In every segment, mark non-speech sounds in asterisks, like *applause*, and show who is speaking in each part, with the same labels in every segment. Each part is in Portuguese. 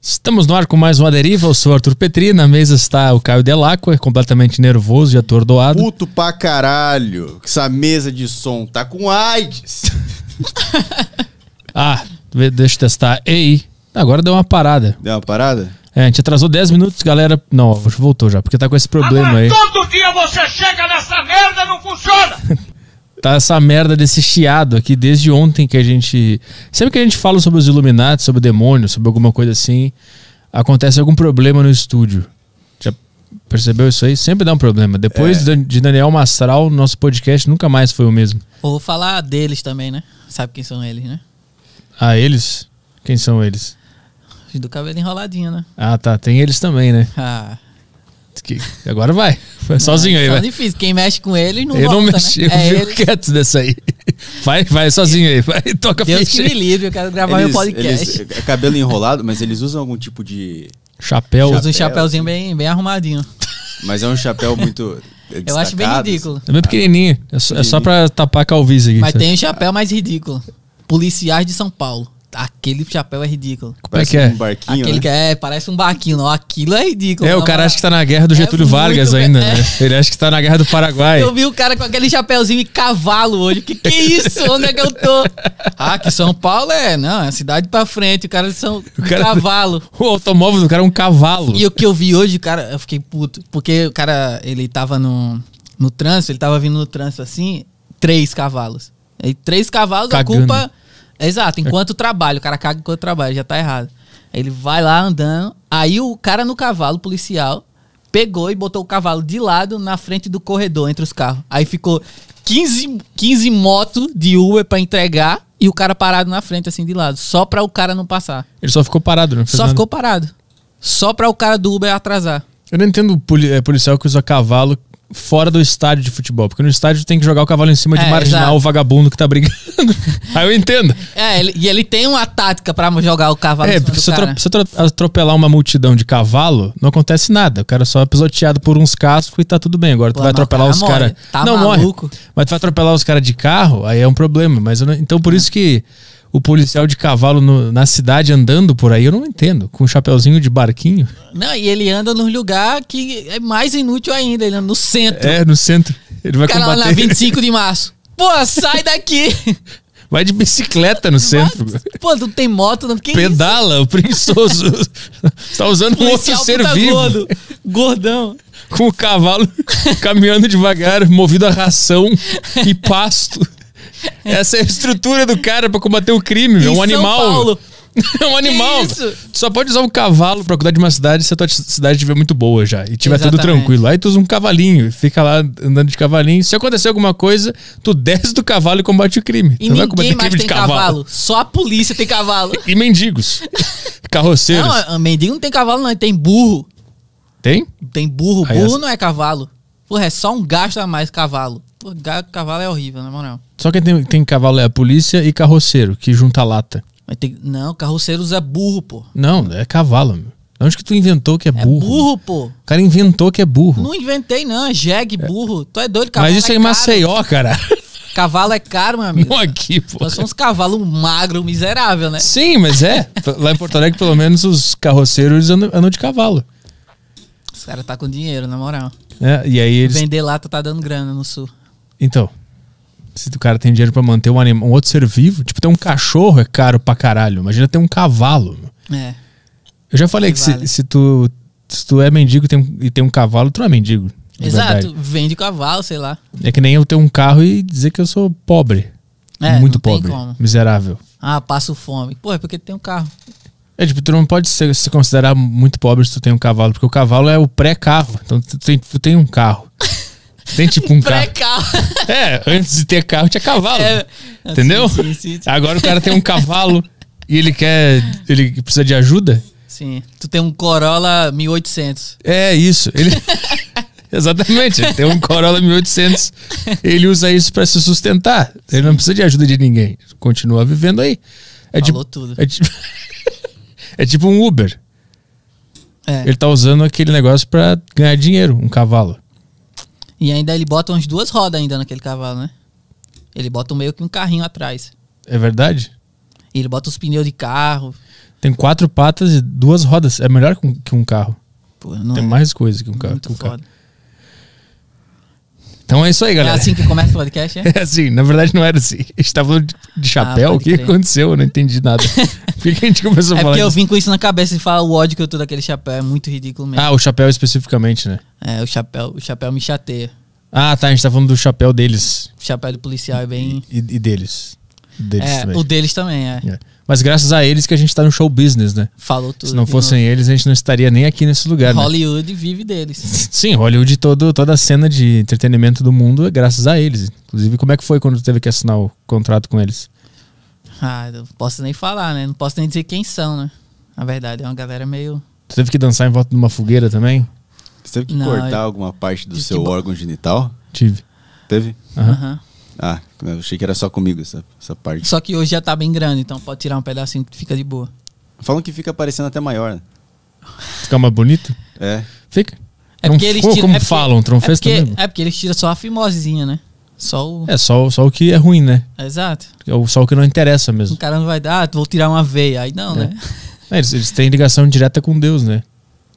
Speaker 1: Estamos no ar com mais uma deriva. Eu sou o Arthur Petri. Na mesa está o Caio Delacqua, completamente nervoso e atordoado.
Speaker 2: Puto pra caralho. que Essa mesa de som tá com AIDS.
Speaker 1: Ah, ve- deixa eu testar. Ei, agora deu uma parada.
Speaker 2: Deu uma parada?
Speaker 1: É, a gente atrasou 10 minutos, galera. Não, ó, voltou já, porque tá com esse problema aí.
Speaker 3: Todo dia você chega nessa merda, não funciona!
Speaker 1: Tá essa merda desse chiado aqui desde ontem que a gente. Sempre que a gente fala sobre os Illuminati, sobre o demônio, sobre alguma coisa assim, acontece algum problema no estúdio. Já percebeu isso aí? Sempre dá um problema. Depois da- de Daniel Mastral, nosso podcast nunca mais foi o mesmo.
Speaker 4: Ou falar deles também, né? Sabe quem são eles, né?
Speaker 1: Ah, eles? Quem são eles?
Speaker 4: Os do cabelo enroladinho, né?
Speaker 1: Ah, tá. Tem eles também, né?
Speaker 4: Ah,
Speaker 1: Que- Agora vai. Vai *laughs* sozinho aí,
Speaker 4: são
Speaker 1: vai.
Speaker 4: difícil. Quem mexe com eles não
Speaker 1: Eu
Speaker 4: volta,
Speaker 1: não mexi,
Speaker 4: né?
Speaker 1: eu
Speaker 4: é
Speaker 1: fico
Speaker 4: ele.
Speaker 1: quieto dessa aí. Vai, vai sozinho aí, vai, *laughs* toca a
Speaker 4: Deus que
Speaker 1: ficha.
Speaker 4: me
Speaker 1: aí.
Speaker 4: livre, eu quero gravar meu podcast.
Speaker 2: eles- é cabelo enrolado, mas eles usam algum tipo de.
Speaker 1: Chapéu.
Speaker 4: Usa
Speaker 2: chapéu,
Speaker 4: um chapéuzinho bem, bem arrumadinho.
Speaker 2: Mas é um chapéu muito. é,
Speaker 4: Eu acho bem
Speaker 2: destacado.
Speaker 4: ridículo.
Speaker 1: É bem pequenininho. É só, é só pra tapar a calvície aqui.
Speaker 4: Mas
Speaker 1: sabe?
Speaker 4: tem um chapéu mais ridículo. Policiais de São Paulo. Aquele chapéu é ridículo.
Speaker 1: Como é
Speaker 2: Parece
Speaker 1: que é?
Speaker 2: um barquinho.
Speaker 4: Aquele
Speaker 2: né?
Speaker 4: que é, parece um barquinho, não. Aquilo é ridículo.
Speaker 1: É, o
Speaker 4: na
Speaker 1: cara
Speaker 4: moral.
Speaker 1: acha que tá na guerra do
Speaker 4: É
Speaker 1: Getúlio
Speaker 4: muito
Speaker 1: Vargas
Speaker 4: be-
Speaker 1: ainda,
Speaker 4: é.
Speaker 1: né? Ele acha que tá na guerra do Paraguai.
Speaker 4: *laughs* Eu vi o cara com aquele chapéuzinho e cavalo hoje. Que que é *laughs* isso? Onde é que eu tô? Ah, que São Paulo é, não, é cidade pra frente. O cara de são de
Speaker 1: cara-
Speaker 4: um cavalo.
Speaker 1: *laughs* O automóvel do cara é um cavalo.
Speaker 4: E o que eu vi hoje, cara, eu fiquei puto. Porque o cara, ele tava no, no trânsito, ele tava vindo no trânsito assim, três cavalos. Aí, três cavalos,
Speaker 1: Cagando.
Speaker 4: a culpa. Exato, enquanto trabalho. O cara caga enquanto trabalho, já tá errado. Ele vai lá andando, aí o cara no cavalo, policial, pegou e botou o cavalo de lado na frente do corredor entre os carros. Aí ficou 15, 15 motos de Uber pra entregar e o cara parado na frente, assim, de lado, só pra o cara não passar.
Speaker 1: Ele só ficou parado, né? não fez
Speaker 4: Só
Speaker 1: nada.
Speaker 4: ficou parado. Só pra o cara do Uber atrasar.
Speaker 1: Eu não entendo poli- eh, policial que usa cavalo fora do estádio de futebol. Porque no estádio tem que jogar o cavalo em cima de
Speaker 4: É,
Speaker 1: marginal,
Speaker 4: exato.
Speaker 1: o vagabundo que tá
Speaker 4: *laughs*
Speaker 1: brigando. Aí eu entendo.
Speaker 4: É, ele- e ele tem uma tática pra jogar o cavalo
Speaker 1: É,
Speaker 4: em cima
Speaker 1: porque
Speaker 4: do
Speaker 1: se eu
Speaker 4: cara.
Speaker 1: tro- se eu tro- atropelar uma multidão de cavalo, não acontece nada. O cara só é pisoteado por uns cascos e tá tudo bem. Agora tu
Speaker 4: Pô,
Speaker 1: vai
Speaker 4: mas o
Speaker 1: atropelar
Speaker 4: cara
Speaker 1: os
Speaker 4: morre.
Speaker 1: caras.
Speaker 4: Tá
Speaker 1: não,
Speaker 4: maluco?
Speaker 1: morre. Mas tu vai atropelar os caras de carro, aí é um problema. Mas eu não- Então
Speaker 4: É.
Speaker 1: por isso que o policial de cavalo no- na cidade andando por aí, eu não entendo. Com um chapeuzinho de barquinho.
Speaker 4: Não, e ele anda num lugar que é mais inútil ainda, ele anda no centro.
Speaker 1: É, no centro. Ele vai
Speaker 4: o cara lá
Speaker 1: combater.
Speaker 4: na 25 de março. Pô,
Speaker 1: *laughs*
Speaker 4: sai daqui!
Speaker 1: Vai de bicicleta no centro.
Speaker 4: Pô, tu tem moto, não? Que isso?
Speaker 1: Pedala, o preguiçoso. tá usando um outro
Speaker 4: Policial
Speaker 1: ser
Speaker 4: puta
Speaker 1: vivo.
Speaker 4: gordo, gordão.
Speaker 1: com o cavalo *laughs* caminhando devagar, movido a ração e pasto. Essa é a estrutura do cara pra combater o crime, é um
Speaker 4: Em São
Speaker 1: animal.
Speaker 4: Paulo.
Speaker 1: *laughs* É um animal.
Speaker 4: isso?
Speaker 1: Tu só pode usar um cavalo pra cuidar de uma cidade se a tua cidade estiver muito boa já e tiver tudo
Speaker 4: Exatamente.
Speaker 1: tranquilo. Aí tu usa um cavalinho, fica lá andando de cavalinho. Se acontecer alguma coisa, tu desce do cavalo e combate o crime.
Speaker 4: E
Speaker 1: tu não vai combater
Speaker 4: ninguém mais
Speaker 1: crime de
Speaker 4: tem
Speaker 1: cavalo.
Speaker 4: cavalo. Só a polícia tem cavalo.
Speaker 1: E
Speaker 4: *laughs*
Speaker 1: mendigos. Carroceiros.
Speaker 4: Não, é- a- a mendigo não tem cavalo, não. ele Tem burro.
Speaker 1: Tem?
Speaker 4: Tem burro.
Speaker 1: Aí
Speaker 4: burro
Speaker 1: essa-
Speaker 4: não é cavalo. Porra, é só um gasto a mais cavalo. Pô, ga- cavalo é horrível, na moral.
Speaker 1: Só quem tem, tem cavalo é a polícia e carroceiro, que junta lata.
Speaker 4: Mas tem- não, carroceiro usa burro, pô.
Speaker 1: Não, é cavalo, meu. Onde que tu inventou que é
Speaker 4: É
Speaker 1: burro?
Speaker 4: burro, pô.
Speaker 1: O cara inventou que é burro.
Speaker 4: Não inventei, não. É jegue, burro. Tu é doido, cavalo
Speaker 1: Mas isso
Speaker 4: é
Speaker 1: é em
Speaker 4: caro.
Speaker 1: Maceió,
Speaker 4: *laughs*
Speaker 1: cara.
Speaker 4: Cavalo é caro, meu amigo.
Speaker 1: Não aqui, pô.
Speaker 4: Nós somos cavalo magro, miserável, né?
Speaker 1: Sim, mas é. Lá em Porto Alegre, pelo menos, os carroceiros andam, andam de cavalo.
Speaker 4: Os caras tá com dinheiro, na moral.
Speaker 1: né? E aí eles.
Speaker 4: Vender lata tá dando grana no sul.
Speaker 1: Então. Se o cara tem dinheiro pra manter um, anima- um outro ser vivo, tipo, ter um cachorro é caro pra caralho. Imagina ter um cavalo. meu.
Speaker 4: É.
Speaker 1: Eu já falei
Speaker 4: Que
Speaker 1: que se-
Speaker 4: vale.
Speaker 1: se, tu, se tu é mendigo e tem um- e tem um cavalo, tu não é mendigo. de
Speaker 4: Exato.
Speaker 1: verdade.
Speaker 4: Vende cavalo, sei lá.
Speaker 1: É que nem eu ter um carro e dizer que eu sou pobre.
Speaker 4: É,
Speaker 1: Muito
Speaker 4: não tem
Speaker 1: pobre.
Speaker 4: como.
Speaker 1: Miserável.
Speaker 4: Ah, passo fome. Pô, é porque tem um carro.
Speaker 1: É, tipo, tu não pode ser- se considerar muito pobre se tu tem um cavalo, porque o cavalo é o pré-carro. Então tu tem, tu tem um
Speaker 4: *laughs*
Speaker 1: carro. Tu tem tipo um carro.
Speaker 4: Pré-carro. *laughs*
Speaker 1: É, antes de ter carro tinha cavalo.
Speaker 4: É.
Speaker 1: Entendeu?
Speaker 4: Sim, sim, sim.
Speaker 1: Agora o cara tem um cavalo e ele quer. Ele precisa de ajuda?
Speaker 4: Sim. Tu tem um Corolla 1800.
Speaker 1: É isso.
Speaker 4: *laughs*
Speaker 1: Ele. Exatamente, ele tem um Corolla 1800. Ele usa isso pra se sustentar. Ele não precisa de ajuda de ninguém. Continua vivendo aí. É tipo,
Speaker 4: Falou tudo.
Speaker 1: é tipo, *laughs* é tipo um Uber.
Speaker 4: É.
Speaker 1: Ele tá usando aquele negócio pra ganhar dinheiro, um cavalo.
Speaker 4: E ainda ele bota umas duas rodas ainda naquele cavalo, né? Ele bota meio que um carrinho atrás.
Speaker 1: É verdade?
Speaker 4: E ele bota os pneus de carro.
Speaker 1: Tem quatro patas e duas rodas. É melhor que um, que um carro.
Speaker 4: Pô, não
Speaker 1: Tem
Speaker 4: é
Speaker 1: mais coisa que um carro. que
Speaker 4: muito
Speaker 1: um carro.
Speaker 4: foda.
Speaker 1: Então é isso aí,
Speaker 4: É
Speaker 1: galera.
Speaker 4: assim que começa o podcast, é?
Speaker 1: *laughs* É assim, na verdade não era assim. A gente tava falando de- de chapéu,
Speaker 4: Ah,
Speaker 1: o
Speaker 4: pode
Speaker 1: que
Speaker 4: crer.
Speaker 1: aconteceu? Eu não entendi
Speaker 4: *laughs*
Speaker 1: nada. Por que que a gente começou a
Speaker 4: É
Speaker 1: falar
Speaker 4: porque eu
Speaker 1: disso?
Speaker 4: vim com isso na cabeça e falo o ódio que eu tô daquele chapéu. É muito ridículo mesmo.
Speaker 1: Ah, o chapéu especificamente, né?
Speaker 4: É, o chapéu, o chapéu me chateia.
Speaker 1: Ah, tá, a gente tá falando do chapéu deles
Speaker 4: O chapéu do policial é bem.
Speaker 1: e, e deles. Deles
Speaker 4: é,
Speaker 1: também.
Speaker 4: o deles também, é.
Speaker 1: É. Mas graças a eles que a gente tá no show business, né?
Speaker 4: Falou tudo.
Speaker 1: Se não fossem eles, a gente não estaria nem aqui nesse lugar, né?
Speaker 4: Hollywood vive deles.
Speaker 1: Sim, Hollywood e todo, toda a cena de entretenimento do mundo é graças a eles. Inclusive, como é que foi quando tu teve que assinar o contrato com eles?
Speaker 4: Ah, não posso nem falar, né? Não posso nem dizer quem são, né? Na verdade, é uma galera meio.
Speaker 1: Tu teve que dançar em volta de uma fogueira também?
Speaker 2: Você teve que
Speaker 4: é- Não,
Speaker 2: cortar
Speaker 4: eu-
Speaker 2: alguma parte do
Speaker 4: de
Speaker 2: seu
Speaker 4: que bo-
Speaker 2: órgão genital?
Speaker 1: Tive.
Speaker 2: Teve?
Speaker 4: Aham.
Speaker 2: Ah, eu achei que era só comigo essa, essa parte.
Speaker 4: Só que hoje já tá bem grande, então pode tirar um pedacinho que fica de boa.
Speaker 2: Falam que fica parecendo até maior. né?
Speaker 1: Ficar mais bonito?
Speaker 2: É.
Speaker 1: Fica.
Speaker 4: É
Speaker 1: Não
Speaker 4: porque eles
Speaker 1: ficou
Speaker 4: tiram.
Speaker 1: como
Speaker 4: é porque-
Speaker 1: falam,
Speaker 4: é
Speaker 1: tronfesta
Speaker 4: porque,
Speaker 1: mesmo.
Speaker 4: é porque eles tiram só a fimosezinha, né? Só o.
Speaker 1: É só, só o que é ruim, né?
Speaker 4: Exato.
Speaker 1: É o- só o que não interessa
Speaker 4: O
Speaker 1: mesmo.
Speaker 4: cara não vai dar, ah, vou tirar uma veia. Aí não,
Speaker 1: É.
Speaker 4: né?
Speaker 1: É, eles, eles têm ligação direta com Deus, né?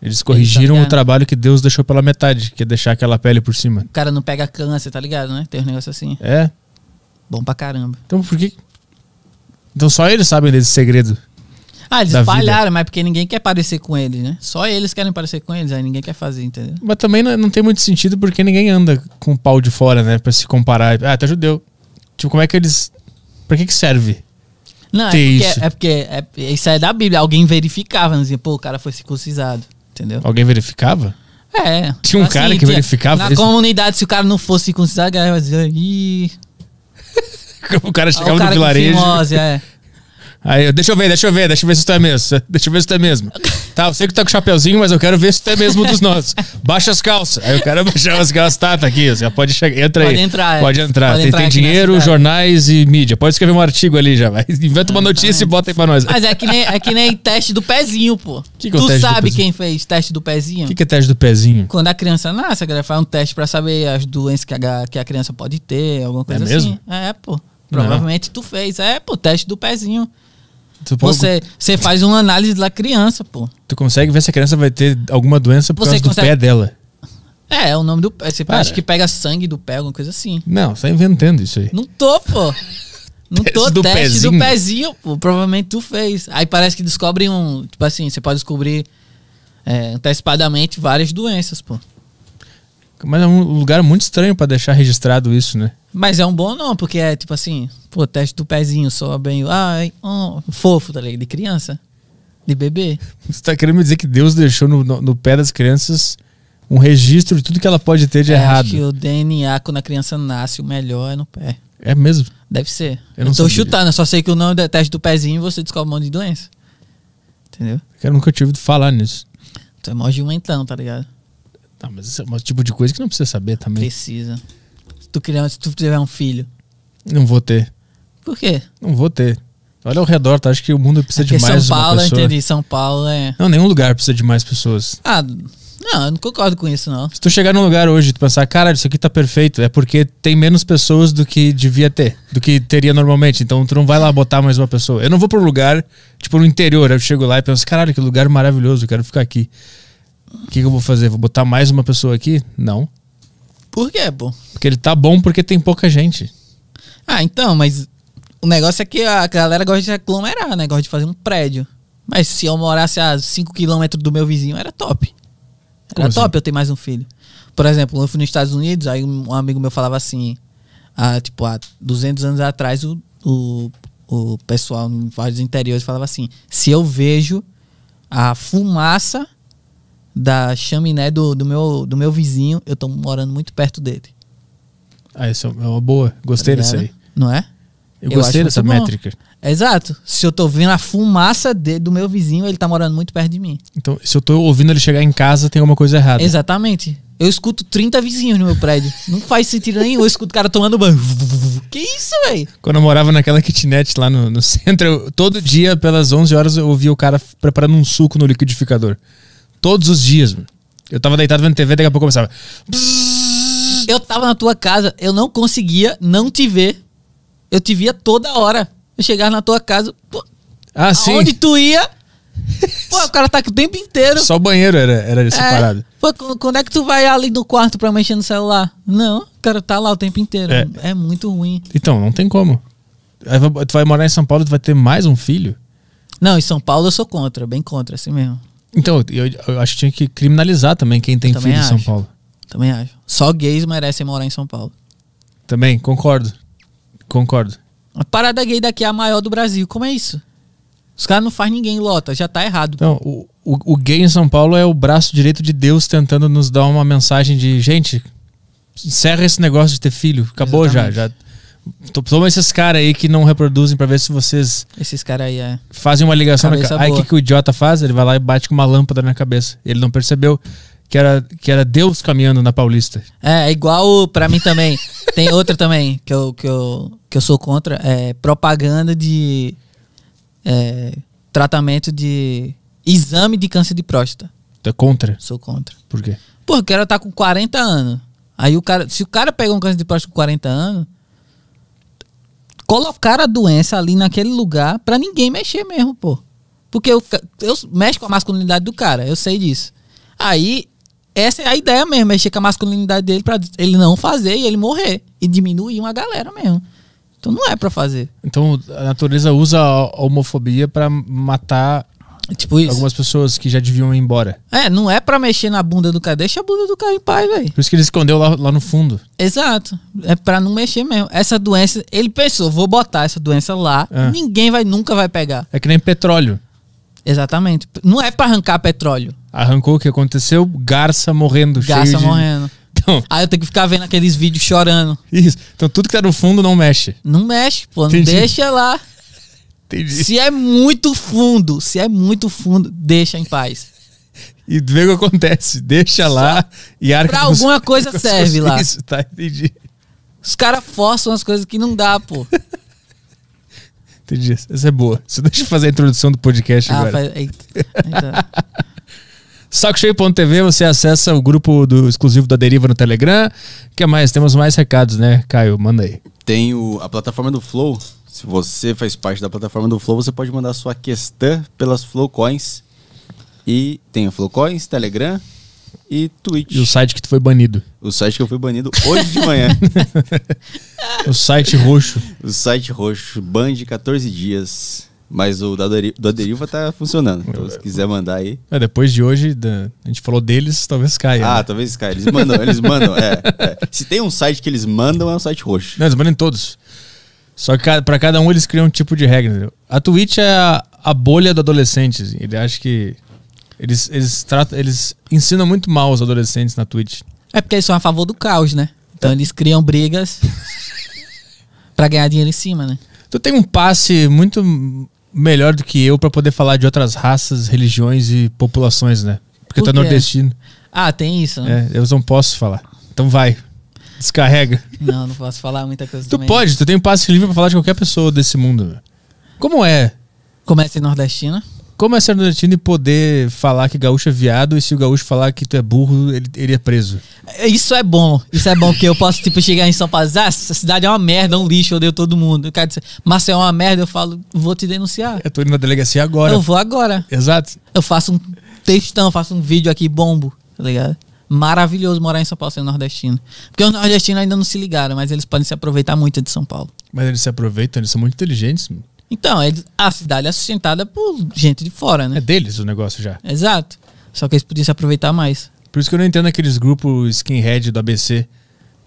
Speaker 1: Eles corrigiram o
Speaker 4: adotaram.
Speaker 1: trabalho que Deus deixou pela metade, que é deixar aquela pele por cima.
Speaker 4: O cara não pega câncer, tá ligado, né? Tem uns negócios assim.
Speaker 1: É?
Speaker 4: Bom pra caramba.
Speaker 1: Então por que. Então só eles sabem desse segredo.
Speaker 4: Ah, eles
Speaker 1: Da
Speaker 4: espalharam, mas porque ninguém quer parecer com eles, né? Só eles querem parecer com eles, aí ninguém quer fazer, entendeu?
Speaker 1: Mas também não, não tem muito sentido porque ninguém anda com o pau de fora, né? Pra se comparar. Ah, tá judeu. Tipo, como é que eles. Pra que que serve?
Speaker 4: Não, é
Speaker 1: Tem
Speaker 4: porque,
Speaker 1: isso.
Speaker 4: é porque é porque isso aí é da Bíblia. Alguém verificava, né? dizia, pô, o cara foi circuncisado, entendeu?
Speaker 1: Alguém verificava? *laughs*
Speaker 4: É.
Speaker 1: Tinha um cara que
Speaker 4: tinha-
Speaker 1: verificava
Speaker 4: Na
Speaker 1: isso?
Speaker 4: comunidade, se o cara não fosse circuncisado, a galera vai dizer, ih,
Speaker 1: O cara
Speaker 4: olha
Speaker 1: chegava
Speaker 4: o cara
Speaker 1: no
Speaker 4: com
Speaker 1: vilarejo.
Speaker 4: fimose,
Speaker 1: *laughs*
Speaker 4: é.
Speaker 1: Aí eu, deixa eu ver, deixa eu ver, deixa eu ver se tu é mesmo. *laughs* Deixa eu ver se tu é mesmo. Tá, eu sei que tu tá com o chapeuzinho, mas eu quero ver se tu é mesmo dos nossos. Baixa as calças. Aí o cara baixava as calças, tá, tá aqui, você pode chegar. Entra
Speaker 4: Pode
Speaker 1: aí.
Speaker 4: entrar, é.
Speaker 1: Pode entrar.
Speaker 4: Pode
Speaker 1: tem
Speaker 4: entrar
Speaker 1: tem
Speaker 4: aqui na
Speaker 1: dinheiro,
Speaker 4: cidade.
Speaker 1: jornais e mídia. Pode escrever um artigo ali já, vai. *laughs* Inventa uma notícia e bota aí pra nós.
Speaker 4: Mas é que, nem, é que nem teste do pezinho, pô.
Speaker 1: Que que é o
Speaker 4: tu
Speaker 1: teste do
Speaker 4: sabe
Speaker 1: pezinho?
Speaker 4: quem fez teste do pezinho?
Speaker 1: O que, que é teste do pezinho?
Speaker 4: Quando a criança nasce, a galera faz um teste pra saber as doenças que a, que a criança pode ter, alguma coisa
Speaker 1: mesmo?
Speaker 4: assim. É, pô. Provavelmente tu fez. É, pô, teste do pezinho.
Speaker 1: Tu, pode-
Speaker 4: Você, você faz uma análise da criança, pô.
Speaker 1: tu consegue ver se a criança vai ter alguma doença por
Speaker 4: Você
Speaker 1: causa
Speaker 4: consegue-
Speaker 1: do pé dela.
Speaker 4: É, é o nome do pé. Você
Speaker 1: Para.
Speaker 4: acha que pega sangue do pé, alguma coisa assim.
Speaker 1: Não, você tá inventando isso aí.
Speaker 4: Não tô, pô. Não tô,
Speaker 1: Teste do
Speaker 4: teste
Speaker 1: pezinho.
Speaker 4: do pezinho, pô. Provavelmente tu fez. Aí parece que descobre um. Tipo assim, você pode descobrir é, antecipadamente várias doenças, pô.
Speaker 1: Mas é um lugar muito estranho pra deixar registrado isso, né?
Speaker 4: Mas é um bom nome, porque é tipo assim, pô, teste do pezinho, soa bem, ai, ó, fofo, tá ligado? De criança, de bebê.
Speaker 1: Você tá querendo me dizer que Deus deixou no, no- no pé das crianças um registro de tudo que ela pode ter de
Speaker 4: É,
Speaker 1: errado.
Speaker 4: Acho que o DNA, quando a criança nasce, o melhor é no pé.
Speaker 1: É mesmo?
Speaker 4: Deve ser.
Speaker 1: Eu
Speaker 4: Eu,
Speaker 1: não
Speaker 4: tô
Speaker 1: sabia.
Speaker 4: chutando, eu só sei que o nome do teste do pezinho você descobre um monte de doença. Entendeu?
Speaker 1: Eu nunca tinha ouvido falar nisso.
Speaker 4: Tu é mó de um então, tá ligado?
Speaker 1: Tá, mas isso é um tipo de coisa que não precisa saber também.
Speaker 4: Precisa. Se tu, criar, se tu tiver um filho.
Speaker 1: Não vou ter.
Speaker 4: Por quê?
Speaker 1: Não vou ter. Olha ao redor, tá? Acho que o mundo precisa
Speaker 4: Porque
Speaker 1: de mais
Speaker 4: É São Paulo,
Speaker 1: uma pessoa.
Speaker 4: entendi. São Paulo é.
Speaker 1: Não, nenhum lugar precisa de mais pessoas.
Speaker 4: Ah, não, eu não concordo com isso, não.
Speaker 1: Se tu chegar num lugar hoje e tu pensar, cara, isso aqui tá perfeito, é porque tem menos pessoas do que devia ter, do que teria normalmente. Então tu não vai lá botar mais uma pessoa. Eu não vou pra um lugar, tipo, no interior. Eu chego lá e penso, caralho, que lugar maravilhoso, eu quero ficar aqui. O que, que eu vou fazer? Vou botar mais uma pessoa aqui? Não.
Speaker 4: Por quê, pô?
Speaker 1: Porque ele tá bom porque tem pouca gente.
Speaker 4: Ah, então, mas o negócio é que a galera gosta de aglomerar, né? Gosta de fazer um prédio. Mas se eu morasse a 5km do meu vizinho, era top. Era
Speaker 1: Como assim?
Speaker 4: top eu ter mais um filho. Por exemplo, eu fui nos Estados Unidos, aí um amigo meu falava assim, ah, tipo, há 200 anos atrás, o, o, o pessoal em vários interiores falava assim, se eu vejo a fumaça da chaminé do, do, meu, do meu vizinho, eu tô morando muito perto dele.
Speaker 1: Ah, isso é uma boa. Gostei
Speaker 4: tá
Speaker 1: disso aí.
Speaker 4: ligado? Não é?
Speaker 1: Eu,
Speaker 4: Eu
Speaker 1: gostei
Speaker 4: acho
Speaker 1: dessa
Speaker 4: muito bom.
Speaker 1: métrica.
Speaker 4: Exato. Se eu tô vendo a fumaça de- do meu vizinho, ele tá morando muito perto de mim.
Speaker 1: Então, se eu tô ouvindo ele chegar em casa, tem alguma coisa errada.
Speaker 4: Exatamente. Eu escuto 30 vizinhos no meu prédio. Não faz sentido nenhum. Eu escuto o cara tomando banho. Que isso, velho?
Speaker 1: Quando eu morava naquela kitnet lá no, no centro, eu- todo dia, pelas 11 horas, eu ouvia o cara f- preparando um suco no liquidificador. Todos os dias, mano. Eu tava deitado vendo TV, daqui a pouco começava.
Speaker 4: Eu tava na tua casa, eu não conseguia não te ver. Eu te via toda hora. Eu chegava na tua casa, pô,
Speaker 1: Ah, sim.
Speaker 4: aonde tu ia, Pô,
Speaker 1: *laughs*
Speaker 4: o cara tá aqui o tempo inteiro.
Speaker 1: Só o banheiro era, era separado.
Speaker 4: É, pô, qu- quando é que tu vai ali do quarto pra mexer no celular? Não, o cara tá lá o tempo inteiro.
Speaker 1: É.
Speaker 4: É, muito ruim.
Speaker 1: Então, não tem como. Aí vai- tu vai morar em São Paulo, tu vai ter mais um filho?
Speaker 4: Não, em São Paulo eu sou contra, bem contra, assim mesmo.
Speaker 1: Então, eu, eu acho que tinha que criminalizar também quem tem
Speaker 4: Eu também
Speaker 1: filho em São
Speaker 4: acho.
Speaker 1: Paulo.
Speaker 4: Também acho. Só gays merecem morar em São Paulo.
Speaker 1: Também, concordo. Concordo.
Speaker 4: A parada gay daqui é a maior do Brasil. Como é isso? Os caras não faz ninguém lota, já tá errado.
Speaker 1: Então, o, o, o gay em São Paulo é o braço direito de Deus tentando nos dar uma mensagem de: gente, encerra esse negócio de ter filho. Acabou já. já. To- Toma esses caras aí que não reproduzem pra ver se vocês
Speaker 4: Esses caras aí é.
Speaker 1: fazem uma ligação na
Speaker 4: Cabeça
Speaker 1: ca- Aí o
Speaker 4: boa.
Speaker 1: que, que o idiota faz? Ele vai lá e bate com uma lâmpada na cabeça. Ele não percebeu que era, que era Deus caminhando na Paulista.
Speaker 4: É, é igual pra mim também. Tem outra também que eu, que, eu, que eu sou contra. É propaganda de é, tratamento de exame de câncer de próstata.
Speaker 1: Tu é contra?
Speaker 4: Sou contra.
Speaker 1: Por quê?
Speaker 4: Pô, o cara tá com 40 anos. Aí o cara. Se o cara pega um câncer de próstata com 40 anos, colocar a doença ali naquele lugar pra ninguém mexer mesmo, pô. Porque eu, eu mexo com a masculinidade do cara, eu sei disso. Aí, essa é a ideia mesmo, mexer com a masculinidade dele pra ele não fazer e ele morrer. E diminuir uma galera mesmo. Então não é pra fazer.
Speaker 1: Então a natureza usa a homofobia pra matar
Speaker 4: É tipo isso.
Speaker 1: algumas pessoas que já deviam ir embora.
Speaker 4: É, não é pra mexer na bunda do cara. Deixa a bunda do cara em paz, velho.
Speaker 1: Por isso que ele escondeu lá, lá no fundo.
Speaker 4: Exato. É pra não mexer mesmo. Essa doença, ele pensou, vou botar essa doença lá,
Speaker 1: Ah.
Speaker 4: ninguém vai nunca vai pegar.
Speaker 1: É que nem petróleo.
Speaker 4: Exatamente. Não é pra arrancar petróleo,
Speaker 1: Arrancou o que aconteceu, garça morrendo.
Speaker 4: gasta
Speaker 1: cheio de-
Speaker 4: morrendo.
Speaker 1: *laughs* Então,
Speaker 4: Aí eu tenho que ficar vendo aqueles vídeos chorando.
Speaker 1: isso. Então tudo que tá no fundo não mexe.
Speaker 4: Não mexe, pô, não
Speaker 1: Entendi.
Speaker 4: deixa lá.
Speaker 1: Entendi.
Speaker 4: Se é muito fundo, se é muito fundo, deixa em paz.
Speaker 1: E vê o que acontece. Deixa lá e arca
Speaker 4: Pra
Speaker 1: com os- *laughs*
Speaker 4: alguma coisa
Speaker 1: com os-
Speaker 4: serve lá.
Speaker 1: Isso, tá, entendi.
Speaker 4: Os caras forçam as coisas que não dá, pô.
Speaker 1: Entendi. Essa é boa. Só deixa eu fazer a introdução do podcast
Speaker 4: Ah,
Speaker 1: *laughs* agora.
Speaker 4: faz- eita. Então, Eita.
Speaker 1: Sacocheio.tv, você acessa o grupo do exclusivo da Deriva no Telegram. O que mais? Temos mais recados, né, Caio? Manda aí.
Speaker 2: Tem o- a plataforma do Flow. Se você faz parte da plataforma do Flow, você pode mandar sua questão pelas Flow Coins. E tem o Flow Coins, Telegram e Twitch.
Speaker 1: E o site que tu foi banido.
Speaker 2: O site que eu fui banido hoje de *laughs* manhã.
Speaker 1: O site roxo.
Speaker 2: o site roxo, ban de 14 dias. Mas o da, Deri- da Deriva tá funcionando. Então, se quiser mandar aí.
Speaker 1: *laughs* É, depois de hoje, da- a gente falou deles, talvez caia.
Speaker 2: Ah,
Speaker 1: Ah,
Speaker 2: talvez, cara, eles mandam, eles mandam. É, é. Se tem um site que eles mandam, é um site roxo.
Speaker 1: Não, eles mandam em todos. Só que ca- pra cada um eles criam um tipo de regra, entendeu? A Twitch é a, a bolha do adolescente. assim. Ele acha que. Eles, eles, tratam, eles ensinam muito mal os adolescentes na Twitch.
Speaker 4: É porque eles são a favor do caos, né? Então eles criam
Speaker 1: *laughs*
Speaker 4: brigas pra ganhar dinheiro em cima, né?
Speaker 1: Tu tem um passe muito melhor do que eu pra poder falar de outras raças, religiões e populações, né? Porque
Speaker 4: Por
Speaker 1: tu é
Speaker 4: quê?
Speaker 1: nordestino.
Speaker 4: Ah, tem isso, né?
Speaker 1: É, eu não posso falar. Então vai. Descarrega.
Speaker 4: Não, não posso falar muita coisa
Speaker 1: Tu
Speaker 4: também.
Speaker 1: pode, tu tem um passe livre pra falar de qualquer pessoa desse mundo. meu. Como é?
Speaker 4: Comece nordestina.
Speaker 1: Como é ser nordestino e poder falar que gaúcho é viado e se o gaúcho falar que tu é burro, ele, ele é preso?
Speaker 4: Isso é bom. Isso é bom, porque eu posso, tipo, chegar em São Paulo e dizer, ah, essa cidade é uma merda, é um lixo, eu odeio todo mundo. O cara diz, mas é uma merda, eu falo, vou te denunciar.
Speaker 1: Eu tô indo na delegacia agora.
Speaker 4: Eu vou agora.
Speaker 1: Exato.
Speaker 4: Eu faço um textão, faço um vídeo aqui, bombo, tá ligado? Maravilhoso morar em São Paulo sendo nordestino. Porque os nordestinos ainda não se ligaram, mas eles podem se aproveitar muito de São Paulo.
Speaker 1: Mas eles se aproveitam, eles são muito inteligentes. meu.
Speaker 4: Então, eles- a cidade é sustentada por gente de fora,
Speaker 1: É
Speaker 4: né?
Speaker 1: deles o negócio já.
Speaker 4: Exato. Só que eles podiam se aproveitar mais.
Speaker 1: Por isso que eu não entendo aqueles grupos skinhead do ABC.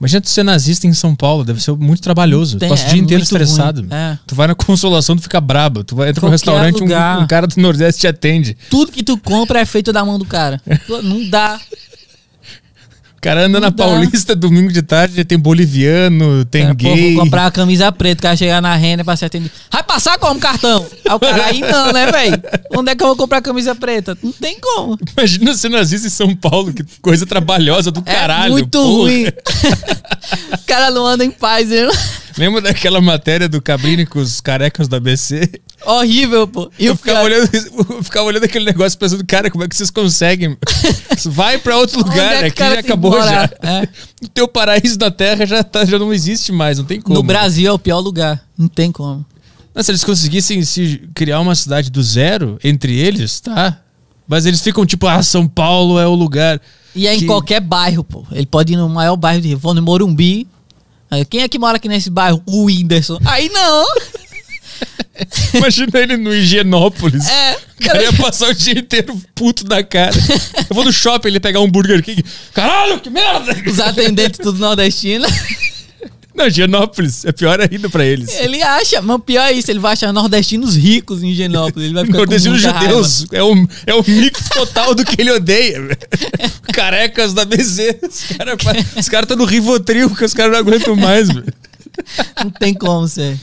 Speaker 1: Imagina tu ser nazista em São Paulo, deve ser muito trabalhoso.
Speaker 4: Tem-
Speaker 1: tu passa o
Speaker 4: é
Speaker 1: dia inteiro
Speaker 4: muito ruim,
Speaker 1: estressado. meu.
Speaker 4: é.
Speaker 1: Tu vai na consolação, tu fica brabo. Tu vai, entra no
Speaker 4: Qualquer
Speaker 1: restaurante, um,
Speaker 4: lugar.
Speaker 1: um cara do Nordeste te atende.
Speaker 4: Tudo que tu compra é feito da mão do cara. Tu- Não dá.
Speaker 1: O cara anda na
Speaker 4: Não dá. É,
Speaker 1: Paulista domingo de tarde, tem boliviano, tem
Speaker 4: Cara, pô,
Speaker 1: gay.
Speaker 4: vou comprar uma camisa preta, o cara chegar na renda pra ser atendido. Vai passar como cartão? Aí o cara, aí não, né, velho? Onde é que eu vou comprar camisa preta? Não tem como.
Speaker 1: Imagina ser nazista em São Paulo, que coisa trabalhosa do
Speaker 4: É
Speaker 1: caralho.
Speaker 4: muito
Speaker 1: porra.
Speaker 4: ruim. *laughs* o cara não anda em paz, né?
Speaker 1: *laughs* Lembra daquela matéria do Cabrini com os carecas do ABC?
Speaker 4: Horrível, pô. E
Speaker 1: eu,
Speaker 4: o
Speaker 1: ficava
Speaker 4: cara,
Speaker 1: olhando, eu ficava olhando aquele negócio pensando, cara, como é que vocês
Speaker 4: *laughs*
Speaker 1: conseguem? Vai pra outro
Speaker 4: Onde
Speaker 1: lugar,
Speaker 4: é que o
Speaker 1: aqui
Speaker 4: cara
Speaker 1: já
Speaker 4: tem
Speaker 1: acabou
Speaker 4: que
Speaker 1: já.
Speaker 4: morar?
Speaker 1: *laughs*
Speaker 4: É.
Speaker 1: O teu paraíso da terra já, tá- já não existe mais, não tem como.
Speaker 4: no Brasil é o pior lugar. Não tem como.
Speaker 1: Não, se eles conseguissem se criar uma cidade do zero entre eles, tá. Mas eles ficam tipo, ah, São Paulo é o
Speaker 4: *laughs*
Speaker 1: lugar.
Speaker 4: E é em
Speaker 1: que-
Speaker 4: qualquer bairro, pô. Ele pode ir no maior bairro de Rio. Vou no Morumbi. Aí, Quem é que mora aqui nesse bairro? O Whindersson. Aí não!
Speaker 1: Imagina ele no Higienópolis.
Speaker 4: É,
Speaker 1: O cara
Speaker 4: *laughs*
Speaker 1: ia passar o dia inteiro puto da cara. Eu vou no shopping ele pegar um Burger King. Caralho, que merda!
Speaker 4: os atendentes tudo *laughs* nordestino.
Speaker 1: Não, Higienópolis é pior ainda pra eles.
Speaker 4: Ele acha, mas o pior é isso, ele vai achar nordestinos ricos em Genópolis. Ele vai ficar
Speaker 1: Nordestinos
Speaker 4: com muita
Speaker 1: judeus é um, é um mix total do que ele odeia. velho. Carecas da BZ. Os caras estão cara tá no Rivotril, que os caras não aguentam mais. velho.
Speaker 4: raiva. Não tem como ser.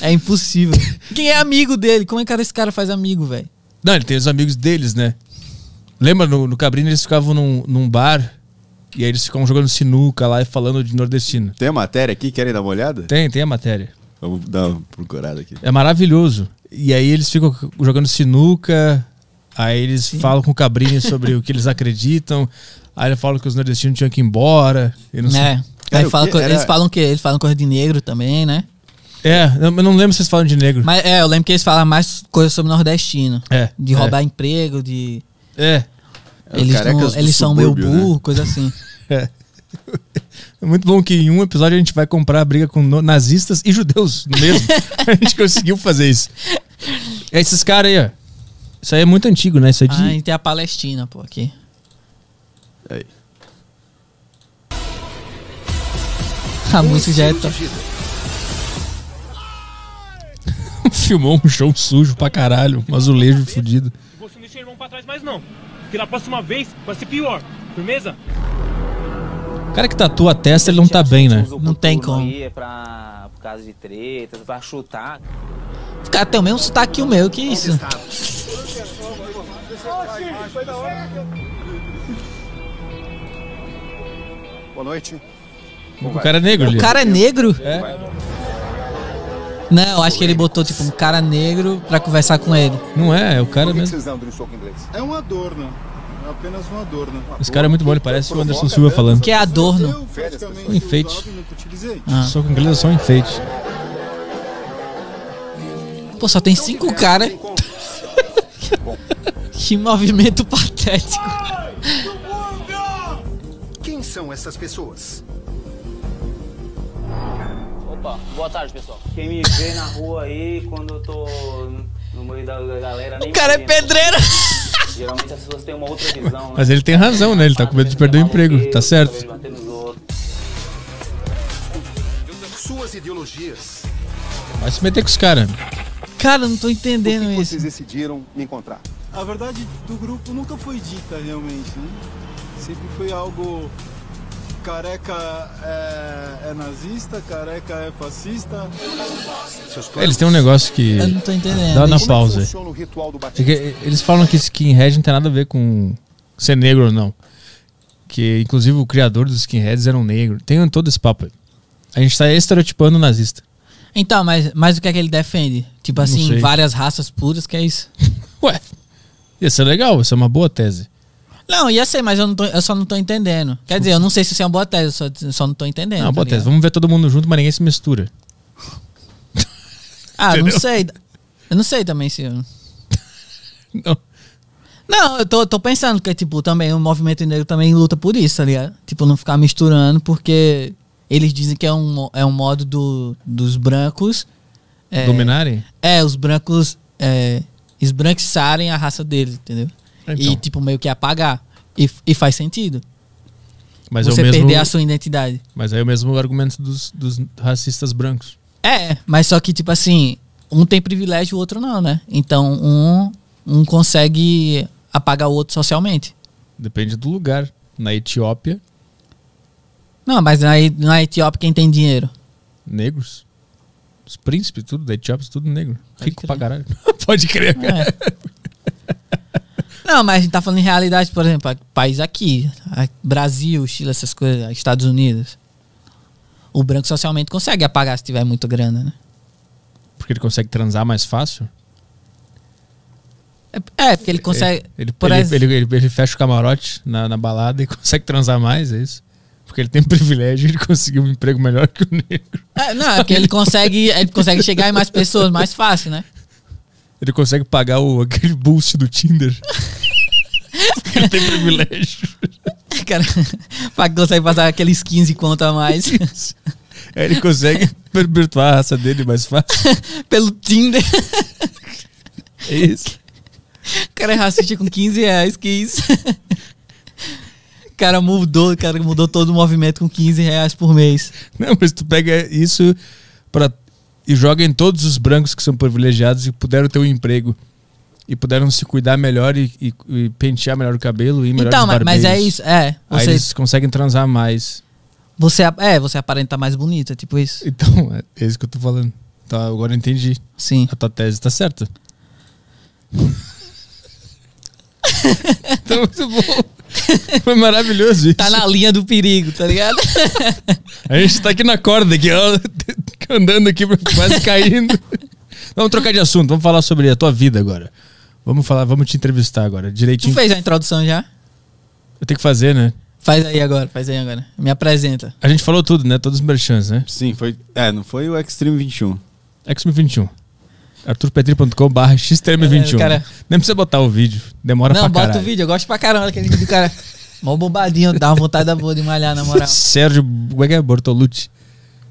Speaker 4: É impossível. Quem é amigo dele? Como é que cara- esse cara faz amigo, velho?
Speaker 1: Não, ele tem os amigos deles, né? Lembra, no, no Cabrini eles ficavam num, num bar e aí eles ficavam jogando sinuca lá e falando de nordestino.
Speaker 2: Tem a matéria aqui? Querem dar uma olhada?
Speaker 1: Tem, tem a matéria.
Speaker 2: Vamos dar uma procurada aqui.
Speaker 1: É maravilhoso. E aí eles ficam c- jogando sinuca, aí eles falam com o Cabrini sobre o que eles acreditam, aí ele fala que os nordestinos tinham que ir embora. e não sei-
Speaker 4: É.
Speaker 2: Era
Speaker 4: Aí
Speaker 2: o
Speaker 4: fala
Speaker 2: quê?
Speaker 4: co-
Speaker 2: Era-
Speaker 4: Eles falam que eles falam coisa de negro também, né?
Speaker 1: É, eu eu não lembro se vocês falam de negro.
Speaker 4: Mas é, eu lembro que eles falam mais coisa sobre nordestino.
Speaker 1: É,
Speaker 4: De
Speaker 1: é.
Speaker 4: roubar emprego, de.
Speaker 1: É,
Speaker 2: É os
Speaker 4: Eles, não-
Speaker 2: carecas do
Speaker 4: eles são meio
Speaker 2: subúrbio, né?
Speaker 4: burro, coisa *laughs* assim.
Speaker 1: é. É muito bom que em um episódio a gente vai comprar a briga com no- nazistas e judeus no
Speaker 4: *laughs*
Speaker 1: mesmo. a gente conseguiu fazer isso. É esses caras aí, ó. Isso aí é muito antigo, né? Isso é de.
Speaker 4: Ah, e tem a Palestina, pô, aqui.
Speaker 2: Aí.
Speaker 4: A música já é. top.
Speaker 1: *laughs* Filmou um chão sujo pra caralho, um azulejo fudido.
Speaker 5: Não vou mexer irmão pra trás mais não. Porque na próxima vez vai ser pior. Firmeza?
Speaker 1: O cara que tatua a testa, ele não tá bem, né?
Speaker 4: Não tem como.
Speaker 6: Aí pra, por causa de tretas, pra chutar.
Speaker 4: Os caras têm o mesmo sotaque que o meu, que isso?
Speaker 7: Boa noite.
Speaker 1: O cara é negro,
Speaker 4: O
Speaker 1: ali.
Speaker 4: cara é negro? Não, eu acho que ele botou, tipo, um cara negro pra conversar com ele.
Speaker 1: Não é, é o cara
Speaker 7: Por que que
Speaker 1: mesmo.
Speaker 7: vocês dão de soco em inglês?
Speaker 8: É um adorno. É apenas um adorno.
Speaker 1: Esse cara é muito bom, ele parece o Anderson Silva falando.
Speaker 4: Que é adorno.
Speaker 8: Eu praticamente
Speaker 1: Um enfeite.
Speaker 8: usava e nunca utilizei.
Speaker 1: Só com inglês é só um enfeite.
Speaker 4: Pô, só tem cinco caras.
Speaker 1: Ah.
Speaker 4: que movimento *laughs* patético.
Speaker 7: Quem são essas pessoas?
Speaker 6: Opa, boa tarde, pessoal. Quem me vê na rua aí, quando eu tô no meio da galera...
Speaker 4: O cara é pedreiro.
Speaker 6: né? Geralmente as pessoas têm uma outra visão, né?
Speaker 1: Mas ele tem razão, né? Ele tá com medo de perder o emprego, tá certo?
Speaker 7: Suas ideologias.
Speaker 1: Vai se meter com os caras.
Speaker 4: Cara, eu não tô
Speaker 7: Por
Speaker 1: é
Speaker 4: entendendo
Speaker 7: que
Speaker 4: isso.
Speaker 7: vocês decidiram me encontrar?
Speaker 8: A verdade do grupo nunca foi dita realmente, né? Sempre foi algo careca é, é nazista, careca é fascista.
Speaker 7: Seus planos?
Speaker 1: Eles têm um negócio que.
Speaker 4: Eu não tô entendendo.
Speaker 1: Dá na
Speaker 4: isso.
Speaker 7: Como é que
Speaker 1: pausa.
Speaker 7: funciona o ritual do
Speaker 1: É
Speaker 7: batismo?
Speaker 1: que eles falam que skinhead não tem nada a ver com ser negro ou não. Que, inclusive, o criador dos skinheads era um negro. Tem todo esse papo aí. A gente tá estereotipando o nazista.
Speaker 4: Então, mas, mas o que é que ele defende? Tipo assim,
Speaker 1: sei.
Speaker 4: várias raças puras, que é isso?
Speaker 1: Ué, ia ser legal, isso é uma boa tese.
Speaker 4: Não, ia ser, mas eu, não tô- eu só não tô entendendo. Quer dizer, eu não sei se isso é uma boa tese, eu só, eu só não tô entendendo.
Speaker 1: Não, é
Speaker 4: tá
Speaker 1: boa tese.
Speaker 4: ligado?
Speaker 1: Vamos ver todo mundo junto, mas ninguém se mistura.
Speaker 4: Ah, eu não
Speaker 1: Entendeu?
Speaker 4: sei. Eu não sei também se. eu-
Speaker 1: Não.
Speaker 4: Não, eu tô, tô pensando que, tipo, também o movimento negro também luta por isso, tá ligado? Tipo, não ficar misturando, porque eles dizem que é um, mo- é um modo do, dos brancos. É,
Speaker 1: Dominarem?
Speaker 4: É, os brancos é, esbranquiçarem a raça deles, entendeu?
Speaker 1: Então.
Speaker 4: E, tipo, meio que apagar. E, f- e faz sentido.
Speaker 1: Mas é o
Speaker 4: você
Speaker 1: mesmo.
Speaker 4: perder a sua identidade.
Speaker 1: Mas é o mesmo argumento dos, dos racistas brancos.
Speaker 4: É, mas só que, tipo assim, um tem privilégio, o outro não, né? Então, um, um consegue apagar o outro socialmente.
Speaker 1: Depende do lugar. Na Etiópia,
Speaker 4: Não, mas na, E- na Etiópia quem tem dinheiro?
Speaker 1: negros. Os príncipes, tudo, da Etiópia, tudo negro. Rico
Speaker 4: crer.
Speaker 1: pra caralho. *laughs* Pode crer, cara.
Speaker 4: É. Não, mas a gente tá falando em realidade, por exemplo, a- país aqui, a- Brasil, Chile, essas coisas, Estados Unidos. O branco socialmente consegue apagar se tiver muita grana, né?
Speaker 1: Porque ele consegue transar mais fácil.
Speaker 4: É, é, porque ele consegue.
Speaker 1: Ele,
Speaker 4: por
Speaker 1: ele, *laughs*
Speaker 4: ex-
Speaker 1: ele- ele- ele fecha o camarote na, na balada e consegue transar mais, é isso? Porque ele tem *laughs* privilégio e ele conseguiu um emprego melhor que o negro.
Speaker 4: É, não, é porque ele consegue, ele consegue chegar em mais pessoas mais
Speaker 1: *laughs*
Speaker 4: fácil, né?
Speaker 1: Ele consegue pagar o, aquele boost do
Speaker 4: *laughs*
Speaker 1: Tinder. Porque ele tem privilégio.
Speaker 4: Cara, *laughs* pra- consegue passar aqueles 15 conto a mais
Speaker 1: Aí ele consegue perpetuar a raça dele mais fácil.
Speaker 4: pelo Tinder.
Speaker 1: É isso.
Speaker 4: O cara é racista com 15 reais, que isso? O cara mudou, o cara mudou todo o movimento com 15 reais por mês.
Speaker 1: Não, mas tu pega isso pra, e joga em todos os brancos que são privilegiados e puderam ter um emprego. E puderam se cuidar melhor e, e- e pentear melhor o cabelo e ir melhor
Speaker 4: então,
Speaker 1: nos
Speaker 4: mas, mas é
Speaker 1: barbeiros.
Speaker 4: isso, é.
Speaker 1: Aí
Speaker 4: Você,
Speaker 1: eles conseguem transar mais.
Speaker 4: você, é, você aparenta mais bonito, é tipo isso.
Speaker 1: Então, é é isso que eu tô falando. Tá, agora eu entendi.
Speaker 4: Sim.
Speaker 1: A tua tese tá
Speaker 4: *laughs*
Speaker 1: certa. tá muito bom. Foi maravilhoso isso.
Speaker 4: Tá na linha do perigo,
Speaker 1: *laughs*
Speaker 4: tá ligado?
Speaker 1: A gente tá aqui na corda, aqui, ó, *laughs* andando aqui, quase caindo. vamos trocar de assunto, vamos falar sobre a tua vida agora. Vamos falar, vamos te entrevistar agora,
Speaker 4: Tu
Speaker 1: direitinho.
Speaker 4: fez a introdução já?
Speaker 1: Eu tenho que fazer, né?
Speaker 4: Faz aí agora, faz aí agora. Me apresenta.
Speaker 1: A gente falou tudo, né? Todos os merchants, né?
Speaker 2: Sim, foi. É, não foi o Extreme 21.
Speaker 1: XM21. arturpetri.com barra XTM21.
Speaker 4: É, cara-
Speaker 1: Nem precisa botar o vídeo, demora
Speaker 4: Não,
Speaker 1: pra
Speaker 4: bota
Speaker 1: caralho.
Speaker 4: o vídeo, eu gosto pra caramba daquele do cara. Mó bombadinho, dá uma vontade da boa de malhar,
Speaker 1: *laughs*
Speaker 4: na moral.
Speaker 1: Sérgio, como é que é? Bortolucci.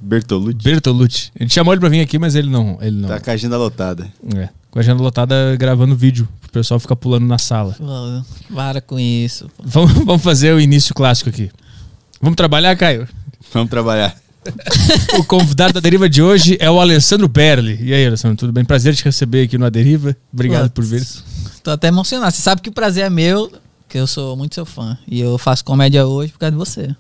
Speaker 2: Bertolucci.
Speaker 1: Bertolucci. A gente chamou ele pra vir aqui, mas ele não. Ele não.
Speaker 2: Tá com a agenda lotada.
Speaker 1: É. Com a agenda lotada gravando vídeo. O pessoal fica pulando na sala.
Speaker 4: Pô, Para com isso. pô.
Speaker 1: Vamos, *laughs* vamos fazer o início clássico aqui. Vamos trabalhar, Caio?
Speaker 2: Vamos trabalhar.
Speaker 1: O convidado da deriva de hoje é o Alessandro Berli. E aí, Alessandro, tudo bem? Prazer te receber aqui no A Deriva. Obrigado por vir.
Speaker 4: Tô até emocionado. Você sabe que o prazer é meu, que eu sou muito seu fã. E eu faço comédia hoje por causa de você.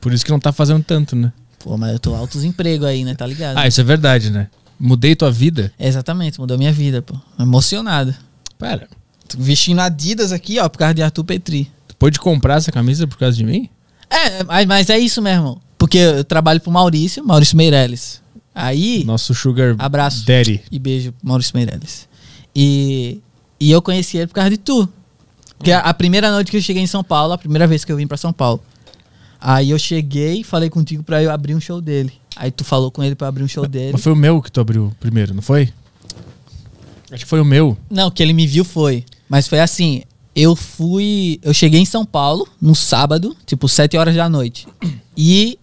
Speaker 1: Por isso que não tá fazendo tanto, né?
Speaker 4: Pô, mas eu tô altos emprego aí, né? Tá ligado? É,
Speaker 1: Ah, isso é verdade, né? Mudei tua vida?
Speaker 4: Exatamente, mudou minha vida, pô. Emocionado.
Speaker 1: Para.
Speaker 4: Tô vestindo Adidas aqui, ó, por causa de Arthur Petri.
Speaker 1: Tu pôde comprar essa camisa por causa de mim?
Speaker 4: É, mas- mas é isso, meu irmão. Porque eu trabalho pro Maurício, Maurício Meirelles. Aí.
Speaker 1: Nosso Sugar
Speaker 4: Abraço.
Speaker 1: Daddy.
Speaker 4: E beijo, Maurício Meirelles. E, e eu conheci ele por causa de tu. Porque a, a primeira noite que eu cheguei em São Paulo, a primeira vez que eu vim pra São Paulo. Aí eu cheguei, falei contigo pra eu abrir um show dele. Aí tu falou com ele pra abrir um show dele.
Speaker 1: Mas foi o meu que tu abriu primeiro, não foi? Acho que foi o meu.
Speaker 4: Não, que ele me viu foi. Mas foi assim, eu fui, eu cheguei em São Paulo num sábado, tipo sete horas da noite. E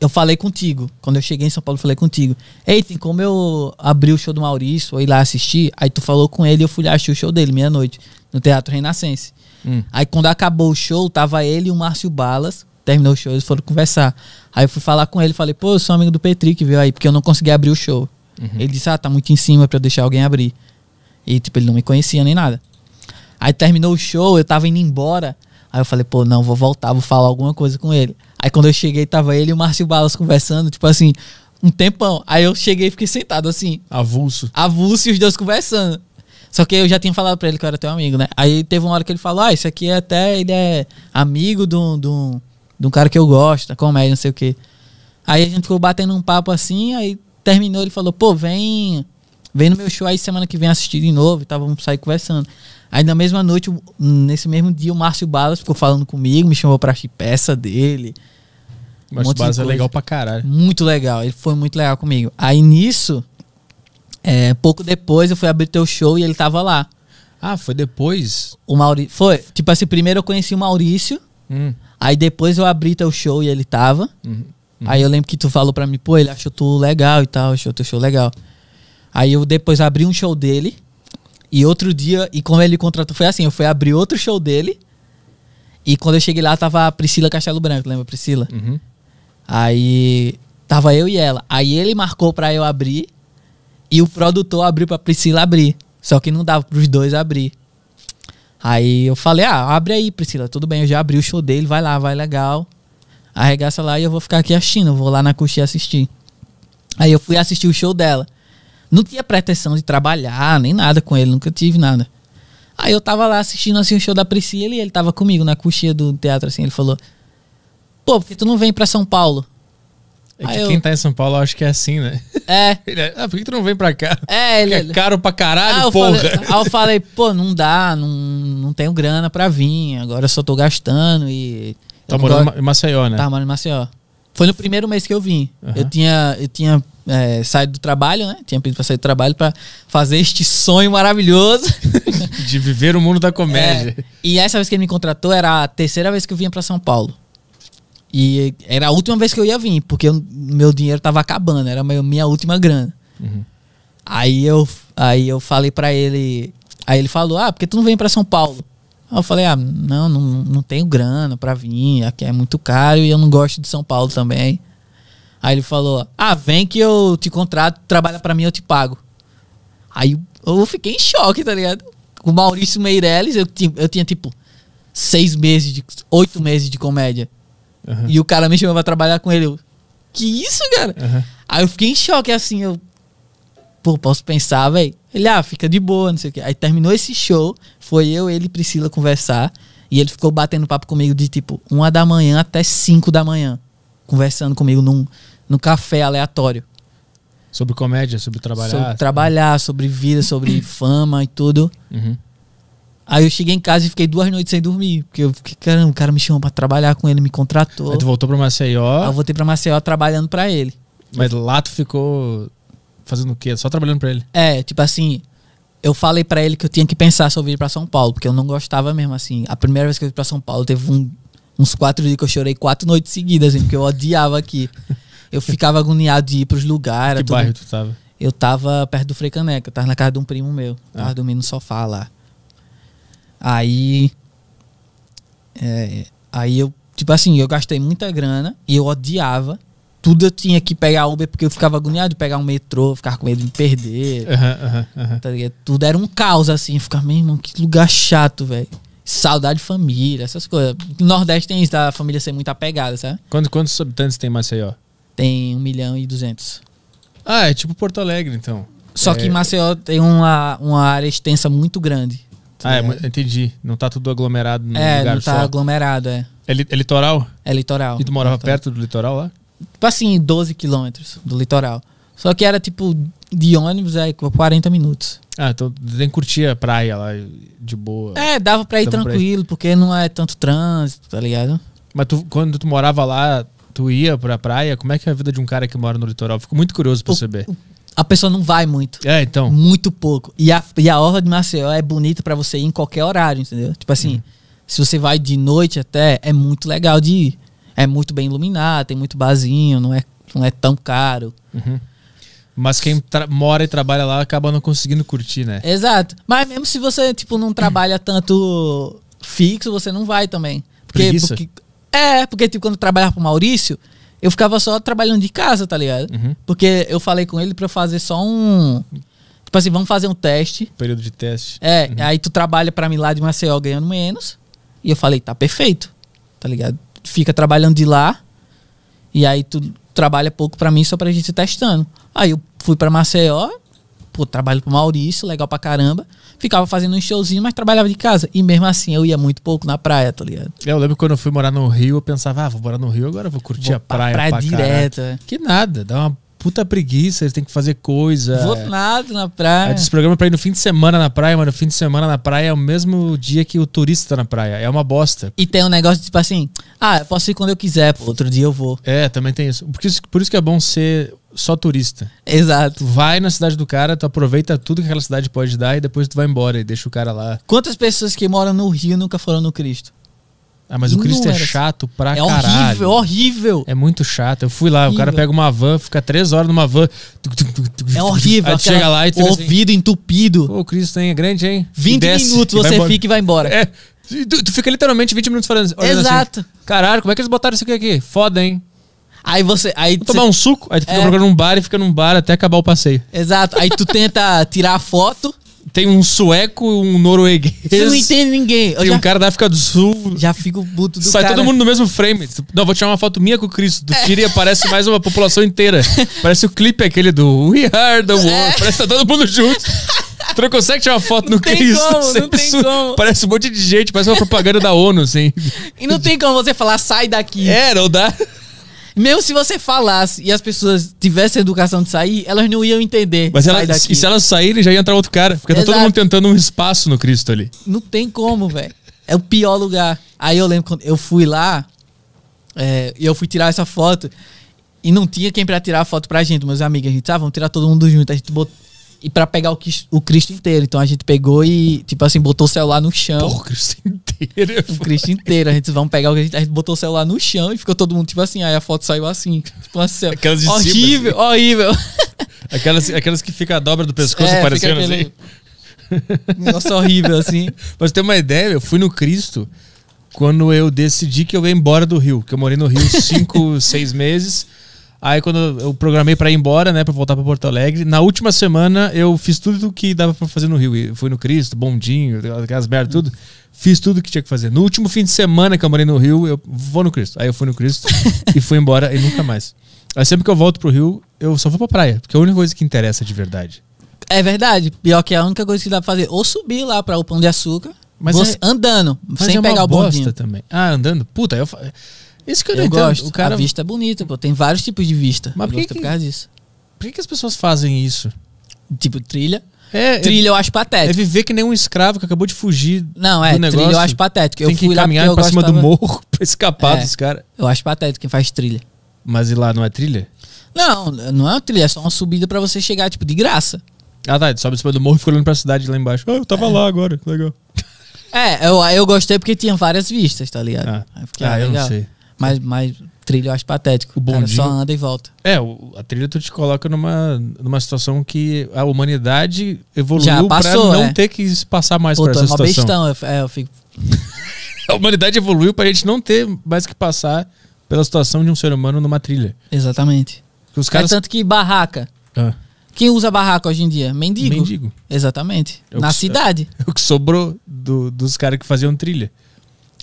Speaker 4: eu falei contigo. Quando eu cheguei em São Paulo, eu falei contigo. Ei, tem como eu abrir o show do Maurício, ou ir lá assistir? Aí tu falou com ele, eu fui lá assistir o show dele, meia-noite, no Teatro Renascense.
Speaker 1: Hum.
Speaker 4: Aí quando acabou o show, tava ele e o Márcio Balas. Terminou o show, eles foram conversar. Aí eu fui falar com ele, falei, pô, eu sou amigo do Petri que veio aí, porque eu não consegui abrir o show. Ele disse, ah, tá muito em cima pra eu deixar alguém abrir. E, tipo, ele não me conhecia nem nada. Aí terminou o show, eu tava indo embora. Aí eu falei, pô, não, vou voltar, vou falar alguma coisa com ele. Aí quando eu cheguei, tava ele e o Márcio Balas conversando, tipo assim, um tempão. Aí eu cheguei e fiquei sentado assim,
Speaker 1: Avulso.
Speaker 4: avulso e os dois conversando. Só que eu já tinha falado pra ele que eu era teu amigo, né? Aí teve uma hora que ele falou, ah, isso aqui é até, ele é amigo de um, de um, de um cara que eu gosto, da comédia, não sei o quê. Aí a gente ficou batendo um papo assim, aí terminou, ele falou, pô, vem, vem no meu show aí semana que vem assistir de novo e tal, vamos sair conversando. Aí na mesma noite, o- nesse mesmo dia, o Márcio Balas ficou falando comigo, me chamou pra assistir peça dele,
Speaker 1: Mas
Speaker 4: monte
Speaker 1: o
Speaker 4: de
Speaker 1: Baza é
Speaker 4: coisa.
Speaker 1: legal pra caralho.
Speaker 4: muito legal, ele foi muito legal comigo. Aí nisso, é, pouco depois eu fui abrir teu show e ele tava lá.
Speaker 1: Ah, foi depois?
Speaker 4: O Maurício. Foi. Tipo assim, primeiro eu conheci o Maurício.
Speaker 1: Hum.
Speaker 4: Aí depois eu abri teu show e ele tava. Aí eu lembro que tu falou pra mim, pô, ele achou tu legal e tal, achou teu show legal. Aí eu depois abri um show dele. E outro dia, e como ele contratou, foi assim, eu fui abrir outro show dele. E quando eu cheguei lá, tava a Priscila Castelo Branco, lembra, Priscila? Aí tava eu e ela. Aí ele marcou pra eu abrir. E o produtor abriu pra Priscila abrir. Só que não dava pros dois abrir. Aí eu falei, ah, abre aí, Priscila, tudo bem, eu já abri o show dele, vai lá, vai legal. Arregaça lá e eu vou ficar aqui assistindo, eu vou lá na coxinha assistir. Aí eu fui assistir o show dela. Não tinha pretensão de trabalhar, nem nada com ele, nunca tive nada. Aí eu tava lá assistindo assim, o show da Priscila e ele tava comigo na coxinha do teatro, assim, ele falou, pô, por que tu não vem pra São Paulo?
Speaker 1: É que
Speaker 4: Aí eu-
Speaker 1: quem tá em São Paulo eu acho que é assim, né?
Speaker 4: É,
Speaker 1: Ele é, ah, por que tu não vem pra cá?
Speaker 4: é, ele...
Speaker 1: Porque é caro pra
Speaker 4: Aí
Speaker 1: caralho,
Speaker 4: eu,
Speaker 1: porra.
Speaker 4: falei, ah, aí eu falei, pô, não dá, não, não tenho grana pra vir, agora eu só tô gastando e
Speaker 1: *laughs* Tá
Speaker 4: Eu
Speaker 1: morando
Speaker 4: moro-
Speaker 1: em Maceió, né?
Speaker 4: Tava morando em Maceió. Foi no primeiro mês que eu vim. Eu tinha, eu tinha é, saído do trabalho, né? Tinha pedido pra sair do trabalho pra fazer este sonho maravilhoso.
Speaker 1: De viver o mundo da comédia.
Speaker 4: É, e essa vez que ele me contratou era a terceira vez que eu vinha pra São Paulo. E era a última vez que eu ia vir, porque eu- meu dinheiro tava acabando, era meu- minha última grana. Aí, eu, aí eu falei pra ele. Aí ele falou: Ah, porque tu não vem pra São Paulo? Aí eu falei: Ah, não, não, não tenho grana pra vir, aqui é muito caro e eu não gosto de São Paulo também. Aí ele falou: Ah, vem que eu te contrato, trabalha pra mim, eu te pago. Aí eu fiquei em choque, tá ligado? Com o Maurício Meirelles, eu, ti- eu tinha tipo seis meses, de, oito meses de comédia. E o cara me chamou pra trabalhar com ele. Eu, que isso, cara? Aí eu fiquei em choque, assim, eu. Pô, posso pensar, velho? Ele, ah, fica de boa, não sei o quê. Aí terminou esse show, foi eu, ele e Priscila conversar. E ele ficou batendo papo comigo de tipo uma da manhã até cinco da manhã. Conversando comigo num, num café aleatório
Speaker 1: Sobre comédia, sobre trabalhar.
Speaker 4: sobre trabalhar, sobre
Speaker 1: *clears throat*
Speaker 4: vida, sobre fama e tudo.
Speaker 1: Uhum.
Speaker 4: Aí eu cheguei em casa e fiquei duas noites sem dormir. Porque eu fiquei, caramba, o cara me chamou pra trabalhar com ele, me contratou.
Speaker 1: Aí tu voltou pra
Speaker 4: Aí Ah, eu
Speaker 1: Maceió,
Speaker 4: voltei pra Maceió trabalhando pra ele.
Speaker 1: mas lá tu ficou fazendo o quê? Só trabalhando pra ele.
Speaker 4: É, tipo assim, eu falei pra ele que eu tinha que pensar se eu vir pra São Paulo, porque eu não gostava mesmo, assim. A primeira vez que eu vim pra São Paulo, teve um- uns quatro dias que eu chorei quatro noites seguidas, assim, porque eu odiava aqui.
Speaker 1: *laughs*
Speaker 4: Eu ficava agoniado de ir pros lugares.
Speaker 1: que
Speaker 4: tudo-
Speaker 1: bairro tu tava?
Speaker 4: Eu tava perto do Frei Caneca, tava na casa de um primo meu. Tava
Speaker 1: Ah.
Speaker 4: dormindo no sofá lá. Aí. é, aí eu, tipo assim, eu gastei muita grana e eu odiava. Tudo eu tinha que pegar Uber porque eu ficava agoniado de pegar um metrô, ficava com medo de me perder.
Speaker 1: Aham, aham, aham.
Speaker 4: tá ligado? Tudo era um caos, assim. Eu Ficava, meu irmão, que lugar chato, velho. Saudade de família, essas coisas. No Nordeste tem isso, da família ser muito apegada, sabe?
Speaker 1: Quantos, quantos habitantes tem Maceió?
Speaker 4: Tem um milhão e duzentos.
Speaker 1: Ah, é tipo Porto Alegre, então.
Speaker 4: Só que
Speaker 1: É.
Speaker 4: Maceió tem uma, uma área extensa muito grande.
Speaker 1: Ah, é, mu- entendi. Não tá tudo aglomerado num
Speaker 4: é,
Speaker 1: lugar
Speaker 4: não tá
Speaker 1: só.
Speaker 4: aglomerado, é.
Speaker 1: É, li- é litoral?
Speaker 4: É litoral.
Speaker 1: E tu morava perto do litoral lá?
Speaker 4: Tipo assim, 12 quilômetros do litoral. Só que era tipo de ônibus, aí 40 minutos.
Speaker 1: Ah, então tu tem que curtir a praia lá de boa.
Speaker 4: É, dava pra ir
Speaker 1: Tá. Dava pra ir.
Speaker 4: tranquilo, porque não é tanto trânsito, tá ligado?
Speaker 1: Mas tu, quando tu morava lá, tu ia pra praia? Como é que é a vida de um cara que mora no litoral? Fico muito curioso pra
Speaker 4: O- Hum.
Speaker 1: saber.
Speaker 4: A pessoa não vai muito.
Speaker 1: É, então.
Speaker 4: Muito pouco. E a, e a Orla de Maceió é bonita pra você ir em qualquer horário, entendeu? Tipo assim,
Speaker 1: Uhum.
Speaker 4: se você vai de noite até, é muito legal de ir. É muito bem iluminado, tem muito barzinho, não é, não é tão caro.
Speaker 1: Mas quem tra- mora e trabalha lá acaba não conseguindo curtir, né?
Speaker 4: Exato. Mas mesmo se você, tipo, não trabalha tanto fixo, você não vai também. Porque,
Speaker 1: Preguiça?
Speaker 4: porque- É, porque, tipo, quando eu trabalhava pro Maurício, eu ficava só trabalhando de casa, tá ligado? Porque eu falei com ele pra eu fazer só um. Tipo assim, vamos fazer um teste.
Speaker 1: Período de teste.
Speaker 4: É, aí tu trabalha pra mim lá de Maceió ganhando menos. E eu falei, tá perfeito, tá ligado? Tu Fica trabalhando de lá. E aí tu trabalha pouco pra mim só pra gente ir testando. Aí eu fui pra Maceió, pô, trabalho pro Maurício, legal pra caramba. Ficava fazendo um showzinho, mas trabalhava de casa. E mesmo assim eu ia muito pouco na praia, tá ligado?
Speaker 1: É, Eu lembro quando eu fui morar no Rio, eu pensava, ah, vou morar no Rio agora, eu vou curtir
Speaker 4: Vou
Speaker 1: a
Speaker 4: pra
Speaker 1: praia.
Speaker 4: praia
Speaker 1: pra caralho.
Speaker 4: direto, é.
Speaker 1: Que nada, dá uma puta preguiça, eles têm que fazer coisa. É.
Speaker 4: Vou é. nada na
Speaker 1: Aí
Speaker 4: praia.
Speaker 1: tu se programa pra ir no fim de semana na praia, mano. O fim de semana na praia é o mesmo dia que o turista tá na praia. É uma bosta.
Speaker 4: E tem um negócio tipo assim, ah, eu posso ir quando eu quiser, pô, outro dia eu vou.
Speaker 1: É, também tem isso. Por isso, por isso que é bom ser só turista. Tu
Speaker 4: Exato.
Speaker 1: vai na cidade do cara, tu aproveita tudo que aquela cidade pode dar e depois tu vai embora e deixa o cara lá.
Speaker 4: Quantas pessoas que moram no Rio nunca foram no Cristo?
Speaker 1: Ah, mas o
Speaker 4: Não
Speaker 1: Cristo é
Speaker 4: era assim.
Speaker 1: chato pra
Speaker 4: é
Speaker 1: caralho.
Speaker 4: horrível, horrível.
Speaker 1: É muito chato. Eu fui lá, o cara
Speaker 4: Horrível.
Speaker 1: pega uma van, fica três horas numa van. tuc, tuc, tuc, tuc,
Speaker 4: É
Speaker 1: tuc,
Speaker 4: horrível.
Speaker 1: Aí tu
Speaker 4: aquela-
Speaker 1: chega lá e tu
Speaker 4: o
Speaker 1: fica assim,
Speaker 4: ouvido entupido.
Speaker 1: Pô, o Cristo hein, é grande, hein? E
Speaker 4: 20
Speaker 1: desce,
Speaker 4: minutos
Speaker 1: e vai
Speaker 4: você
Speaker 1: embora.
Speaker 4: fica e vai embora.
Speaker 1: É. E Tu, tu fica literalmente 20 minutos falando olhando assim.
Speaker 4: Exato.
Speaker 1: Caralho, como é que eles botaram isso aqui aqui? Foda, hein?
Speaker 4: Aí você. Aí
Speaker 1: Vou
Speaker 4: você-
Speaker 1: tomar um suco, aí tu fica
Speaker 4: É.
Speaker 1: procurando um bar e fica num bar até acabar o passeio.
Speaker 4: Exato. Aí tu tenta tirar a foto.
Speaker 1: Tem um sueco, um norueguês.
Speaker 4: Você não entende ninguém. Eu
Speaker 1: Tem
Speaker 4: já,
Speaker 1: um cara da África do Sul.
Speaker 4: já fico puto do
Speaker 1: Sai
Speaker 4: cara. É.
Speaker 1: todo mundo no mesmo frame. Tu- Não, vou tirar uma foto minha com o Cristo. Tu tira e aparece mais uma população
Speaker 4: *laughs*
Speaker 1: inteira. Parece o clipe aquele do We Are the World. Parece que tá todo mundo junto. Tu não consegue tirar uma foto no
Speaker 4: tem
Speaker 1: Cristo.
Speaker 4: como, É. não
Speaker 1: Sempre
Speaker 4: tem
Speaker 1: su-
Speaker 4: como.
Speaker 1: Parece um monte de gente, parece uma propaganda da ONU, assim.
Speaker 4: E não tem como você falar, sai daqui.
Speaker 1: É, não dá.
Speaker 4: Mesmo se você falasse e as pessoas tivessem a educação de sair, elas não iam entender.
Speaker 1: Mas
Speaker 4: sai
Speaker 1: ela, é
Speaker 4: daqui.
Speaker 1: e se elas saírem, já ia entrar outro cara. Porque tá todo
Speaker 4: Exato.
Speaker 1: mundo tentando um espaço no Cristo ali.
Speaker 4: Não tem como, velho. É o pior lugar. Aí eu lembro quando eu fui lá, É, e eu fui tirar essa foto e não tinha quem pra tirar a foto pra gente, meus amigos. A gente, ah, vamos tirar todo mundo junto. A gente botou. E pra pegar o, quis- o Cristo inteiro. Então a gente pegou e, tipo assim, botou o celular no chão.
Speaker 1: Porra, Cristo inteiro.
Speaker 4: O *laughs* Cristo inteiro. A gente vamos pegar o que a gente, a gente botou o celular no chão e ficou todo mundo, tipo assim. Aí a foto saiu assim. Tipo assim, ó,
Speaker 1: Aquelas de cima, assim.
Speaker 4: horrível, horrível. *laughs*
Speaker 1: Aquelas, aquelas que fica a dobra do pescoço
Speaker 4: É, fica
Speaker 1: aparecendo
Speaker 4: aquele-
Speaker 1: assim.
Speaker 4: Negócio horrível, assim.
Speaker 1: *laughs* Pra você ter uma ideia, eu fui no Cristo quando eu decidi que eu ia embora do Rio. Que eu morei no Rio cinco, seis meses. Aí quando eu programei pra ir embora, né, pra voltar pra Porto Alegre, na última semana eu fiz tudo o que dava pra fazer no Rio. E Fui no Cristo, bondinho, aquelas merdas, tudo. Fiz tudo o que tinha que fazer. No último fim de semana que eu morei no Rio, eu vou no Cristo. Aí eu fui no Cristo e fui embora e nunca mais. Aí sempre que eu volto pro Rio, eu só vou pra praia, porque é a única coisa que interessa de verdade.
Speaker 4: É verdade. Pior que é a única coisa que dá pra fazer. Ou subir lá pra o Pão de Açúcar.
Speaker 1: Mas
Speaker 4: você-
Speaker 1: é-
Speaker 4: andando,
Speaker 1: Mas
Speaker 4: sem
Speaker 1: é uma
Speaker 4: pegar o
Speaker 1: bosta
Speaker 4: bondinho.
Speaker 1: também. Ah, andando? Puta, eu fa... Isso que eu,
Speaker 4: Eu,
Speaker 1: não entendo.
Speaker 4: gosto.
Speaker 1: O cara...
Speaker 4: A vista é bonita, pô. Tem vários tipos de vista.
Speaker 1: Mas por
Speaker 4: eu
Speaker 1: que
Speaker 4: gosto
Speaker 1: que-
Speaker 4: por causa disso.
Speaker 1: Por que, que as pessoas fazem isso?
Speaker 4: Tipo, trilha.
Speaker 1: É, é-
Speaker 4: Trilha eu acho
Speaker 1: é,
Speaker 4: patético.
Speaker 1: viver que nem um escravo que acabou de fugir.
Speaker 4: Não, é,
Speaker 1: do negócio.
Speaker 4: trilha eu acho patético. Eu
Speaker 1: Tem que
Speaker 4: fui lá
Speaker 1: caminhar
Speaker 4: porque eu
Speaker 1: pra cima do
Speaker 4: gostava-
Speaker 1: morro *laughs* pra escapar
Speaker 4: É.
Speaker 1: dos caras.
Speaker 4: Eu acho patético quem faz trilha.
Speaker 1: Mas e lá não é trilha?
Speaker 4: Não, não é uma trilha, é só uma subida pra você chegar, tipo, de graça.
Speaker 1: Ah, tá. Sobe em cima do morro e fica olhando pra cidade lá embaixo. Ah, eu tava lá agora, que legal.
Speaker 4: É, eu, eu gostei porque tinha várias vistas, tá ligado?
Speaker 1: Ah.
Speaker 4: Aí fiquei,
Speaker 1: Ah, eu não
Speaker 4: legal.
Speaker 1: sei.
Speaker 4: Mas, mas trilha eu acho patético.
Speaker 1: O
Speaker 4: O cara
Speaker 1: bondinho-
Speaker 4: só anda e volta.
Speaker 1: É, o- a trilha tu te coloca numa, numa situação que a humanidade evoluiu
Speaker 4: Já passou,
Speaker 1: pra não
Speaker 4: é.
Speaker 1: ter que se passar mais
Speaker 4: Pô,
Speaker 1: por
Speaker 4: tu é
Speaker 1: essa
Speaker 4: mó
Speaker 1: situação.
Speaker 4: bestão. Eu, é, eu fico,
Speaker 1: *laughs* A humanidade evoluiu pra gente não ter mais que passar pela situação de um ser humano numa trilha.
Speaker 4: exatamente.
Speaker 1: Porque os caras.
Speaker 4: É tanto que barraca.
Speaker 1: Ah,
Speaker 4: Quem usa barraca hoje em dia? Mendigo.
Speaker 1: mendigo. *laughs*
Speaker 4: Exatamente.
Speaker 1: Eu
Speaker 4: Na
Speaker 1: gosto-
Speaker 4: cidade.
Speaker 1: *laughs* O que sobrou do- dos caras que faziam trilha.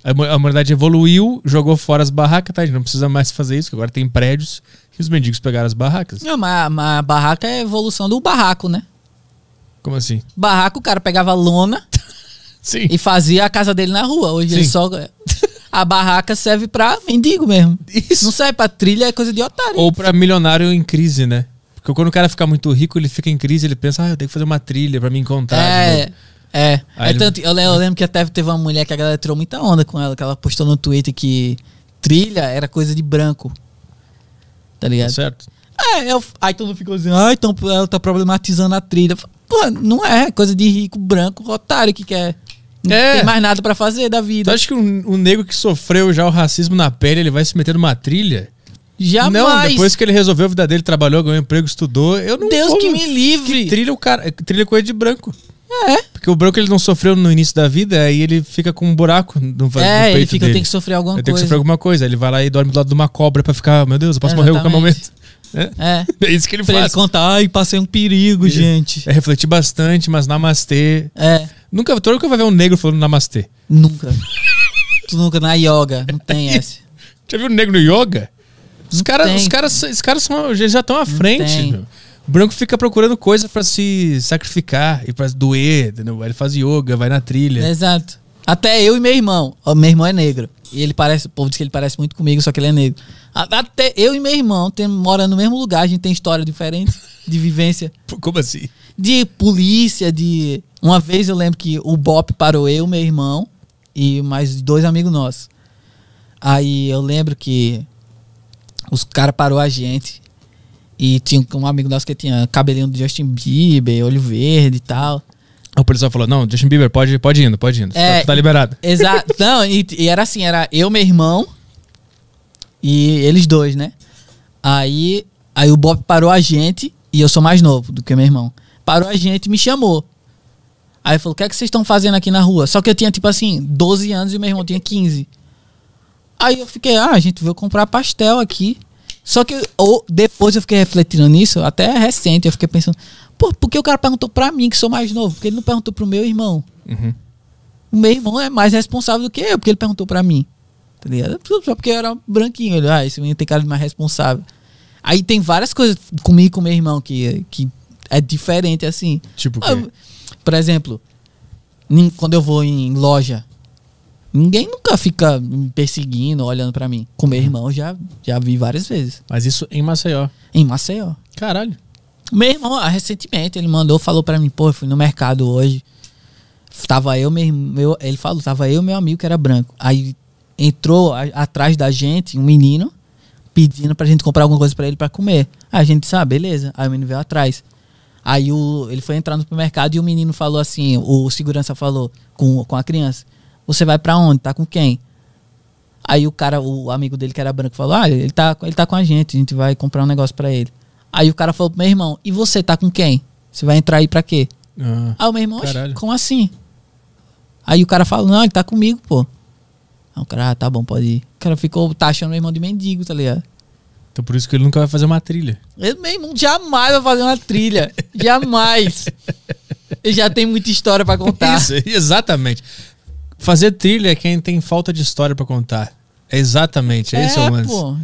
Speaker 1: A huma- a humanidade evoluiu, jogou fora as barracas, tá? A gente não precisa mais fazer isso, que agora tem prédios e os mendigos pegaram as barracas.
Speaker 4: Não, mas, mas barraca é a evolução do barraco, né?
Speaker 1: Como assim?
Speaker 4: Barraco, o cara pegava lona
Speaker 1: Sim.
Speaker 4: e fazia a casa dele na rua. Hoje ele
Speaker 1: Sim.
Speaker 4: só. é. A barraca serve pra mendigo mesmo.
Speaker 1: Isso.
Speaker 4: Não serve pra trilha, é coisa de otário.
Speaker 1: Ou pra milionário em crise, né? Porque quando o cara fica muito rico, ele fica em crise, ele pensa, ah, eu tenho que fazer uma trilha pra me encontrar. de novo."
Speaker 4: é. É.
Speaker 1: Aí
Speaker 4: É
Speaker 1: ele-
Speaker 4: tanto, eu, lem- eu lembro que até teve uma mulher que a galera tirou muita onda com ela, que ela postou no Twitter que trilha era coisa de branco. Tá
Speaker 1: Tá
Speaker 4: ligado?
Speaker 1: certo?
Speaker 4: É, eu, aí todo mundo ficou assim, ah, então ela tá problematizando a trilha. Eu falo, Pô, não é, é coisa de rico, branco, otário que quer. Não
Speaker 1: É.
Speaker 4: tem mais nada pra fazer da vida.
Speaker 1: Tu acha que um, um negro que sofreu já o racismo na pele, ele vai se meter numa trilha?
Speaker 4: Jamais.
Speaker 1: Não, depois que ele resolveu a vida dele, trabalhou, ganhou emprego, estudou, eu não
Speaker 4: Deus
Speaker 1: vou-
Speaker 4: que me livre.
Speaker 1: Que trilha o cara, trilha coisa de branco.
Speaker 4: Ah,
Speaker 1: É. Porque o branco ele não sofreu no início da vida, aí ele fica com um buraco no, no
Speaker 4: é,
Speaker 1: peito
Speaker 4: ele fica,
Speaker 1: dele.
Speaker 4: tem que sofrer alguma
Speaker 1: Ele tem que
Speaker 4: coisa.
Speaker 1: sofrer alguma coisa. Ele vai lá e dorme do lado de uma cobra pra ficar, meu Deus, eu posso morrer a qualquer momento. *laughs*
Speaker 4: Exatamente. É.
Speaker 1: É isso que ele
Speaker 4: Pra ele
Speaker 1: faz.
Speaker 4: contar, ai, passei um perigo, gente.
Speaker 1: É refletir bastante, mas namastê.
Speaker 4: É,
Speaker 1: Nunca, tu nunca vai ver um negro falando namastê. *laughs*
Speaker 4: nunca. tu nunca, na yoga, não tem essa.
Speaker 1: Já viu um negro no yoga? Os caras,
Speaker 4: tem.
Speaker 1: os caras, esses caras são, eles já estão à frente.
Speaker 4: tem.
Speaker 1: meu. O branco fica procurando coisa pra se sacrificar e pra doer, entendeu? Aí Ele faz yoga, vai na trilha.
Speaker 4: Exato. Até eu e meu irmão. Ó, meu irmão é negro. E ele parece, o povo diz que ele parece muito comigo, só que ele é negro. A- Até eu e meu irmão tem, morando no mesmo lugar, a gente tem história diferente de vivência.
Speaker 1: Pô, Como assim?
Speaker 4: De polícia, de. Uma vez eu lembro que o Bop parou eu, meu irmão e mais dois amigos nossos. Aí eu lembro que os caras parou a gente. E tinha um amigo nosso que tinha cabelinho do Justin Bieber, olho verde e tal.
Speaker 1: Aí O pessoal falou: não, Justin Bieber, pode, pode indo, pode indo.
Speaker 4: É,
Speaker 1: tá, tá liberado.
Speaker 4: Exato. Não, e, e era assim, era eu, meu irmão e eles dois, né? Aí, aí o Bob parou a gente, e eu sou mais novo do que meu irmão. Parou a gente e me chamou. Aí falou, o que é que vocês estão fazendo aqui na rua? Só que eu tinha, tipo assim, 12 anos e meu irmão tinha 15. Aí eu fiquei, ah, a gente veio comprar pastel aqui. Só que ou, depois eu fiquei refletindo nisso, até recente, eu fiquei pensando, pô, por que o cara perguntou pra mim, que sou mais novo? Porque ele não perguntou pro meu irmão. O meu irmão é mais responsável do que eu, porque ele perguntou pra mim. Tá ligado? Só porque eu era branquinho. Ele, ah, esse menino tem cara de mais responsável. Aí tem várias coisas comigo e com meu irmão que, que é diferente, assim.
Speaker 1: Tipo o quê?
Speaker 4: Ah, eu- Por exemplo, nin- quando eu vou em loja, ninguém nunca fica me perseguindo, olhando pra mim. Com
Speaker 1: Uhum.
Speaker 4: meu irmão, eu já, já vi várias vezes.
Speaker 1: Mas isso em Maceió.
Speaker 4: Em Maceió.
Speaker 1: Caralho.
Speaker 4: Meu irmão, ah, recentemente, ele mandou, falou pra mim, pô, eu fui no mercado hoje. Tava eu, meu, irm- meu ele falou, tava eu e meu amigo que era branco. Aí entrou a- atrás da gente, um menino, pedindo pra gente comprar alguma coisa pra ele pra comer. Aí a gente disse, ah, beleza. Aí o menino veio atrás. Aí o, ele foi entrar no supermercado e o menino falou assim, o segurança falou com, com a criança, você vai pra onde? Tá com quem? Aí o cara, o amigo dele que era branco, falou: Ah, ele tá, ele tá com a gente, a gente vai comprar um negócio pra ele. Aí o cara falou pro meu irmão: E você tá com quem? Você vai entrar aí pra quê?
Speaker 1: Ah.
Speaker 4: Aí o meu irmão, "Oxe,
Speaker 1: Caralho.
Speaker 4: como assim? Aí o cara falou: Não, ele tá comigo, pô. Aí o cara, ah, tá bom, pode ir. O cara ficou taxando meu irmão de mendigo, tá ligado?
Speaker 1: Então por isso que ele nunca vai fazer uma trilha.
Speaker 4: Eu, meu irmão jamais vai fazer uma trilha. jamais. Ele já tem muita história pra contar.
Speaker 1: Isso, *laughs* exatamente. Fazer trilha é quem tem falta de história pra contar. É exatamente, é, esse é o lance.
Speaker 4: pô.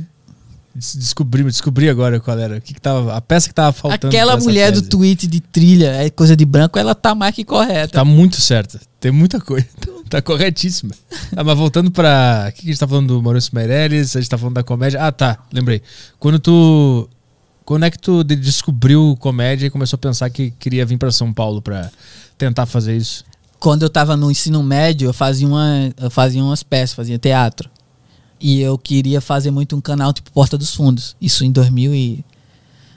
Speaker 1: Des- Descobri, descobri agora qual era. O que que tava, a peça que tava faltando.
Speaker 4: Aquela
Speaker 1: pra essa
Speaker 4: mulher do
Speaker 1: tese.
Speaker 4: tweet de trilha é coisa de branco, ela tá mais que correta.
Speaker 1: Tá muito certa. Tem muita *laughs* coisa. Tá corretíssima. Ah, mas voltando pra. O que, que a gente tá falando do Maurício Meirelles? A gente tá falando da comédia. Ah, tá. Lembrei. Quando tu. Quando é que tu de- descobriu comédia e começou a pensar que queria vir pra São Paulo pra tentar fazer isso?
Speaker 4: Quando eu tava no ensino médio, eu fazia, uma, eu fazia umas peças, fazia teatro. E eu queria fazer muito um canal tipo Porta dos Fundos. Isso em 2000 e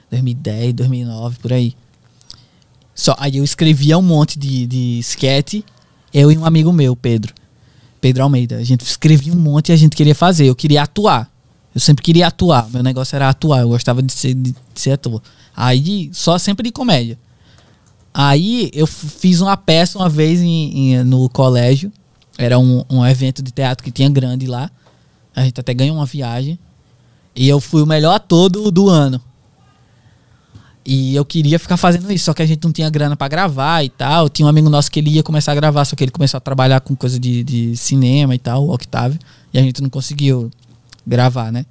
Speaker 4: 2010, 2009, por aí. Só, aí eu escrevia um monte de, de sketch, eu e um amigo meu, Pedro. Pedro Almeida. A gente escrevia um monte e a gente queria fazer. Eu queria atuar. Eu sempre queria atuar. Meu negócio era atuar. Eu gostava de ser, de ser ator. Aí, só sempre de comédia. Aí eu f- fiz uma peça uma vez em- em- no colégio. Era um, um evento de teatro que tinha grande lá. A gente até ganhou uma viagem. E eu fui o melhor ator do, do ano. E eu queria ficar fazendo isso, só que a gente não tinha grana pra gravar e tal. Tinha um amigo nosso que ele ia começar a gravar, só que ele começou a trabalhar com coisa de, de cinema e tal, o Octavio. E a gente não conseguiu gravar, né?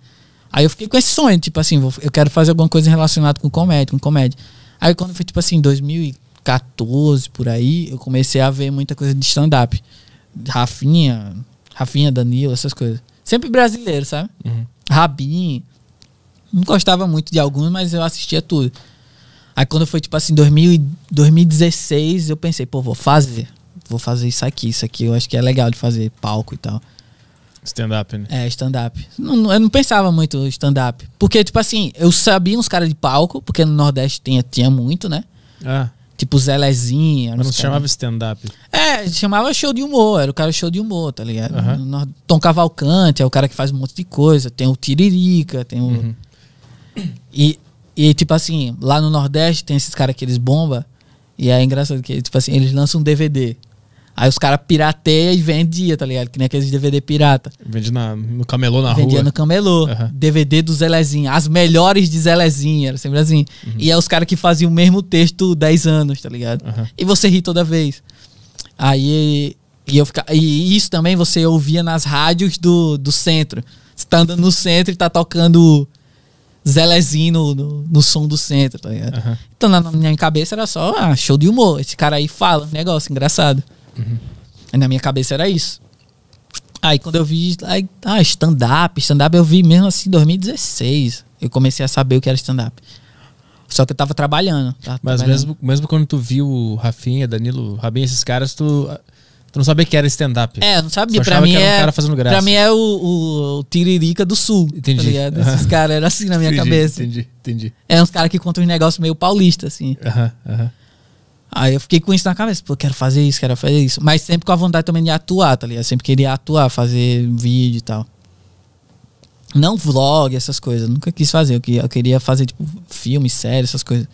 Speaker 4: Aí eu fiquei com esse sonho, tipo assim, vou- eu quero fazer alguma coisa relacionada com comédia, com comédia. Aí quando foi, tipo assim, 2014, por aí, eu comecei a ver muita coisa de stand-up. Rafinha, Rafinha, Danilo, essas coisas. Sempre brasileiro, sabe? Rabin. Não gostava muito de alguns, mas eu assistia tudo. Aí quando foi tipo assim, 2000, e- 2016, eu pensei, pô, vou fazer. Vou fazer isso aqui, isso aqui eu acho que é legal de fazer, palco e tal.
Speaker 1: Stand-up, né?
Speaker 4: É, stand-up. Não- não- eu não pensava muito em stand-up. Porque, tipo assim, eu sabia uns caras de palco, porque no Nordeste tinha, tinha muito, né?
Speaker 1: Ah,
Speaker 4: Tipo Zé Lezinha.
Speaker 1: mas não
Speaker 4: uns
Speaker 1: se
Speaker 4: caras-
Speaker 1: chamava stand-up.
Speaker 4: É, chamava show de humor, era o cara show de humor, tá ligado?
Speaker 1: Aham.
Speaker 4: No Nor- Tom Cavalcante é o cara que faz um monte de coisa, tem o Tiririca, tem o. E, e, tipo assim, lá no Nordeste tem esses caras que eles bomba, e é engraçado que, tipo assim, eles lançam um DVD. Aí os caras pirateia e vendia, tá ligado? Que nem aqueles DVD pirata.
Speaker 1: Vende na, no camelô na
Speaker 4: Vendia
Speaker 1: rua.
Speaker 4: no camelô.
Speaker 1: Aham.
Speaker 4: DVD do Zelezinho. As melhores de Zelezinho. Era sempre assim.
Speaker 1: Uhum.
Speaker 4: E é os caras que faziam o mesmo texto 10 anos, tá ligado?
Speaker 1: Aham.
Speaker 4: E você ri toda vez. Aí. E, eu fica, e isso também você ouvia nas rádios do, do centro. Você tá andando no centro e tá tocando Zelezinho no, no, no som do centro, tá ligado?
Speaker 1: Aham.
Speaker 4: Então na, na minha cabeça era só ah, show de humor. Esse cara aí fala um negócio engraçado. Aí na minha cabeça era isso. Aí quando eu vi, aí, ah, stand-up, stand-up eu vi mesmo assim em 2016. Eu comecei a saber o que era stand-up. Só que eu tava trabalhando. tava
Speaker 1: Mas
Speaker 4: trabalhando.
Speaker 1: mesmo, mesmo quando tu viu o Rafinha, Danilo, Rabin, esses caras, tu, tu não sabia que era stand-up.
Speaker 4: É, eu não sabia.
Speaker 1: Só
Speaker 4: Pra
Speaker 1: achava
Speaker 4: mim,
Speaker 1: que era um
Speaker 4: é,
Speaker 1: cara fazendo graça.
Speaker 4: pra mim é o, o, o Tiririca do Sul.
Speaker 1: Entendi.
Speaker 4: Tá ligado? Esses
Speaker 1: Aham.
Speaker 4: caras eram assim na minha
Speaker 1: Entendi,
Speaker 4: cabeça.
Speaker 1: Entendi, entendi.
Speaker 4: É uns caras que contam uns negócios meio paulista, assim.
Speaker 1: Aham, aham.
Speaker 4: Aí eu fiquei com isso na cabeça, pô, quero fazer isso, quero fazer isso. Mas sempre com a vontade também de atuar, tá ligado? Sempre queria atuar, fazer vídeo e tal. Não vlog, essas coisas. Nunca quis fazer. Eu queria, eu queria fazer, tipo, filme, série, essas coisas.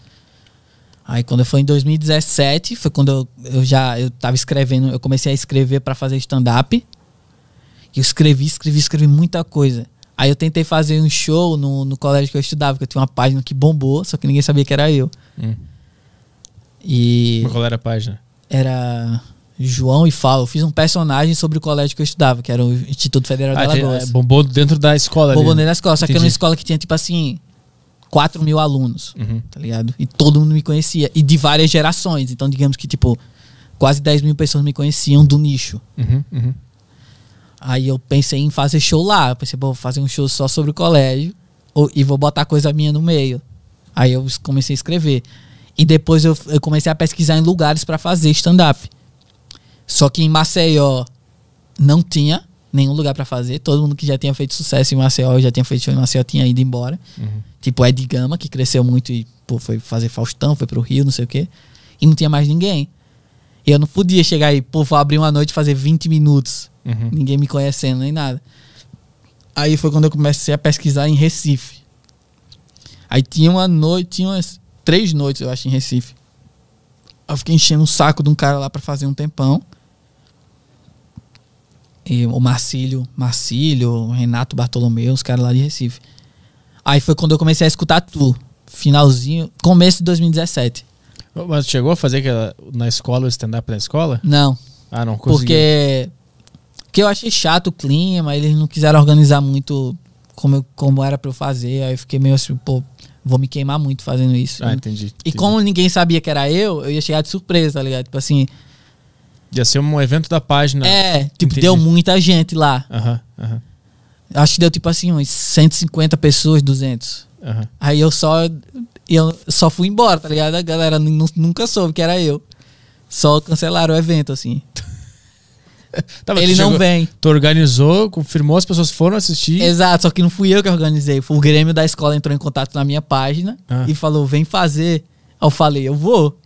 Speaker 4: Aí quando foi em 2017, foi quando eu, eu já eu tava escrevendo, eu comecei a escrever pra fazer stand-up. E Eu escrevi, escrevi, escrevi muita coisa. Aí eu tentei fazer um show no, no colégio que eu estudava, que eu tinha uma página que bombou, só que ninguém sabia que era eu.
Speaker 1: Hum.
Speaker 4: E
Speaker 1: Mas Qual era a página?
Speaker 4: era João e Fala. Eu fiz um personagem sobre o colégio que eu estudava, que era o Instituto Federal da
Speaker 1: Ah, tinha-
Speaker 4: Lagoas.
Speaker 1: é, bombou dentro da escola
Speaker 4: Bombou
Speaker 1: ali.
Speaker 4: na escola, né? só que era uma
Speaker 1: Entendi.
Speaker 4: escola que tinha, tipo assim, 4 mil alunos,
Speaker 1: Uhum.
Speaker 4: tá ligado? E todo mundo me conhecia, e de várias gerações. Então, digamos que, tipo, quase 10 mil pessoas me conheciam do nicho.
Speaker 1: Uhum, uhum.
Speaker 4: Aí eu pensei em fazer show lá. Eu pensei, pô, vou fazer um show só sobre o colégio ou- e vou botar coisa minha no meio. Aí eu es- comecei a escrever. E depois eu, eu comecei a pesquisar em lugares pra fazer stand-up. Só que em Maceió não tinha. nenhum lugar pra fazer. Todo mundo que já tinha feito sucesso em Maceió, já tinha feito show em Maceió, tinha ido embora. Tipo, Ed Gama, que cresceu muito e pô, foi fazer Faustão, foi pro Rio, não sei o quê. E não tinha mais ninguém. E eu não podia chegar aí, pô, vou abrir uma noite e fazer 20 minutos. Ninguém me conhecendo nem nada. Aí foi quando eu comecei a pesquisar em Recife. Aí tinha uma noite, tinha umas três noites, eu acho, em Recife. Eu fiquei enchendo o saco de um cara lá pra fazer um tempão. E o Marcílio, Marcílio, o Renato Bartolomeu, os caras lá de Recife. Aí foi quando eu comecei a escutar tu. Finalzinho, começo de 2017.
Speaker 1: Uhum. Mas chegou a fazer aquela, na escola, o stand-up na escola?
Speaker 4: Não,
Speaker 1: Ah, não, conseguiu.
Speaker 4: porque. Porque eu achei chato o clima, eles não quiseram organizar muito como, eu- como era pra eu fazer. Aí eu fiquei meio assim, pô, vou me queimar muito fazendo isso.
Speaker 1: Ah, entendi.
Speaker 4: e
Speaker 1: entendi.
Speaker 4: como ninguém sabia que era eu, eu ia chegar de surpresa, tá ligado? Tipo assim,
Speaker 1: Ia ser um evento da página.
Speaker 4: é, tipo,
Speaker 1: Entendi.
Speaker 4: deu muita gente lá.
Speaker 1: Aham, aham,
Speaker 4: Acho que deu tipo assim, uns 150 pessoas, 200.
Speaker 1: aham.
Speaker 4: Aí eu só eu só fui embora, tá ligado? A galera nu- nunca soube que era eu. Só cancelaram o evento, assim.
Speaker 1: Tá, mas
Speaker 4: Ele
Speaker 1: tu
Speaker 4: não
Speaker 1: chegou-
Speaker 4: vem.
Speaker 1: Tu organizou, confirmou, as pessoas foram assistir.
Speaker 4: Exato, só que não fui eu que organizei. Foi o Grêmio da escola entrou em contato na minha página
Speaker 1: Ah.
Speaker 4: e falou: vem fazer. Aí eu falei, eu vou.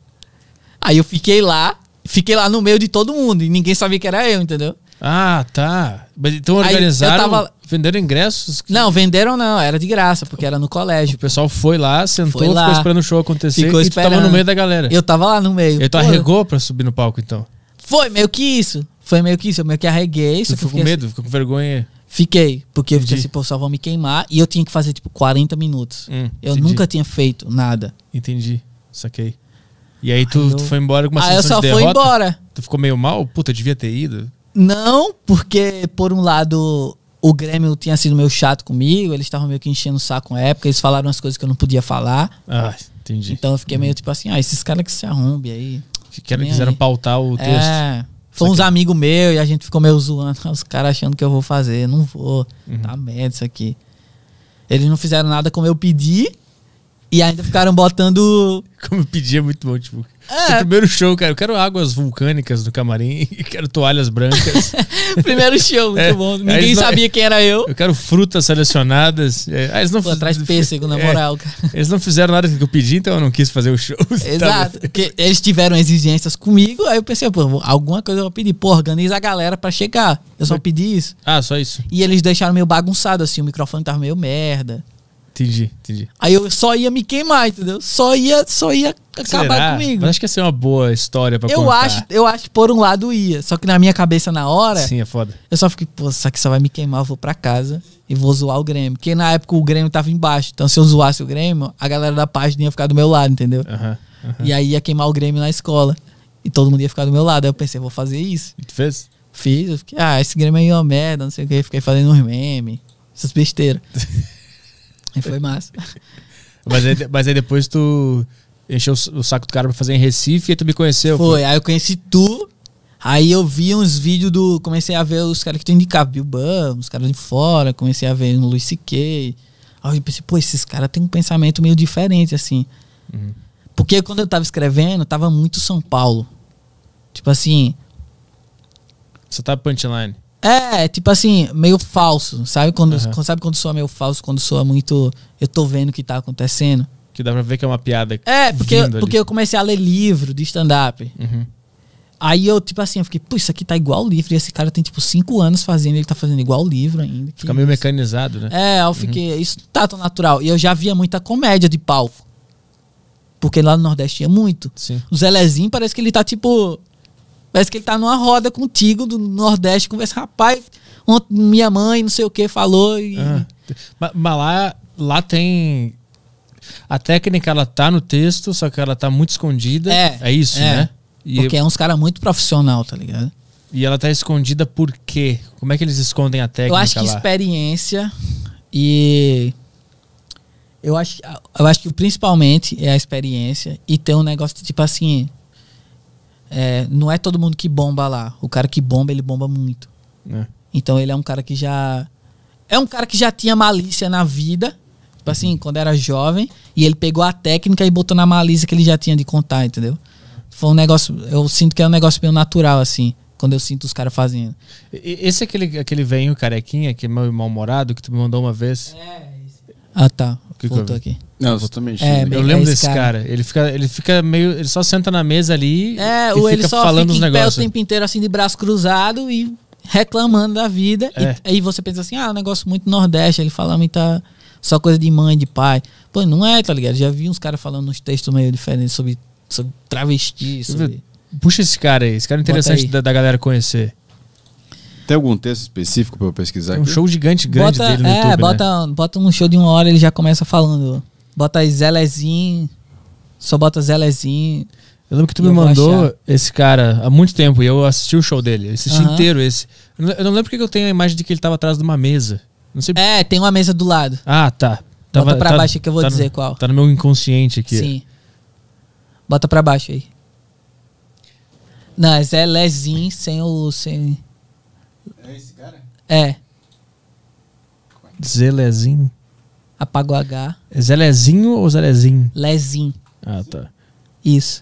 Speaker 4: Aí eu fiquei lá, fiquei lá no meio de todo mundo, e ninguém sabia que era eu, entendeu?
Speaker 1: Ah, tá. Mas então
Speaker 4: Aí eu
Speaker 1: organizaram,
Speaker 4: tava-
Speaker 1: venderam ingressos.
Speaker 4: Não, venderam não, era de graça, porque era no
Speaker 1: O
Speaker 4: colégio.
Speaker 1: pessoal foi lá, sentou,
Speaker 4: Foi lá.
Speaker 1: ficou esperando o show acontecer
Speaker 4: Ficou
Speaker 1: e tu
Speaker 4: esperando.
Speaker 1: tava no meio da galera.
Speaker 4: Eu tava lá no meio.
Speaker 1: Ele tu
Speaker 4: Pô,
Speaker 1: arregou pra subir no palco, então.
Speaker 4: Foi meio que isso. Foi meio que isso. Eu meio que arreguei. só
Speaker 1: Tu
Speaker 4: que eu
Speaker 1: ficou com
Speaker 4: fiquei
Speaker 1: medo, ficou com vergonha.
Speaker 4: assim- fiquei. Porque eu fiquei
Speaker 1: Entendi.
Speaker 4: assim, pô, só vão me queimar. E eu tinha que fazer, tipo, 40 minutos.
Speaker 1: Hum,
Speaker 4: eu
Speaker 1: entendi.
Speaker 4: nunca tinha feito nada.
Speaker 1: Entendi, saquei. E aí tu,
Speaker 4: Ai, eu-
Speaker 1: tu foi embora com uma
Speaker 4: Aí eu
Speaker 1: sensação
Speaker 4: só
Speaker 1: de
Speaker 4: fui
Speaker 1: derrota?
Speaker 4: embora.
Speaker 1: Tu ficou meio mal? Puta, eu devia ter ido.
Speaker 4: Não, porque, por um lado, o Grêmio tinha sido meio chato comigo. Eles estavam meio que enchendo o saco na época. Eles falaram umas coisas que eu não podia falar.
Speaker 1: Ah, entendi.
Speaker 4: Então eu fiquei meio tipo assim, ah, esses caras que se arrombem aí.
Speaker 1: que quero,
Speaker 4: nem
Speaker 1: quiseram
Speaker 4: aí.
Speaker 1: pautar o texto.
Speaker 4: É. Foi uns amigos meus e a gente ficou meio zoando. *laughs* Os caras achando que eu vou fazer. Não vou.
Speaker 1: Uhum.
Speaker 4: Tá merda isso aqui. Eles não fizeram nada como eu pedi. E ainda ficaram botando.
Speaker 1: *laughs*
Speaker 4: *laughs*
Speaker 1: Como eu pedi, é muito bom, tipo.
Speaker 4: É.
Speaker 1: Teu primeiro show, cara. Eu quero águas vulcânicas no camarim. *laughs* Eu quero toalhas brancas.
Speaker 4: Primeiro show, muito
Speaker 1: É,
Speaker 4: bom.
Speaker 1: aí
Speaker 4: Ninguém
Speaker 1: eles não-
Speaker 4: sabia quem era eu.
Speaker 1: eu quero frutas selecionadas. É, ah, eles não
Speaker 4: Pô,
Speaker 1: fiz-
Speaker 4: atrás pêssego, na
Speaker 1: É,
Speaker 4: moral, cara.
Speaker 1: Eles não fizeram nada que eu pedi, então eu não quis fazer o show. *laughs*
Speaker 4: Exato. Porque eles tiveram exigências comigo, aí eu pensei, pô, vou- alguma coisa eu vou pedir. Pô, organiza a galera pra chegar. Eu só pedi isso.
Speaker 1: Ah, só isso.
Speaker 4: E eles deixaram meio bagunçado, assim, o microfone tava meio merda.
Speaker 1: Entendi, entendi.
Speaker 4: Aí eu só ia me queimar, entendeu? Só ia, só ia acabar
Speaker 1: Será?
Speaker 4: comigo.
Speaker 1: Mas acho que ia ser uma boa história pra
Speaker 4: Eu
Speaker 1: contar.
Speaker 4: acho, eu acho que por um lado ia. Só que na minha cabeça na hora,
Speaker 1: Sim, é foda.
Speaker 4: eu só fiquei, pô, isso aqui só vai me queimar, eu vou pra casa e vou zoar o Grêmio. Porque na época o Grêmio tava embaixo. Então se eu zoasse o Grêmio, a galera da página ia ficar do meu lado, entendeu?
Speaker 1: Aham. aham.
Speaker 4: E aí ia queimar o Grêmio na escola. E todo mundo ia ficar do meu lado. Aí eu pensei, vou fazer isso.
Speaker 1: E tu fez?
Speaker 4: Fiz, eu fiquei, ah, esse Grêmio aí é uma merda, não sei o que. Fiquei fazendo uns memes, essas besteiras. e foi massa.
Speaker 1: Mas aí, mas aí depois tu encheu o saco do cara pra fazer em Recife e tu me conheceu.
Speaker 4: Foi, aí eu conheci tu. Aí eu vi uns vídeos do. Comecei a ver os caras que tu indicava, Bilbao, os caras de fora, comecei a ver o Luiz C.K. Aí eu pensei, pô, esses caras têm um pensamento meio diferente, assim. Porque quando eu tava escrevendo, tava muito São Paulo. Tipo assim,
Speaker 1: Só tá punchline.
Speaker 4: É, tipo assim, meio falso, sabe? Quando,
Speaker 1: Aham.
Speaker 4: Sabe quando soa meio falso, quando soa muito. Eu tô vendo o que tá acontecendo.
Speaker 1: Que dá pra ver que é uma piada.
Speaker 4: É, porque,
Speaker 1: vindo ali.
Speaker 4: porque eu comecei a ler livro de stand-up.
Speaker 1: Uhum.
Speaker 4: Aí eu, tipo assim, eu fiquei, pô, isso aqui tá igual livro. E esse cara tem, tipo, cinco anos fazendo, ele tá fazendo igual livro ainda. que
Speaker 1: Fica meio
Speaker 4: isso.
Speaker 1: mecanizado, né?
Speaker 4: É, eu fiquei, isso não tá tão natural. E eu já via muita comédia de palco. Porque lá no Nordeste tinha muito.
Speaker 1: Sim.
Speaker 4: O Zé Lezinho parece que ele tá tipo. Parece que ele tá numa roda contigo do Nordeste, conversa, rapaz, ontem minha mãe, não sei o que, falou e.
Speaker 1: Ah. Mas, mas lá, lá tem. A técnica ela tá no texto, só que ela tá muito escondida.
Speaker 4: É,
Speaker 1: É isso,
Speaker 4: é.
Speaker 1: né? E,
Speaker 4: Porque é uns caras muito profissional, tá ligado?
Speaker 1: e ela tá escondida por quê? Como é que eles escondem a técnica
Speaker 4: Eu acho que
Speaker 1: lá?
Speaker 4: experiência e. Eu acho, eu acho que principalmente é a experiência e tem um negócio de, tipo assim. é, não é todo mundo que bomba lá. O cara que bomba, ele bomba muito.
Speaker 1: Né?
Speaker 4: Então ele é um cara que já. É um cara que já tinha malícia na vida. Tipo
Speaker 1: Uhum.
Speaker 4: assim, quando era jovem. E ele pegou a técnica e botou na malícia que ele já tinha de contar, entendeu? Foi um negócio. Eu sinto que é um negócio meio natural, assim. Quando eu sinto os caras fazendo.
Speaker 1: E- Esse é aquele, aquele venho carequinha, que é meu mal-humorado, que tu me mandou uma vez.
Speaker 4: Ah, tá.
Speaker 1: que
Speaker 4: Voltou
Speaker 1: eu vi?
Speaker 4: aqui.
Speaker 2: Não, você também
Speaker 4: É,
Speaker 1: Eu
Speaker 4: bem-
Speaker 1: lembro
Speaker 4: esse
Speaker 1: desse cara. Ele, fica, ele fica meio. Ele só senta na mesa ali
Speaker 4: É,
Speaker 1: e
Speaker 4: ou
Speaker 1: fica
Speaker 4: ele só
Speaker 1: falando os
Speaker 4: fica em pé o
Speaker 1: negócios.
Speaker 4: tempo inteiro, assim, de braço cruzado e reclamando da vida. E-
Speaker 1: É.
Speaker 4: aí você pensa assim, ah, é um negócio muito Nordeste, ele fala muita. Só coisa de mãe, de pai. Pô, não é, tá ligado? Já vi uns caras falando uns textos meio diferentes sobre, sobre travesti, sobre.
Speaker 1: Puxa esse cara aí. Esse cara é
Speaker 4: Bota
Speaker 1: interessante
Speaker 4: aí.
Speaker 1: da, da galera conhecer.
Speaker 2: Tem algum texto específico pra eu pesquisar
Speaker 1: Tem um
Speaker 2: aqui?
Speaker 1: show gigante grande
Speaker 4: bota,
Speaker 1: dele no
Speaker 4: é,
Speaker 1: YouTube. né?
Speaker 4: bota, bota um show de uma hora, ele já começa falando. Bota aí Zé Lezinho, só bota Zé Lezinho.
Speaker 1: Eu lembro que tu
Speaker 4: E
Speaker 1: me
Speaker 4: eu vou
Speaker 1: mandou
Speaker 4: achar.
Speaker 1: esse cara há muito tempo e eu assisti o show dele. Eu assisti
Speaker 4: Aham.
Speaker 1: inteiro esse. Eu não- eu não lembro porque que eu tenho a imagem de que ele tava atrás de uma mesa. Não sei.
Speaker 4: É, tem uma mesa do lado.
Speaker 1: Ah, tá. Tava,
Speaker 4: pra
Speaker 1: tá-
Speaker 4: baixo que eu vou
Speaker 1: tá
Speaker 4: dizer
Speaker 1: no,
Speaker 4: qual.
Speaker 1: Tá no meu inconsciente aqui.
Speaker 4: Sim. Bota pra baixo aí. Não, é Zé Lezin sem o. Sem...
Speaker 2: É esse cara?
Speaker 4: É,
Speaker 1: Zelezinho.
Speaker 4: apagou H.
Speaker 1: É Zelezinho ou Zelezinho?
Speaker 4: Lezin.
Speaker 1: Ah, tá.
Speaker 4: Isso.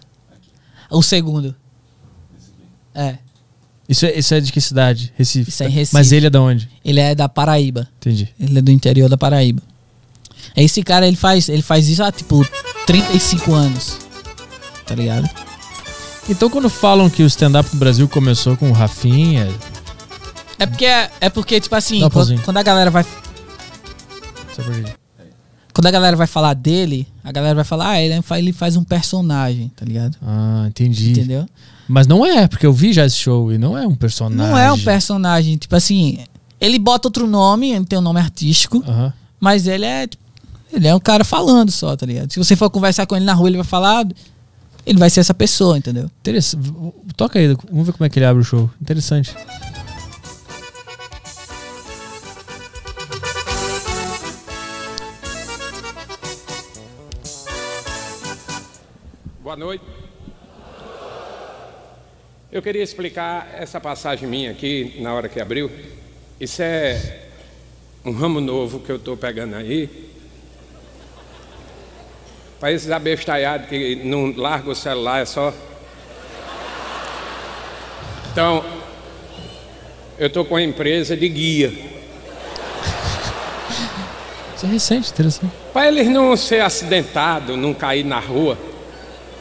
Speaker 4: O segundo. É.
Speaker 1: Isso é, isso é de que cidade? Recife.
Speaker 4: Isso é em
Speaker 1: tá?
Speaker 4: Recife.
Speaker 1: Mas ele é da onde?
Speaker 4: Ele é da Paraíba.
Speaker 1: Entendi.
Speaker 4: Ele é do interior da Paraíba. É Esse cara, ele faz, ele faz isso há tipo 35 anos. Tá ligado?
Speaker 1: Então quando falam que o stand-up do Brasil começou com o Rafinha,
Speaker 4: É porque, é porque tipo assim,
Speaker 1: Dá um
Speaker 4: quando,
Speaker 1: pauzinho.
Speaker 4: quando a galera vai
Speaker 1: só pra gente-
Speaker 4: quando a galera vai falar dele, a galera vai falar, ah, ele fa- ele faz um personagem, tá ligado?
Speaker 1: Ah, entendi.
Speaker 4: Entendeu?
Speaker 1: Mas não é, porque eu vi já esse show e não é um personagem.
Speaker 4: Não é um personagem, tipo assim, ele bota outro nome, ele tem um nome artístico,
Speaker 1: Aham.
Speaker 4: mas ele é tipo, ele é um cara falando só, tá ligado? Se você for conversar com ele na rua, ele vai falar, ele vai ser essa pessoa, entendeu?
Speaker 1: Interessante. Toca aí, vamos ver como é que ele abre o show. Interessante.
Speaker 9: Boa noite. Eu queria explicar essa passagem minha aqui, na hora que abriu. Isso é um ramo novo que eu estou pegando aí. Para esses abestalhados que não largam o celular, é só. Então, eu estou com a empresa de guia.
Speaker 1: Isso é recente, interessante.
Speaker 9: Para eles não ser acidentados, não cair na rua.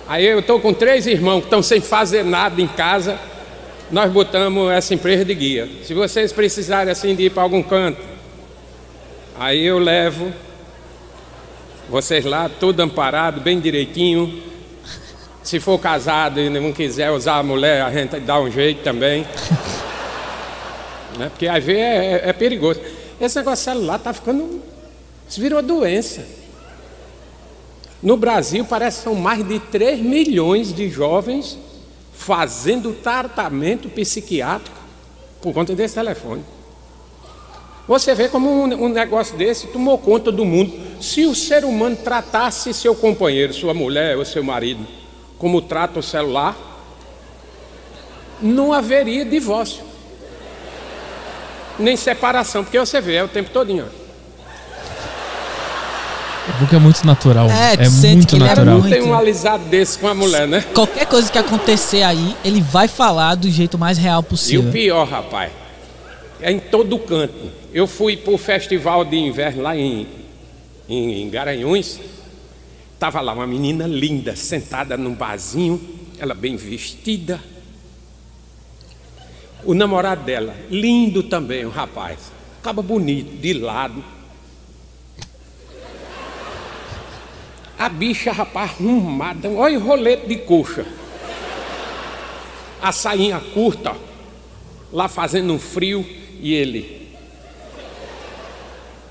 Speaker 9: Aí eu estou com três irmãos que estão sem fazer nada em casa. Nós botamos essa empresa de guia. Se vocês precisarem assim de ir para algum canto, aí eu levo vocês lá, tudo amparado, bem direitinho. Se for casado e não quiser usar a mulher, a gente dá um jeito também. *laughs* né? Porque às vezes é, é perigoso. Esse negócio de celular tá ficando isso virou doença. No Brasil, parece que são mais de 3 milhões de jovens fazendo tratamento psiquiátrico por conta desse telefone. Você vê como um, um negócio desse tomou conta do mundo. Se o ser humano tratasse seu companheiro, sua mulher ou seu marido, como trata o celular, não haveria divórcio, nem separação, porque você vê, é o tempo todinho. ó.
Speaker 1: Porque é muito natural.
Speaker 4: É,
Speaker 1: É,
Speaker 4: tu sente
Speaker 1: muito
Speaker 4: que ele era
Speaker 1: natural.
Speaker 4: muito-
Speaker 9: Tem um alisado desse com a mulher, né?
Speaker 4: Qualquer coisa que acontecer aí, ele vai falar do jeito mais real
Speaker 9: E o
Speaker 4: possível.
Speaker 9: pior, rapaz, é em todo canto. Eu fui pro festival de inverno lá em, em, em Garanhuns. Tava lá uma menina linda, sentada num barzinho, ela bem vestida. O namorado dela, lindo também, um rapaz. Acaba bonito, de lado. A bicha, rapaz, arrumada. um Olha o rolete de coxa. A sainha curta, ó lá fazendo um frio e ele.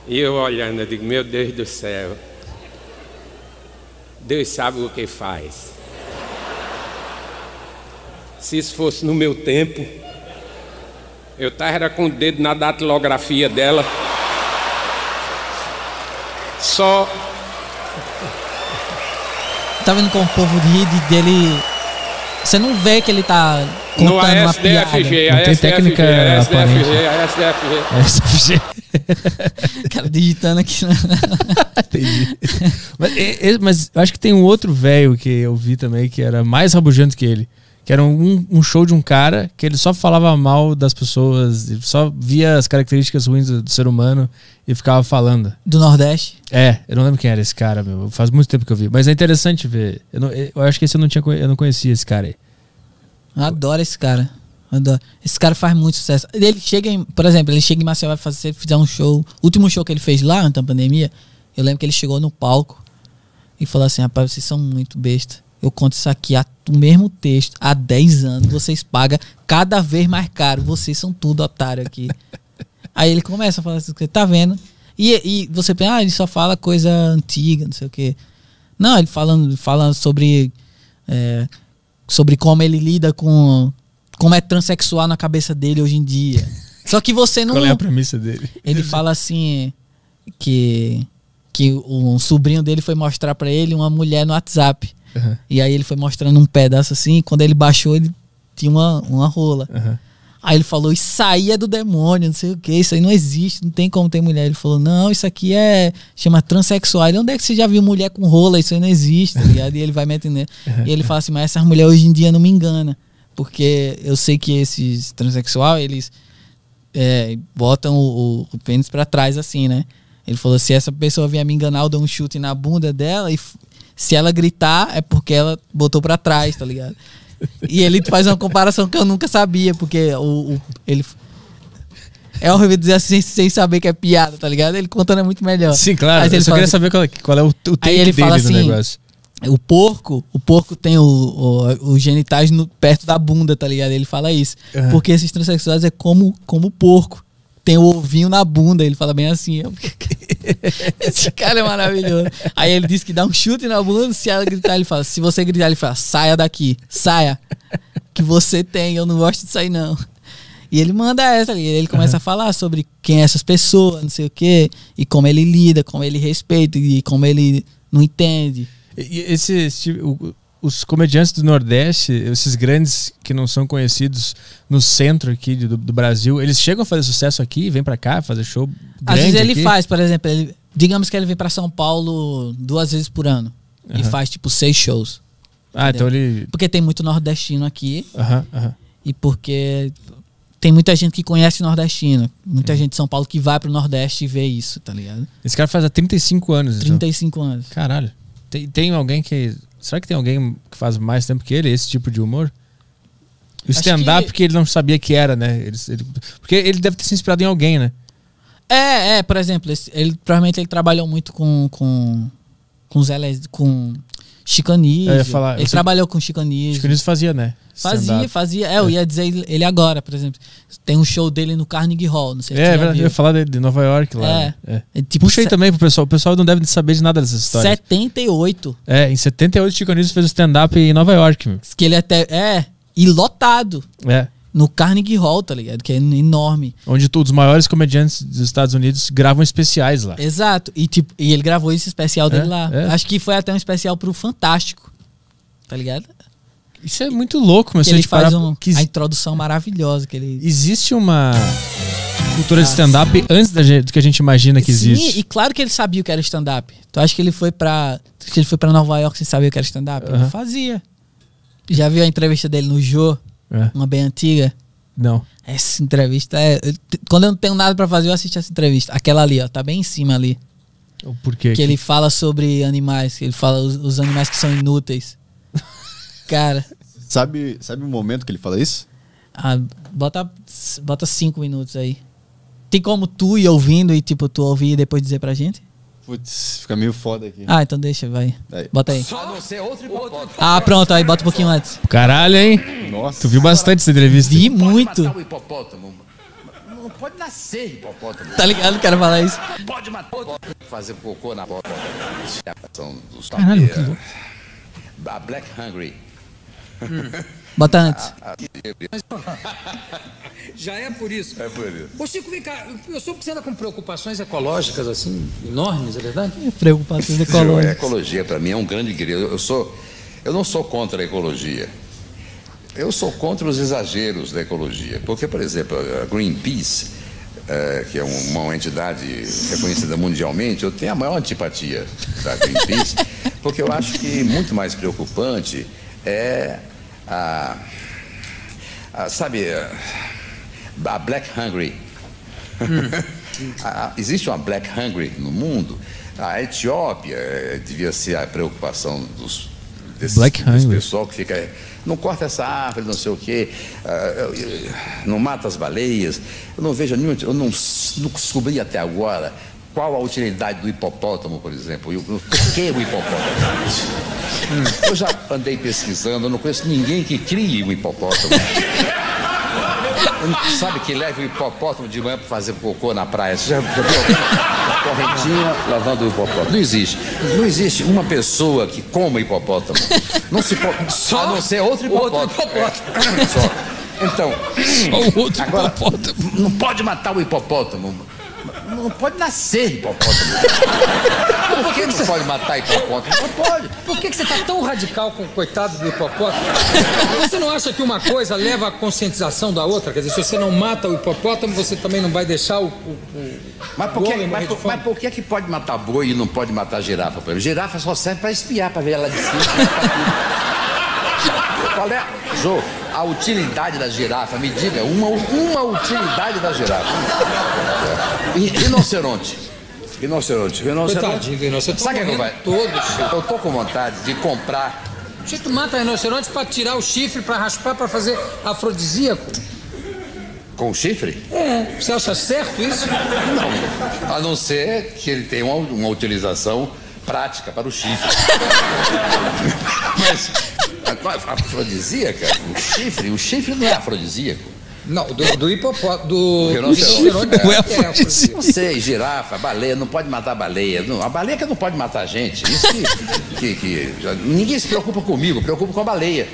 Speaker 9: E eu olhando, eu digo, meu Deus do céu, Deus sabe o que faz. Se isso fosse no meu tempo, eu tava era com o dedo na datilografia dela. Só
Speaker 4: Tá vendo como o povo ri de- dele. Você não vê que ele tá
Speaker 9: no
Speaker 4: contando uma
Speaker 9: ASDFG,
Speaker 4: piada.
Speaker 1: Não
Speaker 9: a
Speaker 1: tem
Speaker 9: SDFG,
Speaker 1: técnica
Speaker 9: a
Speaker 1: aparente.
Speaker 9: SDFG, a SDFG.
Speaker 1: É, SFG.
Speaker 4: O cara digitando aqui. né?
Speaker 1: *laughs* Entendi. é, mas, e- e- mas eu acho que tem um outro velho que eu vi também que era mais rabugento que ele. Que era um, um show de um cara que ele só falava mal das pessoas, ele só via as características ruins do, do ser humano e ficava falando.
Speaker 4: Do Nordeste.
Speaker 1: É, eu não lembro quem era esse cara, meu. Faz muito tempo que eu vi. Mas é interessante ver. Eu, não- é, eu acho que esse eu não, tinha, conhe- eu não conhecia esse cara aí.
Speaker 4: Eu adoro esse cara. Adoro. Esse cara faz muito sucesso. Ele chega em, por exemplo, ele chega em Maceió vai fazer, fizer um show. O último show que ele fez lá antes da pandemia, eu lembro que ele chegou no palco e falou assim: rapaz, vocês são muito besta. Eu conto isso aqui, a- o mesmo texto, há 10 anos, vocês pagam cada vez mais caro. Vocês são tudo otário
Speaker 1: *laughs*
Speaker 4: aqui. Aí ele começa a falar assim, você tá vendo? E, e você pensa, ah, ele só fala coisa antiga, não sei o quê. Não, ele falando, fala sobre é, sobre como ele lida com como é transexual na cabeça dele hoje em dia. Só que você não
Speaker 1: Qual é a premissa dele?
Speaker 4: ele fala assim que que um sobrinho dele foi mostrar pra ele uma mulher no WhatsApp.
Speaker 1: Aham.
Speaker 4: E aí ele foi mostrando um pedaço assim, e quando ele baixou ele tinha uma, uma rola.
Speaker 1: Aham.
Speaker 4: Aí ele falou, isso aí é do demônio, não sei o que, isso aí não existe, não tem como ter mulher. Ele falou, não, isso aqui é, chama transexual. Ele, onde é que você já viu mulher com rola? Isso aí não existe, tá ligado? E ele vai metendo nele. E ele fala assim, mas essas mulheres hoje em dia não me engana porque eu sei que esses transexual, eles é, botam o, o- o pênis pra trás assim, né? Ele falou, se essa pessoa vier me enganar, eu dou um chute na bunda dela e f- se ela gritar, é porque ela botou pra trás, tá ligado? E ele faz uma comparação que eu nunca sabia, porque o, o- ele... É horrível dizer assim sem saber que é piada, tá ligado? Ele contando é muito melhor.
Speaker 1: Sim, claro.
Speaker 4: Aí ele
Speaker 1: Eu só
Speaker 4: fala
Speaker 1: queria
Speaker 4: assim,
Speaker 1: saber qual, é- qual é o, o take
Speaker 4: Aí ele
Speaker 1: dele
Speaker 4: fala
Speaker 1: do
Speaker 4: assim,
Speaker 1: negócio.
Speaker 4: o porco, o porco tem o- o- os genitais no- perto da bunda, tá ligado? Ele fala isso.
Speaker 1: Aham.
Speaker 4: Porque esses transexuais é como como o porco. Tem o ovinho na bunda, ele fala bem assim. Eu- *laughs* Esse cara é maravilhoso. Aí ele diz que dá um chute na bunda, se ela gritar, ele fala, se você gritar, ele fala, saia daqui, saia. Que você tem, eu não gosto disso aí não. E ele manda essa ali, ele começa a falar sobre quem é essas pessoas, não sei o quê, e como ele lida, como ele respeita, e como ele não entende.
Speaker 1: E- e esse, esse tipo- o- os comediantes do Nordeste, esses grandes que não são conhecidos no centro aqui do, do Brasil, eles chegam a fazer sucesso aqui, vêm pra cá fazer show
Speaker 4: Às
Speaker 1: grande
Speaker 4: vezes ele
Speaker 1: aqui?
Speaker 4: faz, por exemplo, ele- digamos que ele vem pra São Paulo duas vezes por ano e
Speaker 1: Aham.
Speaker 4: faz tipo seis shows.
Speaker 1: Ah, então ele...
Speaker 4: Porque tem muito nordestino aqui
Speaker 1: Aham, aham.
Speaker 4: e porque tem muita gente que conhece nordestino,
Speaker 1: Uhum.
Speaker 4: muita gente de São Paulo que vai pro Nordeste e vê isso, tá ligado?
Speaker 1: Esse cara faz há 35 anos, então.
Speaker 4: 35 anos.
Speaker 1: Caralho. Tem, tem alguém que... Será que tem alguém que faz mais tempo que ele, esse tipo de humor? O
Speaker 4: Acho
Speaker 1: stand-up
Speaker 4: que-
Speaker 1: que... ele não sabia que era, né? Ele- ele- porque ele deve ter se inspirado em alguém, né?
Speaker 4: É, é, por exemplo, esse- ele provavelmente ele trabalhou muito com com com Zé Les, com Chicanismo.
Speaker 1: É, Eu ia falar,
Speaker 4: ele
Speaker 1: eu sei-
Speaker 4: trabalhou com Chicanismo.
Speaker 1: Acho que o Nisso fazia, né?
Speaker 4: Fazia,
Speaker 1: Stand-up.
Speaker 4: fazia. É, eu ia dizer ele- ele agora, por exemplo. Tem um show dele no Carnegie Hall, não sei se
Speaker 1: É,
Speaker 4: você
Speaker 1: é
Speaker 4: já
Speaker 1: verdade,
Speaker 4: viu.
Speaker 1: eu ia falar de, de Nova York lá.
Speaker 4: É.
Speaker 1: né?
Speaker 4: É, tipo,
Speaker 1: Puxa aí
Speaker 4: se-
Speaker 1: também pro pessoal. O pessoal não deve saber de nada dessas histórias.
Speaker 4: 78.
Speaker 1: É, em 78 o Chico Anísio fez o stand-up em Nova York, meu.
Speaker 4: Que ele até. É, e lotado.
Speaker 1: É.
Speaker 4: No Carnegie Hall, tá ligado? Que é enorme.
Speaker 1: Onde todos os maiores comediantes dos Estados Unidos gravam especiais lá.
Speaker 4: Exato. E, tipo, e ele gravou esse especial dele
Speaker 1: É,
Speaker 4: lá.
Speaker 1: é.
Speaker 4: Acho que foi até um especial pro Fantástico. Tá ligado?
Speaker 1: Isso é muito louco, meu.
Speaker 4: que
Speaker 1: Se a
Speaker 4: ele
Speaker 1: gente
Speaker 4: faz
Speaker 1: parar.
Speaker 4: um,
Speaker 1: que
Speaker 4: a
Speaker 1: exi-
Speaker 4: introdução maravilhosa que ele.
Speaker 1: Existe uma Ah, cultura de stand-up antes da gente- do que a gente imagina que
Speaker 4: Sim,
Speaker 1: existe.
Speaker 4: e claro que ele sabia o que era stand-up. Tu acha que ele foi pra. acha que ele foi pra Nova York sem saber o que era stand-up? Ele
Speaker 1: Aham.
Speaker 4: fazia. Já viu a entrevista dele no Jô?
Speaker 1: É.
Speaker 4: Uma bem antiga?
Speaker 1: Não.
Speaker 4: Essa entrevista é. eu te- Quando eu não tenho nada pra fazer, eu assisto essa entrevista. Aquela ali, ó, tá bem em cima ali.
Speaker 1: O porquê?
Speaker 4: Que ele fala sobre animais, que ele fala os, os animais que são inúteis. Cara,
Speaker 2: Sabe, sabe o momento que ele fala isso?
Speaker 4: ah, bota, bota cinco minutos aí. Tem como tu ir ouvindo e, tipo, tu ouvir e depois dizer pra gente?
Speaker 2: Putz, fica meio foda aqui.
Speaker 4: Ah, então deixa, vai.
Speaker 2: Aí.
Speaker 4: Bota aí. Ah, pronto, aí bota um pouquinho antes.
Speaker 1: Caralho, hein?
Speaker 2: Nossa.
Speaker 1: Tu viu bastante essa entrevista.
Speaker 4: Vi muito.
Speaker 7: hipopótamo. Não pode nascer hipopótamo.
Speaker 4: Tá ligado? Quero falar isso.
Speaker 7: Pode matar. Fazer cocô na bota. Dos
Speaker 1: Caralho, que louco.
Speaker 7: da Black Hungry.
Speaker 4: Bota antes.
Speaker 10: Já é por isso. É por isso. Ô, Chico, vem cá. Eu soube que você anda com preocupações ecológicas, assim, enormes, é verdade?
Speaker 4: Preocupações
Speaker 7: A
Speaker 4: ecológicas.
Speaker 7: ecologia para mim é um grande querido. Eu sou, eu não sou contra a ecologia. Eu sou contra os exageros da ecologia, porque por exemplo a Greenpeace, eh, que é um- uma entidade reconhecida mundialmente, eu tenho a maior antipatia da Greenpeace, porque eu acho que muito mais preocupante é a, a, sabe, a Black Hungry. *laughs* A- a- existe uma Black Hungry no mundo. A Etiópia eh, devia ser a preocupação dos desse,
Speaker 1: Black Hungry.
Speaker 7: pessoal que fica. eh, Não corta essa árvore, não sei o quê, ah, eu- eu- não mata as baleias. Eu não vejo nenhum. Eu não, s- não descobri até agora qual a utilidade do hipopótamo, por exemplo. E o- o- Por que o hipopótamo? Hum, Eu já andei pesquisando, eu não conheço ninguém que crie um hipopótamo. Um, Sabe que leva o hipopótamo de manhã para fazer cocô na praia? Você já já viu? alguém? Correntinha lavando o hipopótamo. Não existe. Não existe uma pessoa que coma hipopótamo. Não se co- A não ser outro hipopótamo. É. Só. Então. agora, Não pode matar o hipopótamo. Não pode nascer *laughs* hipopótamo. Por que você pode matar hipopótamo?
Speaker 10: Não pode. Por que, que você está tão radical com o coitado do hipopótamo? Você não acha que uma coisa leva à conscientização da outra? Quer dizer, se você não mata o hipopótamo, você também não vai deixar o. o- o-
Speaker 7: Mas por, que,
Speaker 10: Homem morrer
Speaker 7: mas, por- mas por que que pode matar boi e não pode matar girafa? Por exemplo? Girafa só serve para espiar, para ver ela de cima. Qual é, Jô, a utilidade da girafa? Me diga, uma, uma utilidade da girafa. E- Rinoceronte. Rinoceronte.
Speaker 10: Coitadinho do rinoceronte,
Speaker 7: Sabe o que
Speaker 10: tá
Speaker 7: eu vai? Eu tô com vontade de comprar.
Speaker 10: O jeito mata rinoceronte para tirar o chifre, para raspar, para fazer afrodisíaco.
Speaker 7: Com chifre?
Speaker 10: É. Você acha certo isso?
Speaker 7: A não ser que ele tenha uma, uma utilização prática para
Speaker 10: *laughs*
Speaker 7: o chifre. Mas a- a- afrodisíaca, o chifre, o chifre não é afrodisíaco.
Speaker 10: Não, do, do hipopótamo. Do,
Speaker 7: O
Speaker 10: do rinoceronte.
Speaker 7: rinoceronte-
Speaker 10: é
Speaker 7: Não sei, girafa, baleia, não pode matar baleia. Não, a baleia que não pode matar a gente. Isso que, que- que- já- ninguém se preocupa comigo, preocupa com a baleia.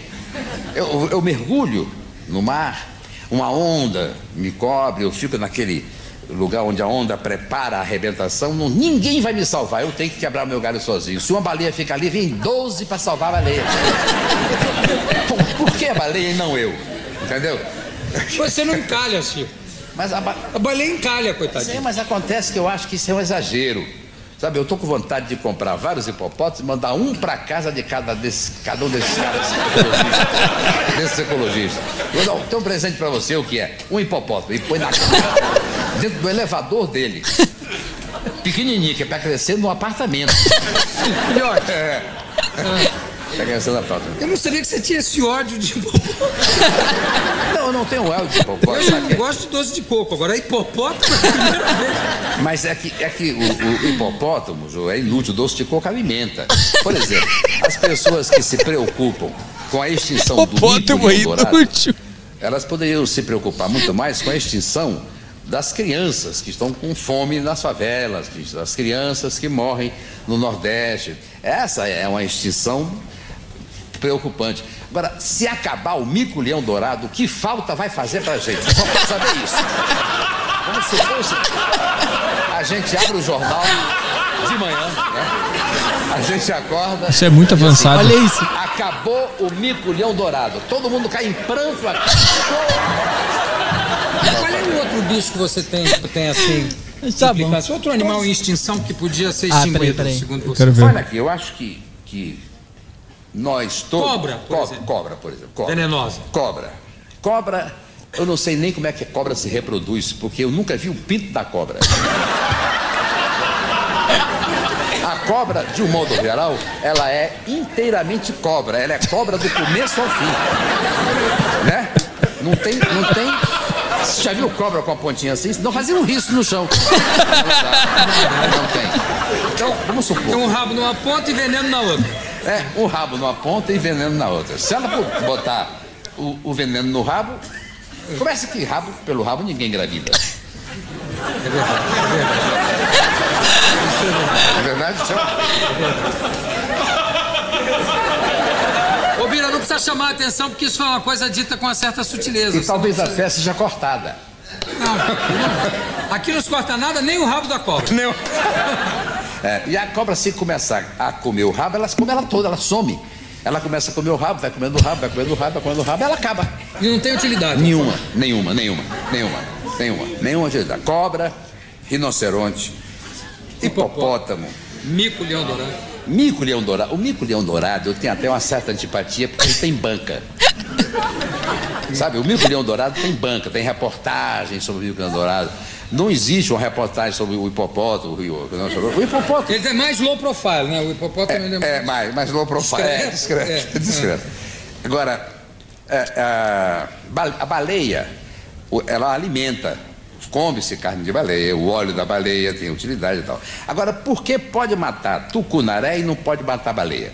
Speaker 7: Eu, eu mergulho no mar, uma onda me cobre, eu fico naquele lugar onde a onda prepara a arrebentação, não- ninguém vai me salvar, eu tenho que quebrar meu galho sozinho. Se uma baleia fica ali, vem 12 para salvar a baleia. Por, por que a baleia e não eu? Entendeu?
Speaker 10: Você não encalha, Chico.
Speaker 7: Mas a, ba-
Speaker 10: a baleia encalha, coitadinho.
Speaker 7: Sim, é, mas acontece que eu acho que isso é um exagero. Sabe, eu tô com vontade de comprar vários hipopótamos e mandar um para casa de cada, desse, cada um desses caras ecologistas. desses ecologistas. Eu dou, tem um presente para você, o que é? Um hipopótamo. E põe na casa, dentro do elevador dele. Pequenininho, que é para crescer num apartamento.
Speaker 10: Melhor.
Speaker 7: É. Tá crescendo no apartamento.
Speaker 10: Eu não sabia que você tinha esse ódio de hipopótamo.
Speaker 7: Não, eu não tenho ódio de hipopótamo.
Speaker 10: Eu não gosto de doce de coco. Agora, hipopótamo é a primeira vez.
Speaker 7: Mas é que, é que o, o hipopótamo, Jô, é inútil, o doce de coco alimenta. Por exemplo, as pessoas que se preocupam com a extinção do
Speaker 1: Hipopótamo é
Speaker 7: hipopótamo dourado,
Speaker 1: inútil.
Speaker 7: elas poderiam se preocupar muito mais com a extinção das crianças que estão com fome nas favelas, que- das crianças que morrem no Nordeste. Essa é uma extinção preocupante. Agora, se acabar o mico-leão dourado, o que falta vai fazer pra gente? Só pra saber isso. Como se fosse. A gente abre o jornal de manhã, né? A gente acorda. assim,
Speaker 1: Isso é muito avançado. Olha isso.
Speaker 7: Acabou o mico-leão dourado. Todo mundo cai em pranto aqui.
Speaker 10: Qual é o outro bicho que você tem, que tem assim?
Speaker 4: Tá bom.
Speaker 10: implicância? Outro animal em extinção que podia ser
Speaker 4: Ah,
Speaker 10: extinguido,
Speaker 4: peraí, peraí.
Speaker 10: segundo
Speaker 1: Eu
Speaker 10: você.
Speaker 1: quero ver.
Speaker 7: Olha aqui, eu acho que, que nós todos.
Speaker 10: Cobra, por
Speaker 7: cobra,
Speaker 10: exemplo.
Speaker 7: cobra, por exemplo. Cobra.
Speaker 10: Venenosa.
Speaker 7: Cobra. Cobra, eu não sei nem como é que a cobra se reproduz, porque eu nunca vi o pinto da cobra. A cobra, de um modo geral, ela é inteiramente cobra. Ela é cobra do começo ao fim. Né? Não tem, não tem. Você já viu cobra com a pontinha assim? Não fazia um risco no chão. Não tem. Então, vamos supor.
Speaker 10: Tem um rabo numa ponta e veneno na outra.
Speaker 7: É, um rabo numa ponta e veneno na outra. Se ela pu- botar o, o veneno no rabo, começa que rabo pelo rabo ninguém engravida. É verdade, é verdade. É verdade,
Speaker 10: Ô, Bira, não precisa chamar a atenção, porque isso foi uma coisa dita com uma certa sutileza.
Speaker 7: senhor? E talvez a fé seja cortada.
Speaker 10: Não. Aqui não se corta nada, nem o rabo da cobra.
Speaker 7: Não. É, e a cobra, se começar a comer o rabo, ela come ela toda, ela some. Ela começa a comer o rabo, vai comendo o rabo, vai comendo o rabo, vai comendo o rabo, ela acaba.
Speaker 10: E não tem utilidade.
Speaker 7: Nenhuma, nenhuma, nenhuma, nenhuma, nenhuma, nenhuma utilidade. Cobra, rinoceronte, hipopótamo,
Speaker 10: Mico, leão dourado.
Speaker 7: mico-leão dourado. O mico-leão dourado eu tenho até uma certa antipatia porque ele tem banca. Sabe, o Milpilhão Dourado tem banca, tem reportagem sobre o Milpilhão Dourado. Não existe uma reportagem sobre o hipopótamo. O, o, não, sobre o hipopótamo.
Speaker 10: Ele é mais low profile, né? O hipopótamo ele
Speaker 7: é, é mais, mais low profile. É, discreto.
Speaker 10: Discreto, é.
Speaker 7: discreto. Agora, é, a, ba- a baleia, o- ela alimenta. Come-se carne de baleia, o óleo da baleia tem utilidade e tal. Agora, por que pode matar tucunaré e não pode matar baleia?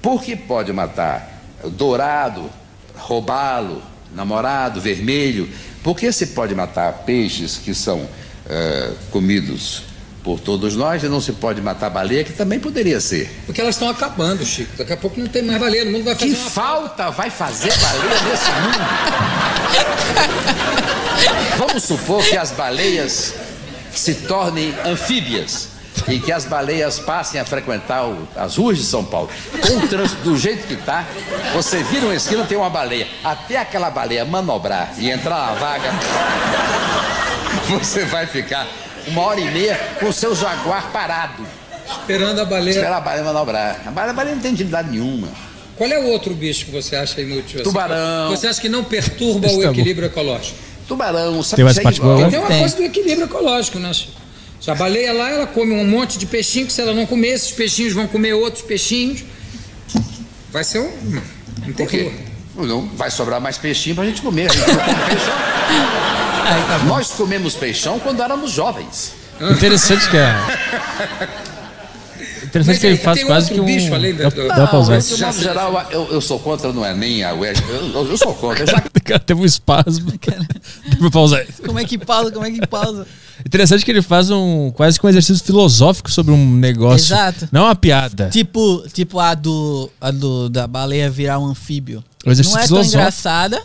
Speaker 7: Por que pode matar dourado, robalo, namorado, vermelho? Por que se pode matar peixes que são eh, comidos por todos nós e não se pode matar baleia, que também poderia ser?
Speaker 10: Porque elas estão acabando, Chico. Daqui a pouco não tem mais baleia. O mundo vai fazer
Speaker 7: Que
Speaker 10: uma
Speaker 7: falta vai fazer baleia nesse mundo? Vamos supor que as baleias se tornem anfíbias e que as baleias passem a frequentar o- as ruas de São Paulo. Com o trânsito do jeito que está, você vira uma esquina tem uma baleia. Até aquela baleia manobrar e entrar na vaga, você vai ficar uma hora e meia com o seu jaguar parado.
Speaker 10: Esperando a baleia.
Speaker 7: Esperar a baleia manobrar. A baleia a baleia não tem utilidade nenhuma.
Speaker 10: Qual é o outro bicho que você acha inútil? assim?
Speaker 7: Tubarão.
Speaker 10: Você acha que não perturba
Speaker 1: Isso
Speaker 10: o
Speaker 1: tá bom.
Speaker 10: equilíbrio ecológico?
Speaker 7: Tubarão, sabe
Speaker 1: Tem mais
Speaker 7: que
Speaker 1: parte
Speaker 7: igual.
Speaker 1: boa? né?
Speaker 10: Tem uma
Speaker 4: Tem.
Speaker 10: coisa do equilíbrio ecológico, né? Chico? Se a baleia lá, ela come um monte de peixinho que se ela não comer, esses peixinhos vão comer outros peixinhos. Vai ser um... Não tem
Speaker 7: Por quê?
Speaker 10: como.
Speaker 7: Não vai sobrar mais peixinho pra gente comer. A gente não come peixão.
Speaker 4: *laughs* Aí tá bom.
Speaker 7: Nós comemos peixão quando éramos jovens.
Speaker 1: Interessante que é. Interessante
Speaker 10: Mas
Speaker 1: que ele
Speaker 10: aí,
Speaker 1: faz
Speaker 10: tem
Speaker 1: quase
Speaker 10: outro
Speaker 1: que um.
Speaker 10: bicho além da-
Speaker 1: dá,
Speaker 10: do-
Speaker 1: dá pra usar
Speaker 7: De
Speaker 1: isso.
Speaker 7: modo geral, eu, eu sou contra, não é nem a UERJ. Eu, eu- eu sou contra. Eu já
Speaker 1: O *laughs* cara teve um espasmo. Dá pra usar isso.
Speaker 4: Como é que pausa? Como é que pausa?
Speaker 1: Interessante que ele faz um quase que um exercício filosófico sobre um negócio.
Speaker 4: Exato.
Speaker 1: Não é uma piada.
Speaker 4: *laughs* Tipo, tipo a, do, a do da baleia virar um anfíbio.
Speaker 1: O exercício
Speaker 4: Não é tão
Speaker 1: filosófico.
Speaker 4: engraçada,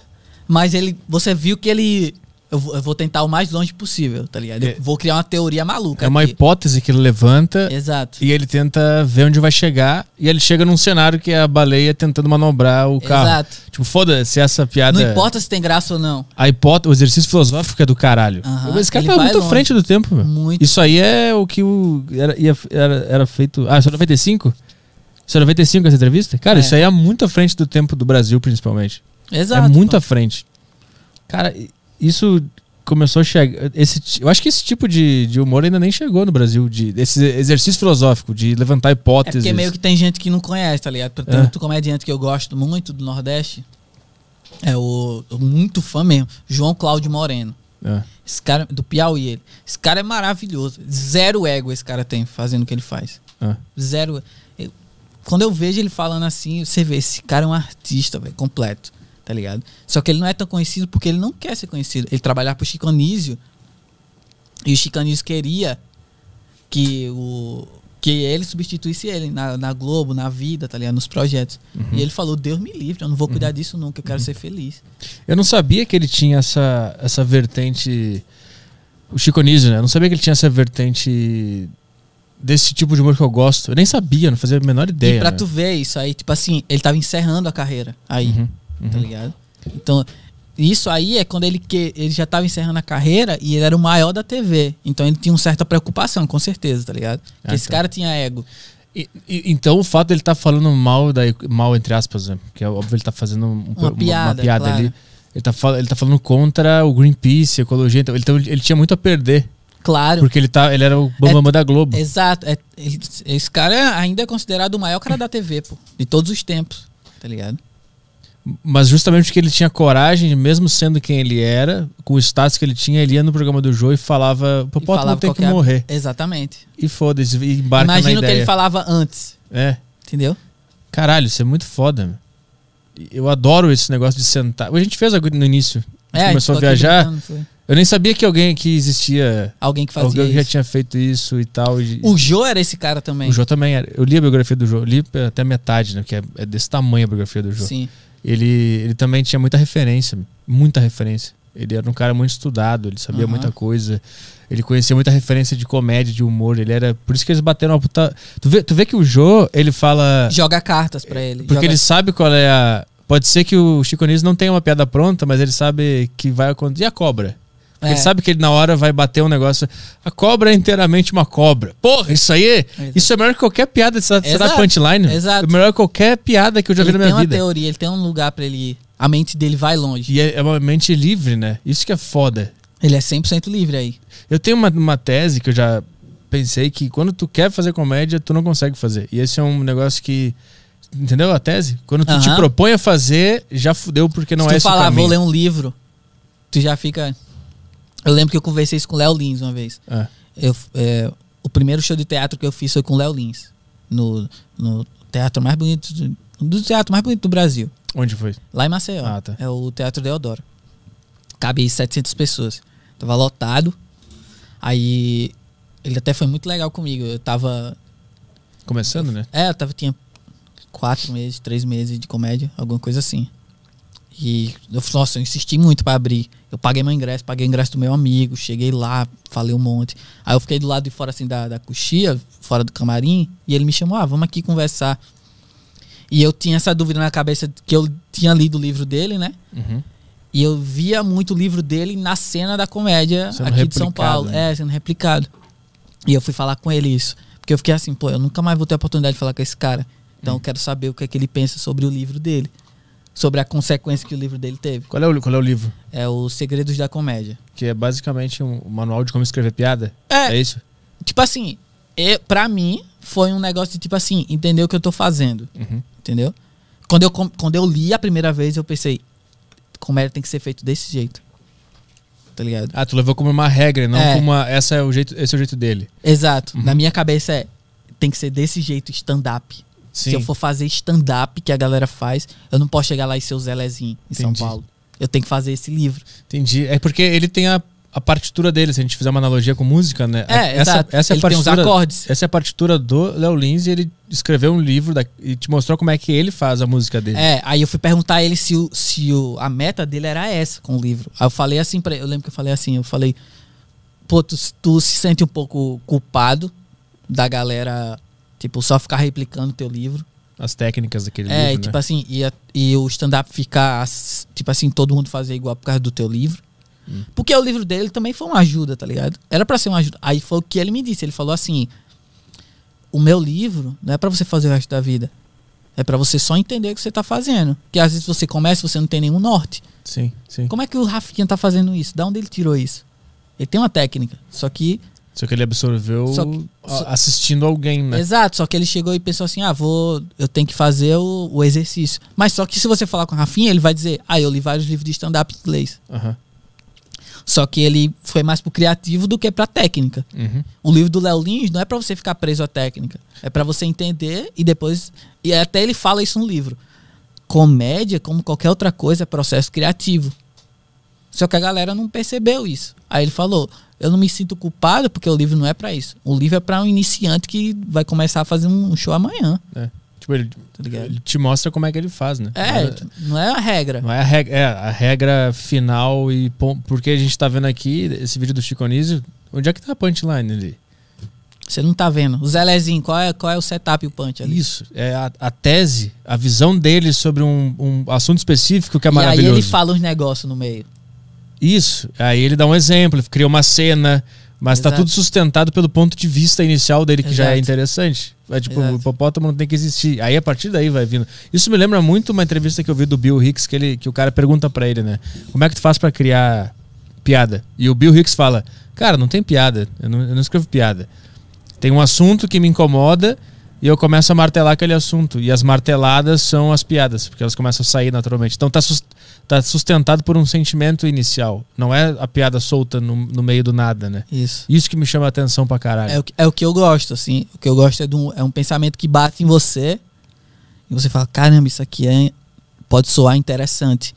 Speaker 4: mas ele, você viu que ele. Eu vou, eu vou tentar o mais longe possível, tá ligado? Eu
Speaker 1: É.
Speaker 4: vou criar uma teoria maluca.
Speaker 1: É uma
Speaker 4: aqui. É.
Speaker 1: hipótese que ele levanta
Speaker 4: Exato.
Speaker 1: e ele tenta ver onde vai chegar. E ele chega num cenário que é a baleia tentando manobrar o carro.
Speaker 4: Exato.
Speaker 1: Tipo, foda-se essa piada.
Speaker 4: Não importa se tem graça ou não.
Speaker 1: A hipótese, o exercício filosófico é do caralho.
Speaker 4: Aham,
Speaker 1: Esse cara
Speaker 4: ele
Speaker 1: tá
Speaker 4: vai
Speaker 1: muito à
Speaker 4: longe.
Speaker 1: frente do tempo, meu.
Speaker 4: Muito.
Speaker 1: Isso aí é o que o era, ia- era, era feito. Ah, isso é 95? Isso é 95 essa entrevista? Cara,
Speaker 4: É.
Speaker 1: isso aí é muito à frente do tempo do Brasil, principalmente.
Speaker 4: Exato.
Speaker 1: é muito
Speaker 4: pô.
Speaker 1: à frente. Cara, i- isso começou a chegar. Esse, ti- eu acho que esse tipo de, de humor ainda nem chegou no Brasil. De, esse exercício filosófico, de levantar
Speaker 4: É
Speaker 1: hipóteses.
Speaker 4: porque meio que tem gente que não conhece, tá ligado? Tem
Speaker 1: É.
Speaker 4: outro comediante que eu gosto muito do Nordeste. É o. eu Muito fã mesmo. João Cláudio Moreno.
Speaker 1: É.
Speaker 4: Esse cara, do Piauí, ele. Esse cara é maravilhoso. Zero ego esse cara tem fazendo o que ele faz.
Speaker 1: É.
Speaker 4: Zero. eu- quando eu vejo ele falando assim, você vê, esse cara é um artista, velho, completo, tá ligado? Só que ele não é tão conhecido porque ele não quer ser conhecido. Ele trabalhava pro Chico Anísio e o Chico Anísio queria que o que ele substituísse ele na, na Globo, na vida, tá ligado? Nos projetos. E ele falou: Deus me livre, eu não vou cuidar disso nunca, eu quero ser feliz.
Speaker 1: Eu não sabia que ele tinha essa, essa vertente. O Chico Anísio, né? Eu não sabia que ele tinha essa vertente desse tipo de humor que eu gosto. Eu nem sabia, não fazia a menor ideia.
Speaker 4: E pra
Speaker 1: né?
Speaker 4: tu ver isso aí, tipo assim, ele tava encerrando a carreira aí,
Speaker 1: Uhum,
Speaker 4: tá ligado? Então, isso aí é quando ele que ele já tava encerrando a carreira e ele era o maior da TV. Então ele tinha uma certa preocupação, com certeza, tá ligado? Porque
Speaker 1: Ah,
Speaker 4: esse
Speaker 1: tá.
Speaker 4: cara tinha ego.
Speaker 1: E- e- então o fato dele estar falando mal, da, mal entre aspas, né? Porque é óbvio ele tá fazendo um- uma, uma piada,
Speaker 4: piada, claro.
Speaker 1: ali. Ele tá, fal- ele tá falando contra o Greenpeace, a ecologia. Então ele, então ele tinha muito a perder.
Speaker 4: Claro.
Speaker 1: Porque ele, tá, ele era o Bambam da Globo.
Speaker 4: Exato. é- ele- esse cara ainda é considerado o maior cara da TV, pô. De todos os tempos, tá ligado?
Speaker 1: Mas justamente porque ele tinha coragem, mesmo sendo quem ele era, com o status que ele tinha, ele ia no programa do Joe e falava:
Speaker 4: E
Speaker 1: Popó, não
Speaker 4: falava
Speaker 1: tem
Speaker 4: qualquer-
Speaker 1: que morrer.
Speaker 4: Exatamente.
Speaker 1: E foda-se, e embarca
Speaker 4: Imagina
Speaker 1: na
Speaker 4: o
Speaker 1: ideia.
Speaker 4: que ele falava antes,
Speaker 1: É.
Speaker 4: entendeu?
Speaker 1: Caralho, isso é muito foda, meu. E Eu adoro esse negócio de sentar. A gente fez agora no início. A gente
Speaker 4: É,
Speaker 1: começou a
Speaker 4: ficou aqui
Speaker 1: viajar.
Speaker 4: brincando, foi.
Speaker 1: Eu nem sabia que alguém aqui existia.
Speaker 4: Alguém que fazia
Speaker 1: alguém que já
Speaker 4: isso.
Speaker 1: tinha feito isso e tal. e-
Speaker 4: O Jô era esse cara também.
Speaker 1: o Jô também era. Eu li a biografia do Jô, eu li até a metade, né? Que é, é desse tamanho a biografia do Jô.
Speaker 4: Sim.
Speaker 1: Ele, ele também tinha muita referência, muita referência. Ele era um cara muito estudado, ele sabia
Speaker 4: Aham.
Speaker 1: muita coisa. Ele conhecia muita referência de comédia, de humor. Ele era. Por isso que eles bateram uma puta. Tu vê, tu vê que o Jô, ele fala.
Speaker 4: Joga cartas pra ele.
Speaker 1: É. Porque
Speaker 4: joga-
Speaker 1: ele sabe qual é a. Pode ser que o Chico Anísio não tenha uma piada pronta, mas ele sabe que vai acontecer. E a cobra? Porque
Speaker 4: É.
Speaker 1: Ele sabe que ele na hora vai bater um negócio. A cobra é inteiramente uma cobra. Porra, isso aí. Isso é melhor que qualquer piada. Será, será
Speaker 4: Exato.
Speaker 1: punchline?
Speaker 4: Exato.
Speaker 1: É melhor que qualquer piada que eu já vi
Speaker 4: ele
Speaker 1: na
Speaker 4: tem
Speaker 1: minha
Speaker 4: uma
Speaker 1: vida.
Speaker 4: teoria, ele tem um lugar pra ele ir. A mente dele vai longe.
Speaker 1: E é é uma mente livre, né? Isso que é foda.
Speaker 4: Ele é 100% livre aí.
Speaker 1: Eu tenho uma, uma tese que eu já pensei que quando tu quer fazer comédia, tu não consegue fazer. E esse é um negócio que. Entendeu a tese? Quando tu te
Speaker 4: Aham.
Speaker 1: propõe a fazer, já fudeu porque não
Speaker 4: Se
Speaker 1: é
Speaker 4: tu
Speaker 1: esse o
Speaker 4: falar, vou
Speaker 1: caminho.
Speaker 4: ler um livro, tu já fica. Eu lembro que eu conversei isso com o Léo Lins uma vez.
Speaker 1: É.
Speaker 4: Eu, é, o primeiro show de teatro que eu fiz foi com o Léo Lins. No, no teatro mais bonito. do- Um dos teatros mais bonitos do Brasil.
Speaker 1: Onde foi?
Speaker 4: Lá em Maceió.
Speaker 1: Ah, tá.
Speaker 4: É o Teatro Deodoro. Cabe 700 pessoas. Tava lotado. Aí. Ele até foi muito legal comigo. Eu tava.
Speaker 1: Começando, né?
Speaker 4: É, eu tava, tinha quatro meses, três meses de comédia, alguma coisa assim. E eu falei, nossa, eu insisti muito pra abrir. Eu paguei meu ingresso, paguei o ingresso do meu amigo, cheguei lá, falei um monte. Aí eu fiquei do lado de fora assim da, da coxia, fora do camarim, e ele me chamou, ah, vamos aqui conversar. E eu tinha essa dúvida na cabeça que eu tinha lido o livro dele, né?
Speaker 1: Uhum.
Speaker 4: E eu via muito o livro dele na cena da comédia
Speaker 1: Sendo
Speaker 4: aqui de São
Speaker 1: replicado,
Speaker 4: Paulo.
Speaker 1: né?
Speaker 4: É, sendo replicado. E eu fui falar com ele isso. Porque eu fiquei assim, pô, eu nunca mais vou ter a oportunidade de falar com esse cara.
Speaker 1: Uhum.
Speaker 4: Então eu quero saber o que é que ele pensa sobre o livro dele. Sobre a consequência que o livro dele teve.
Speaker 1: Qual é, o, qual é o livro?
Speaker 4: É o Segredos da Comédia.
Speaker 1: Que é basicamente um manual de como escrever piada?
Speaker 4: É.
Speaker 1: É isso?
Speaker 4: Tipo assim, é, pra mim foi um negócio de tipo assim, entender o que eu tô fazendo.
Speaker 1: Uhum.
Speaker 4: Entendeu? Quando eu, com- quando eu li a primeira vez, eu pensei, comédia tem que ser feito desse jeito. Tá ligado?
Speaker 1: Ah, tu levou como uma regra, não
Speaker 4: É.
Speaker 1: como uma. Essa é o jeito, esse é o jeito dele.
Speaker 4: Exato.
Speaker 1: Uhum.
Speaker 4: Na minha cabeça é, tem que ser desse jeito, stand-up.
Speaker 1: Sim.
Speaker 4: Se eu for fazer stand-up que a galera faz, eu não posso chegar lá e ser o Zé Lezinho em São
Speaker 1: Entendi.
Speaker 4: Paulo. Eu tenho que fazer esse livro.
Speaker 1: Entendi. É porque ele tem a, a partitura dele, se a gente fizer uma analogia com música, né?
Speaker 4: É,
Speaker 1: A- essa,
Speaker 4: exato.
Speaker 1: Essa é a
Speaker 4: Ele tem os
Speaker 1: partitura,
Speaker 4: acordes.
Speaker 1: Essa é a partitura do Léo Lins e ele escreveu um livro da- e te mostrou como é que ele faz a música dele.
Speaker 4: É, aí eu fui perguntar a ele se, o, se o, a meta dele era essa com o livro. Aí eu falei assim pra ele, eu lembro que eu falei assim, eu falei, pô, tu, tu se sente um pouco culpado da galera, tipo, só ficar replicando teu livro.
Speaker 1: As técnicas daquele
Speaker 4: É, e
Speaker 1: livro.
Speaker 4: tipo
Speaker 1: né?
Speaker 4: assim, e, a- e o stand-up ficar, ass- tipo assim, todo mundo fazer igual por causa do teu livro. Porque o livro dele também foi uma ajuda, tá ligado? Era pra ser uma ajuda. Aí foi o que ele me disse. Ele falou assim: o meu livro não é pra você fazer o resto da vida. É pra você só entender o que você tá fazendo. Porque às vezes você começa e você não tem nenhum norte.
Speaker 1: Sim, sim.
Speaker 4: Como é que o Rafinha tá fazendo isso? Da onde ele tirou isso? Ele tem uma técnica. Só que
Speaker 1: Só que ele absorveu
Speaker 4: Só que-
Speaker 1: a-
Speaker 4: só-
Speaker 1: assistindo alguém, né?
Speaker 4: Exato, só que ele chegou e pensou assim: ah, vou, eu tenho que fazer o, o exercício. Mas só que se você falar com o Rafinha, ele vai dizer: ah, eu li vários livros de stand-up em inglês.
Speaker 1: Aham.
Speaker 4: Só que ele foi mais pro criativo do que pra técnica.
Speaker 1: Uhum.
Speaker 4: O livro do Léo Lins não é pra você ficar preso à técnica. É pra você entender e depois. E até ele fala isso no livro. Comédia, como qualquer outra coisa, é processo criativo. Só que a galera não percebeu isso. Aí ele falou: Eu não me sinto culpado porque o livro não é pra isso. O livro é pra um iniciante que vai começar a fazer um show amanhã.
Speaker 1: É. Tipo, ele,
Speaker 4: Tá ligado?
Speaker 1: ele te mostra como é que ele faz, né?
Speaker 4: É,
Speaker 1: Não
Speaker 4: não é a regra.
Speaker 1: Não é a regra, é a regra final e pon- porque a gente tá vendo aqui esse vídeo do Chico Anísio, onde é que tá a punchline ali?
Speaker 4: Você não tá vendo. O Zé Lezinho, qual é, qual é o setup e o punch ali?
Speaker 1: Isso, é a, a tese, a visão dele sobre um, um assunto específico que é
Speaker 4: e aí
Speaker 1: maravilhoso.
Speaker 4: ele fala uns negócios no meio.
Speaker 1: Isso, aí ele dá um exemplo, ele cria uma cena, mas tá
Speaker 4: Exato.
Speaker 1: tudo sustentado pelo ponto de vista inicial dele, que já é
Speaker 4: Exato.
Speaker 1: interessante. É tipo,
Speaker 4: Exato.
Speaker 1: o hipopótamo não tem que existir. Aí a partir daí vai vindo. Isso me lembra muito uma entrevista que eu vi do Bill Hicks, que, ele, que o cara pergunta pra ele, né? Como é que tu faz pra criar piada? E o Bill Hicks fala, cara, não tem piada, eu não, eu não escrevo piada. Tem um assunto que me incomoda e eu começo a martelar aquele assunto. E as marteladas são as piadas, porque elas começam a sair naturalmente. Então tá, sus- tá sustentado por um sentimento inicial. Não é a piada solta no, no meio do nada, né?
Speaker 4: Isso.
Speaker 1: Isso que me chama a atenção pra caralho.
Speaker 4: É o, que, é o que eu gosto, assim. O que eu gosto é, de um, é um pensamento que bate em você e você fala: caramba, isso aqui é, pode soar interessante.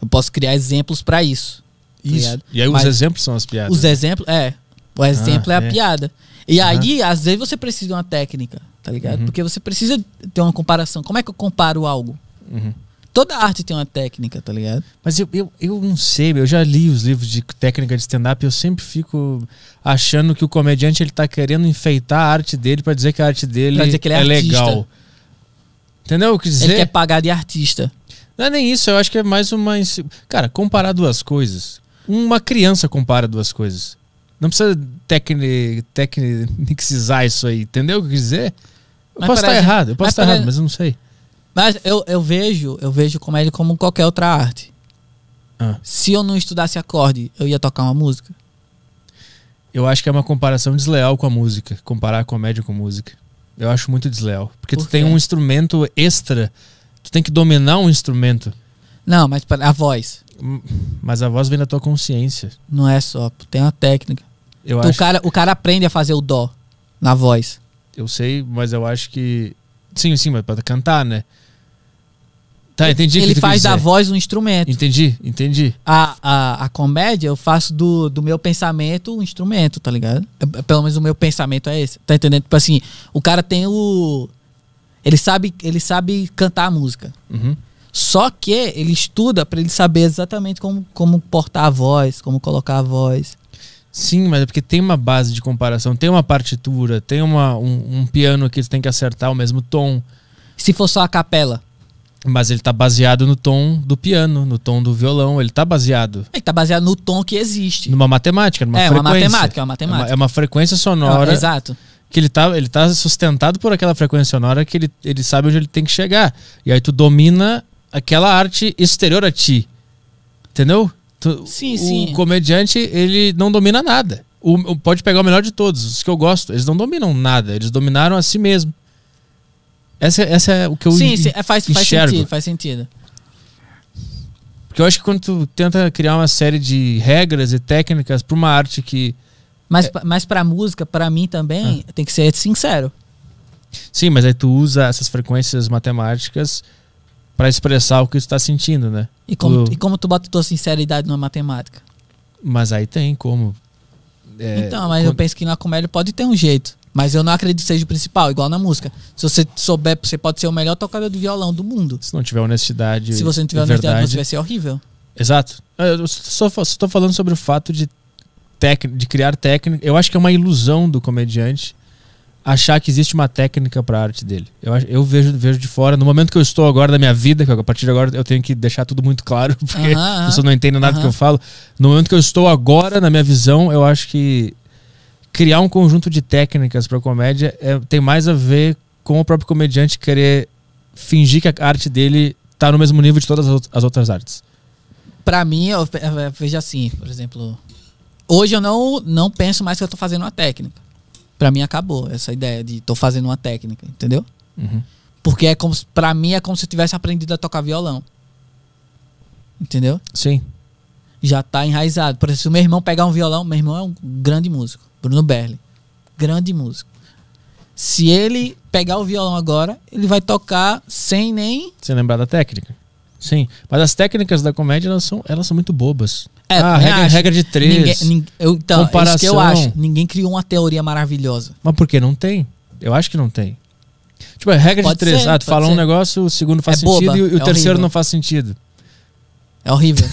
Speaker 4: Eu posso criar exemplos pra isso. tá
Speaker 1: Isso.
Speaker 4: ligado?
Speaker 1: E aí
Speaker 4: Mas
Speaker 1: os exemplos são as piadas.
Speaker 4: Os exemplos, é. O exemplo é a
Speaker 1: é.
Speaker 4: piada. E aí, às vezes, você precisa de uma técnica, tá ligado?
Speaker 1: Uhum.
Speaker 4: Porque você precisa ter uma comparação. Como é que eu comparo algo?
Speaker 1: Uhum.
Speaker 4: Toda arte tem uma técnica, tá ligado?
Speaker 1: Mas eu, eu, eu não sei, eu já li os livros de técnica de stand-up e eu sempre fico achando que o comediante ele tá querendo enfeitar a arte dele pra dizer que a arte dele
Speaker 4: Pra dizer que ele é artista.
Speaker 1: legal. Entendeu o que dizer?
Speaker 4: Ele quer pagar de artista.
Speaker 1: Não é nem isso, eu acho que é mais uma. insi- Cara, comparar duas coisas. Uma criança compara duas coisas. Não precisa tecni- *laughs* tecnicizar isso aí, entendeu o que eu quis dizer? Eu
Speaker 4: Mas
Speaker 1: posso estar
Speaker 4: parece-
Speaker 1: errado, eu posso
Speaker 4: mas
Speaker 1: estar errado,
Speaker 4: parece-
Speaker 1: mas eu não sei.
Speaker 4: Mas eu, eu vejo, eu vejo comédia como qualquer outra arte.
Speaker 1: Ah.
Speaker 4: Se eu não estudasse acorde, eu ia tocar uma música.
Speaker 1: Eu acho que é uma comparação desleal com a música, comparar a comédia com música. Eu acho muito desleal, porque
Speaker 4: Por
Speaker 1: tu tem
Speaker 4: quê?
Speaker 1: um instrumento extra, tu tem que dominar um instrumento,
Speaker 4: Não, mas pera- a voz
Speaker 1: mas a voz vem da tua consciência.
Speaker 4: não é só, pô, tem uma técnica.
Speaker 1: Eu
Speaker 4: Então o
Speaker 1: acho,
Speaker 4: cara, o cara aprende a fazer o dó na voz.
Speaker 1: eu sei, mas eu acho que sim, sim, mas para cantar, né? Tá, entendi o que
Speaker 4: Ele
Speaker 1: tu
Speaker 4: faz
Speaker 1: quis
Speaker 4: da
Speaker 1: dizer.
Speaker 4: voz um instrumento.
Speaker 1: Entendi, entendi.
Speaker 4: a, a, a comédia, eu faço do, do meu pensamento um instrumento, tá ligado? É- é- Pelo menos o meu pensamento é esse. Tá entendendo? Tipo assim, o cara tem o. Ele sabe, ele sabe cantar a música.
Speaker 1: Uhum.
Speaker 4: Só que ele estuda pra ele saber exatamente como, como portar a voz, como colocar a voz.
Speaker 1: Sim, mas é porque tem uma base de comparação, tem uma partitura, tem uma, um, um piano que tu tem que acertar o mesmo tom,
Speaker 4: Se for só a capela,
Speaker 1: mas ele tá baseado no tom do piano, no tom do violão, ele tá baseado
Speaker 4: ele tá baseado no tom que existe.
Speaker 1: numa matemática, numa
Speaker 4: é, uma
Speaker 1: frequência.
Speaker 4: matemática, é uma
Speaker 1: É uma,
Speaker 4: matemática.
Speaker 1: é uma frequência sonora
Speaker 4: Ah, Exato.
Speaker 1: que ele tá, ele tá sustentado por aquela frequência sonora que ele, ele sabe onde ele tem que chegar. E aí tu domina aquela arte exterior a ti. Entendeu? Tu-
Speaker 4: Sim,
Speaker 1: o
Speaker 4: sim.
Speaker 1: comediante, ele não domina nada. O, o- pode pegar o melhor de todos, os que eu gosto. Eles não dominam nada, eles dominaram a si mesmo. Essa, essa é o que eu
Speaker 4: Sim,
Speaker 1: en-
Speaker 4: sim, é, faz, faz
Speaker 1: enxergo.
Speaker 4: sentido, faz sentido.
Speaker 1: Porque eu acho que quando tu tenta criar uma série de regras e técnicas pra uma arte que. É.
Speaker 4: Mas, pra- mas pra música, pra mim também,
Speaker 1: Ah.
Speaker 4: tem que ser sincero.
Speaker 1: Sim, mas aí tu usa essas frequências matemáticas pra expressar o que tu tá sentindo, né?
Speaker 4: E como,
Speaker 1: Tu-
Speaker 4: e como tu bota tua sinceridade numa matemática?
Speaker 1: Mas aí tem como. É,
Speaker 4: então, mas eu
Speaker 1: quando-
Speaker 4: penso que na comédia pode ter um jeito. Mas eu não acredito que seja o principal, igual na música. Se você souber, você pode ser o melhor tocador de violão do mundo.
Speaker 1: Se não tiver honestidade.
Speaker 4: Se você não tiver
Speaker 1: e
Speaker 4: honestidade,
Speaker 1: é verdade-
Speaker 4: você vai ser horrível.
Speaker 1: Exato. Ah, Eu só estou falando sobre o fato de, tec- de criar técnica. Eu acho que é uma ilusão do comediante achar que existe uma técnica para a arte dele. Eu, acho- eu vejo, vejo de fora. No momento que eu estou agora da minha vida, que a partir de agora eu tenho que deixar tudo muito claro, *laughs* porque
Speaker 4: Aham, aham.
Speaker 1: as pessoas não entendem nada que
Speaker 4: Aham.
Speaker 1: eu falo. No momento que eu estou agora, na minha visão, eu acho que criar um conjunto de técnicas para comédia é- tem mais a ver com o próprio comediante querer fingir que a arte dele tá no mesmo nível de todas as out- as outras artes.
Speaker 4: Pra mim, eu, pe- eu vejo assim, por exemplo. Hoje eu não, não penso mais que eu tô fazendo uma técnica. Pra mim acabou essa ideia de tô fazendo uma técnica, entendeu?
Speaker 1: Uhum.
Speaker 4: Porque é como, se- pra mim é como se eu tivesse aprendido a tocar violão. Entendeu?
Speaker 1: Sim.
Speaker 4: já tá enraizado. Por exemplo, se o meu irmão pegar um violão, meu irmão é um grande músico, Bruno Berli, grande músico. Se ele pegar o violão agora, ele vai tocar sem nem
Speaker 1: Sem lembrar da técnica. Sim. Mas as técnicas da comédia, elas são, elas são muito bobas.
Speaker 4: É,
Speaker 1: ah,
Speaker 4: também
Speaker 1: regra,
Speaker 4: acho.
Speaker 1: regra de três.
Speaker 4: Ninguém, nin- eu, então, é isso que eu
Speaker 1: comparação.
Speaker 4: acho. Ninguém criou uma teoria maravilhosa.
Speaker 1: Mas por que não tem? Eu acho que não tem. Tipo, é regra
Speaker 4: Pode
Speaker 1: de três.
Speaker 4: ser,
Speaker 1: ah, tu
Speaker 4: pode
Speaker 1: fala um
Speaker 4: ser.
Speaker 1: negócio, o segundo faz
Speaker 4: É
Speaker 1: sentido
Speaker 4: boba,
Speaker 1: e o, e o
Speaker 4: é
Speaker 1: terceiro
Speaker 4: horrível.
Speaker 1: não faz sentido. *laughs*
Speaker 4: É horrível.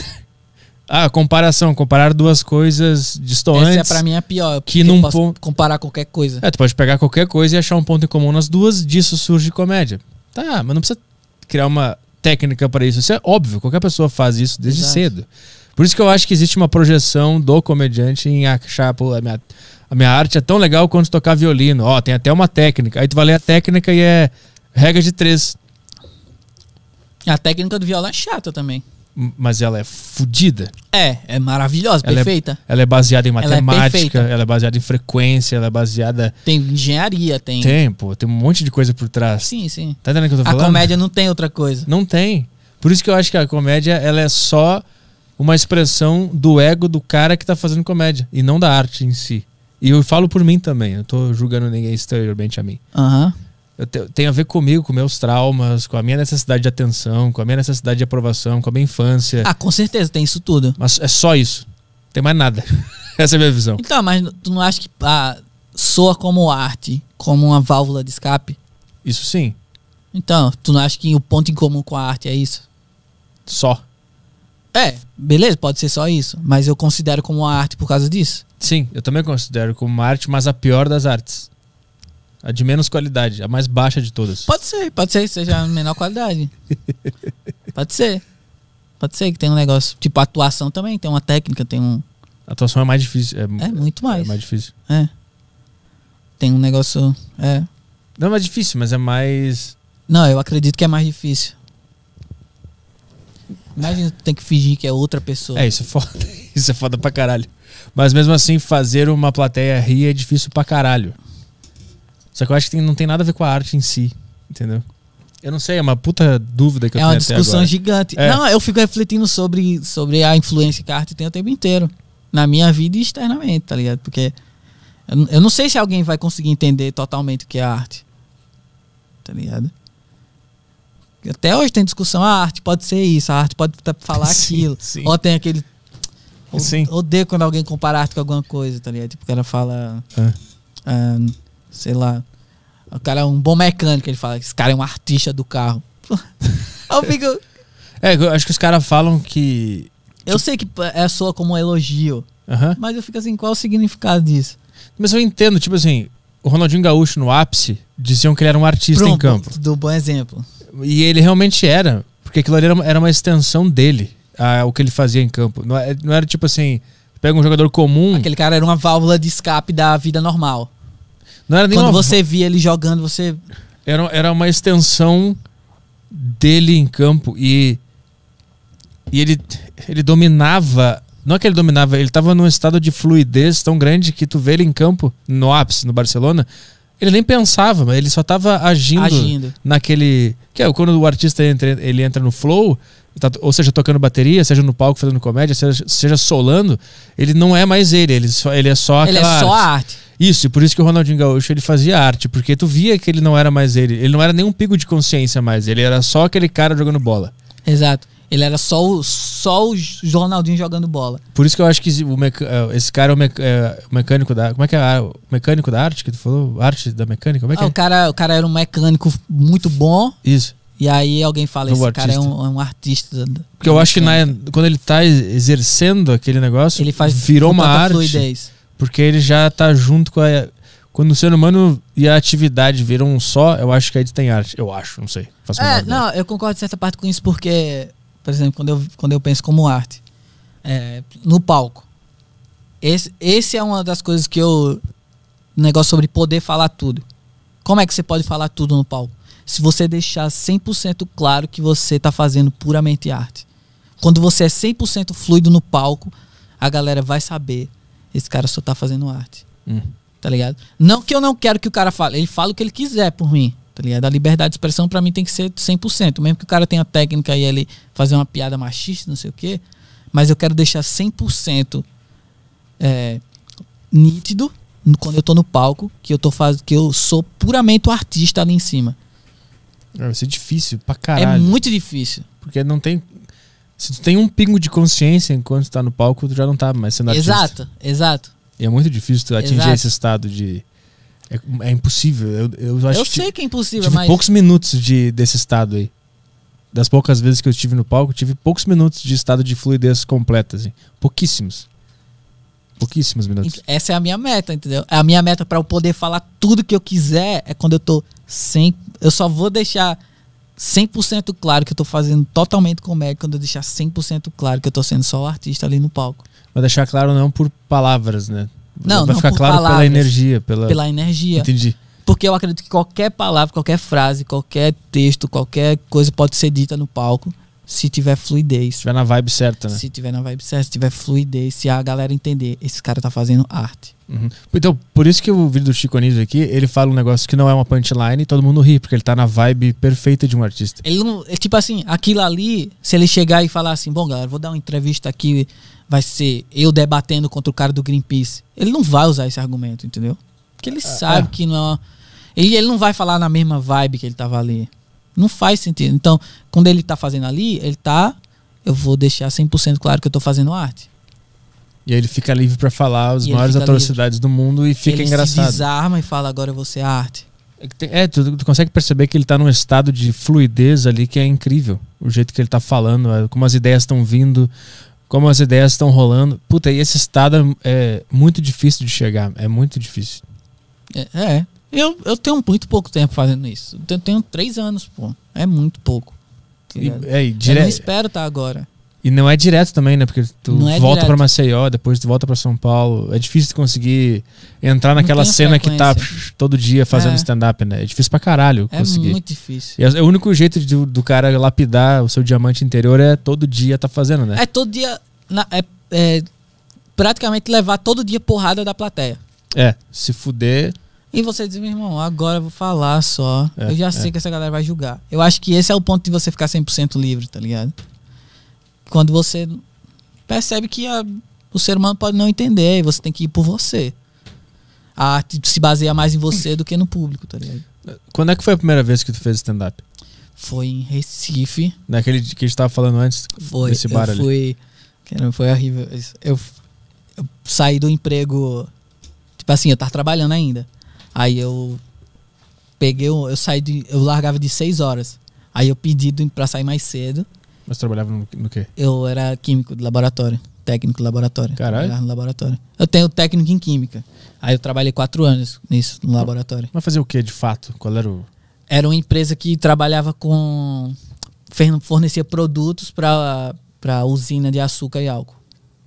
Speaker 1: Ah, comparação. Comparar duas coisas distantes.
Speaker 4: Essa é pra mim a
Speaker 1: que
Speaker 4: pior. porque
Speaker 1: num
Speaker 4: eu posso
Speaker 1: ponto-
Speaker 4: comparar qualquer coisa.
Speaker 1: É, tu pode pegar qualquer coisa e achar um ponto em comum nas duas, disso surge comédia. Tá, mas não precisa criar uma técnica para isso. Isso é óbvio, qualquer pessoa faz isso desde
Speaker 4: Exato.
Speaker 1: cedo. Por isso que eu acho que existe uma projeção do comediante em achar, pô, a minha, a minha arte é tão legal quanto tocar violino. Ó, tem até uma técnica. Aí tu vai ler a técnica e é regra de três.
Speaker 4: A técnica do violão é chata também.
Speaker 1: M- Mas ela é fodida.
Speaker 4: É, é maravilhosa,
Speaker 1: Ela é-
Speaker 4: perfeita.
Speaker 1: Ela é baseada em
Speaker 4: é
Speaker 1: matemática,
Speaker 4: perfeita.
Speaker 1: ela é, baseada em frequência, ela é baseada
Speaker 4: Tem engenharia, tem.
Speaker 1: em tempo, tem um monte de coisa por trás.
Speaker 4: Sim, sim.
Speaker 1: Tá entendendo o que eu tô
Speaker 4: A
Speaker 1: falando?
Speaker 4: comédia não tem outra coisa.
Speaker 1: Não tem. Por isso que eu acho que a comédia ela é só uma expressão do ego do cara que tá fazendo comédia e não da arte em si. E eu falo por mim também, eu tô julgando ninguém exteriormente a mim.
Speaker 4: Aham.
Speaker 1: Eu te- tem a ver comigo, com meus traumas, com a minha necessidade de atenção, com a minha necessidade de aprovação, com a minha infância.
Speaker 4: Ah, com certeza, tem isso tudo.
Speaker 1: Mas é só isso. Não tem mais nada. *laughs* Essa é a minha visão.
Speaker 4: Então, mas n- tu não acha que ah, soa como arte, como uma válvula de escape?
Speaker 1: Isso sim,
Speaker 4: Então, tu não acha que o ponto em comum com a arte é isso?
Speaker 1: só.
Speaker 4: É, beleza, pode ser só isso, mas eu considero como uma arte por causa disso.
Speaker 1: Sim, eu também considero como uma arte, mas a pior das artes. A de menos qualidade, a mais baixa de todas.
Speaker 4: Pode ser, pode ser que seja a menor qualidade. pode ser. Pode ser que tenha um negócio, tipo atuação também, tem uma técnica, tem um,
Speaker 1: A atuação é mais difícil. É,
Speaker 4: é muito mais.
Speaker 1: É mais difícil.
Speaker 4: É. Tem um negócio, é.
Speaker 1: Não é mais difícil, mas é mais.
Speaker 4: Não, eu acredito que é mais difícil. Imagina tu tem que fingir que é outra pessoa.
Speaker 1: É, isso é foda. *laughs* Isso é foda pra caralho. Mas mesmo assim, fazer uma plateia rir é difícil pra caralho. Só que eu acho que tem- não tem nada a ver com a arte em si, entendeu? Eu não sei, é uma puta dúvida que eu
Speaker 4: É
Speaker 1: tenho
Speaker 4: uma
Speaker 1: até
Speaker 4: discussão
Speaker 1: agora.
Speaker 4: gigante.
Speaker 1: É.
Speaker 4: Não, eu fico refletindo sobre, sobre a influência que a arte tem o tempo inteiro. Na minha vida e externamente, tá ligado? Porque eu, n- eu não sei se alguém vai conseguir entender totalmente o que é arte. Tá ligado? Até hoje tem discussão, "Ah, a arte pode ser isso, a arte pode tá- falar
Speaker 1: *laughs* Sim,
Speaker 4: aquilo.
Speaker 1: sim.
Speaker 4: Ou tem aquele. o-
Speaker 1: Sim.
Speaker 4: Odeio quando alguém compara arte com alguma coisa, tá ligado? Tipo, o cara fala.
Speaker 1: Ah.
Speaker 4: ah, sei lá. O cara é um bom mecânico, ele fala, esse cara é um artista do carro. *laughs* Eu fico.
Speaker 1: É, eu acho que os caras falam que.
Speaker 4: Eu sei que pa- é soa como um elogio,
Speaker 1: Aham.
Speaker 4: mas eu fico assim, qual o significado disso?
Speaker 1: Mas eu entendo, tipo assim, o Ronaldinho Gaúcho no ápice diziam que ele era um artista em
Speaker 4: Pronto,
Speaker 1: campo.
Speaker 4: Do bom exemplo.
Speaker 1: E ele realmente era, porque aquilo ali era uma, era uma extensão dele, a- o que ele fazia em campo. Não, é- não era tipo assim, pega um jogador comum,
Speaker 4: Aquele cara era uma válvula de escape da vida normal.
Speaker 1: não era nem
Speaker 4: Quando
Speaker 1: uma,
Speaker 4: você via ele jogando, você.
Speaker 1: era, era uma extensão dele em campo e e ele ele dominava, não é que ele dominava, ele tava num estado de fluidez tão grande que tu vê ele em campo no ápice no Barcelona, ele nem pensava, mas ele só tava agindo,
Speaker 4: Agindo.
Speaker 1: naquele, que é quando o artista entra, ele entra no flow, tá- ou seja, tocando bateria, seja no palco fazendo comédia, seja, seja solando, ele não é mais ele, ele só ele é só
Speaker 4: ele é
Speaker 1: aquela
Speaker 4: só a
Speaker 1: arte.
Speaker 4: arte.
Speaker 1: Isso, e por isso que o Ronaldinho Gaúcho ele fazia arte, porque tu via que ele não era mais ele, ele não era nenhum pico de consciência mais, ele era só aquele cara jogando bola.
Speaker 4: Exato. Ele era só o, só o Ronaldinho jogando bola.
Speaker 1: Por isso que eu acho que o meca- eh, esse cara é o, mec- eh, o mecânico da. Como é que é? a- O mecânico da arte que tu falou? Arte da mecânica? Como é que
Speaker 4: Ah,
Speaker 1: é?
Speaker 4: o, cara, o cara era um mecânico muito bom,
Speaker 1: Isso.
Speaker 4: e aí alguém fala,
Speaker 1: Novo
Speaker 4: esse cara é
Speaker 1: artista.
Speaker 4: um, é um artista. da-
Speaker 1: Porque eu acho que na- quando ele tá exercendo aquele negócio,
Speaker 4: Ele faz
Speaker 1: virou
Speaker 4: com
Speaker 1: uma
Speaker 4: tanta
Speaker 1: arte.
Speaker 4: fluidez.
Speaker 1: Porque ele já tá junto com a. Quando o ser humano e a atividade viram um só, eu acho que aí tem arte. Eu acho, não sei. Faço a menor
Speaker 4: É,
Speaker 1: ideia.
Speaker 4: não, eu concordo em certa parte com isso, porque, por exemplo, quando eu, quando eu penso como arte, é, no palco, esse, esse é uma das coisas que eu. um Negócio sobre poder falar tudo. Como é que você pode falar tudo no palco? Se você deixar 100% claro que você está fazendo puramente arte. Quando você é 100% fluido no palco, a galera vai saber: esse cara só tá fazendo arte. Tá ligado? Não que eu não quero que o cara fale, ele fala o que ele quiser por mim. Tá ligado? A liberdade de expressão pra mim tem que ser 100%. Mesmo que o cara tenha técnica e ele fazer uma piada machista, não sei o quê. Mas eu quero deixar 100% é, nítido no- quando eu tô no palco, que eu tô faz... que eu sou puramente o artista ali em cima.
Speaker 1: É, Vai ser difícil pra caralho.
Speaker 4: É muito difícil.
Speaker 1: Porque não tem. Se tu tem um pingo de consciência enquanto tu tá no palco, tu já não tá mais sendo artista.
Speaker 4: Exato, exato.
Speaker 1: E é muito difícil tu atingir
Speaker 4: Exato.
Speaker 1: esse estado de. É, é impossível. Eu, eu acho
Speaker 4: Eu
Speaker 1: que
Speaker 4: sei
Speaker 1: ti-
Speaker 4: que é impossível,
Speaker 1: tive
Speaker 4: mas.
Speaker 1: poucos minutos de, desse estado aí. Das poucas vezes que eu estive no palco, tive poucos minutos de estado de fluidez completa, assim. Pouquíssimos. Pouquíssimos minutos.
Speaker 4: Ent- Essa é a minha meta, entendeu? A minha meta pra eu poder falar tudo que eu quiser é quando eu tô sem. Eu só vou deixar 100% claro que eu tô fazendo totalmente comédia quando eu deixar 100% claro que eu tô sendo só o artista ali no palco.
Speaker 1: Mas deixar claro não por palavras, né?
Speaker 4: Não,
Speaker 1: Vai
Speaker 4: não
Speaker 1: ficar
Speaker 4: por
Speaker 1: claro pela
Speaker 4: palavras.
Speaker 1: energia, pela.
Speaker 4: Pela energia.
Speaker 1: Entendi.
Speaker 4: Porque eu acredito que qualquer palavra, qualquer frase, qualquer texto, qualquer coisa pode ser dita no palco se tiver fluidez.
Speaker 1: Se tiver na vibe certa, né?
Speaker 4: Se tiver na vibe certa, se tiver fluidez, se a galera entender, esse cara tá fazendo arte.
Speaker 1: Uhum. Então, por isso que o vídeo do Chico Anísio aqui, ele fala um negócio que não é uma punchline e todo mundo ri, porque ele tá na vibe perfeita de um artista.
Speaker 4: Ele não. É tipo assim, aquilo ali, se ele chegar e falar assim, bom, galera, vou dar uma entrevista aqui, vai ser eu debatendo contra o cara do Greenpeace. Ele não vai usar esse argumento, entendeu? Porque ele sabe que não é. uma- Ele, ele não vai falar na mesma vibe que ele tava ali. Não faz sentido. Então, quando ele tá fazendo ali, ele tá. Eu vou deixar 100% claro que eu tô fazendo arte.
Speaker 1: E aí ele fica livre pra falar as
Speaker 4: E ele
Speaker 1: maiores
Speaker 4: fica
Speaker 1: atrocidades do mundo e fica
Speaker 4: ele se
Speaker 1: engraçado.
Speaker 4: desarma e fala, agora você é a arte.
Speaker 1: É que tem- É, tu, tu consegue perceber que ele tá num estado de fluidez ali que é incrível. O jeito que ele tá falando, é, como as ideias estão vindo, como as ideias estão rolando. Puta, e esse estado é, é muito difícil de chegar. É muito difícil.
Speaker 4: É. é. Eu, eu tenho muito pouco tempo fazendo isso. Eu tenho três anos, pô. É muito pouco.
Speaker 1: E, é, e
Speaker 4: Eu não
Speaker 1: dire...
Speaker 4: espero estar agora.
Speaker 1: E não é direto também, né? Porque tu
Speaker 4: Não é
Speaker 1: volta pra
Speaker 4: direto.
Speaker 1: Maceió, depois tu volta pra São Paulo. É difícil tu conseguir entrar naquela
Speaker 4: tem a
Speaker 1: cena que tá
Speaker 4: frequência.
Speaker 1: psh, todo dia fazendo
Speaker 4: É.
Speaker 1: stand-up, né? É difícil pra caralho
Speaker 4: É
Speaker 1: conseguir.
Speaker 4: muito difícil.
Speaker 1: E É, é o único jeito de- do cara lapidar o seu diamante interior é todo dia tá fazendo, né?
Speaker 4: É todo dia. na- é, é praticamente levar todo dia porrada da plateia.
Speaker 1: É, se fuder.
Speaker 4: E você diz, meu irmão, agora eu vou falar só.
Speaker 1: É,
Speaker 4: eu já
Speaker 1: é.
Speaker 4: sei que essa galera vai julgar. Eu acho que esse é o ponto de você ficar 100% livre, tá ligado? Quando você percebe que a- o ser humano pode não entender e você tem que ir por você. A arte se baseia mais em você do que no público, tá ligado?
Speaker 1: Quando é que foi a primeira vez que tu fez stand-up?
Speaker 4: Foi em Recife.
Speaker 1: Naquele dia que a gente tava falando antes
Speaker 4: Foi.
Speaker 1: desse bar
Speaker 4: eu
Speaker 1: ali.
Speaker 4: fui. Caramba, foi horrível. isso. Eu, eu saí do emprego. Tipo assim, eu tava trabalhando ainda. Aí eu peguei. o- Eu saí de. Eu largava de 6 horas. Aí eu pedi do- pra sair mais cedo.
Speaker 1: Mas trabalhava no, no quê?
Speaker 4: Eu era químico de laboratório. Técnico de laboratório.
Speaker 1: Caralho.
Speaker 4: Trabalhava No laboratório. Eu tenho técnico em química. Aí eu trabalhei quatro anos nisso, no laboratório.
Speaker 1: Mas fazer o quê de fato? Qual era o.
Speaker 4: Era uma empresa que trabalhava com. fern- fornecia produtos pra, pra usina de açúcar e álcool.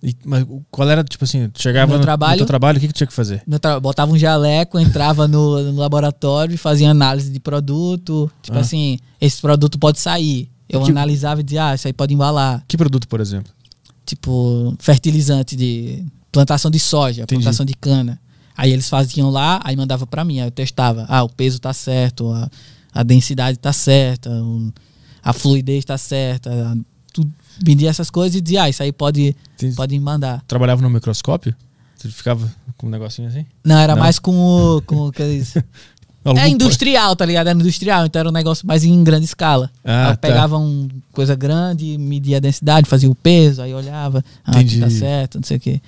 Speaker 1: e- mas o- qual era, tipo assim, tu chegava
Speaker 4: Meu
Speaker 1: no, no
Speaker 4: trabalho?
Speaker 1: teu trabalho, o que, que tu tinha que fazer?
Speaker 4: Meu tra- Botava um jaleco, entrava no, no laboratório e fazia análise de produto. Tipo
Speaker 1: Ah. Tipo
Speaker 4: assim, esse produto pode sair. Eu
Speaker 1: Que-
Speaker 4: analisava e dizia, ah, isso aí pode embalar.
Speaker 1: Que produto, por exemplo?
Speaker 4: Tipo, fertilizante de plantação de soja,
Speaker 1: Entendi.
Speaker 4: plantação de cana. Aí eles faziam lá, aí mandava pra mim, aí eu testava. Ah, o peso tá certo, a, a densidade tá certa, o- a fluidez tá certa. a- Tudo, media essas coisas e dizia, ah, isso aí pode,
Speaker 1: Entendi.
Speaker 4: pode mandar.
Speaker 1: Trabalhava no microscópio? Tu ficava com um negocinho assim?
Speaker 4: Não, era
Speaker 1: Não.
Speaker 4: mais com o. Com aqueles,
Speaker 1: A lupa?
Speaker 4: É industrial, tá ligado? Era industrial, então era um negócio mais em grande escala.
Speaker 1: Ah,
Speaker 4: aí eu
Speaker 1: tá.
Speaker 4: pegava uma coisa grande, media a densidade, fazia o peso, aí olhava, ah, aqui
Speaker 1: Entendi.
Speaker 4: tá certo, não sei o quê.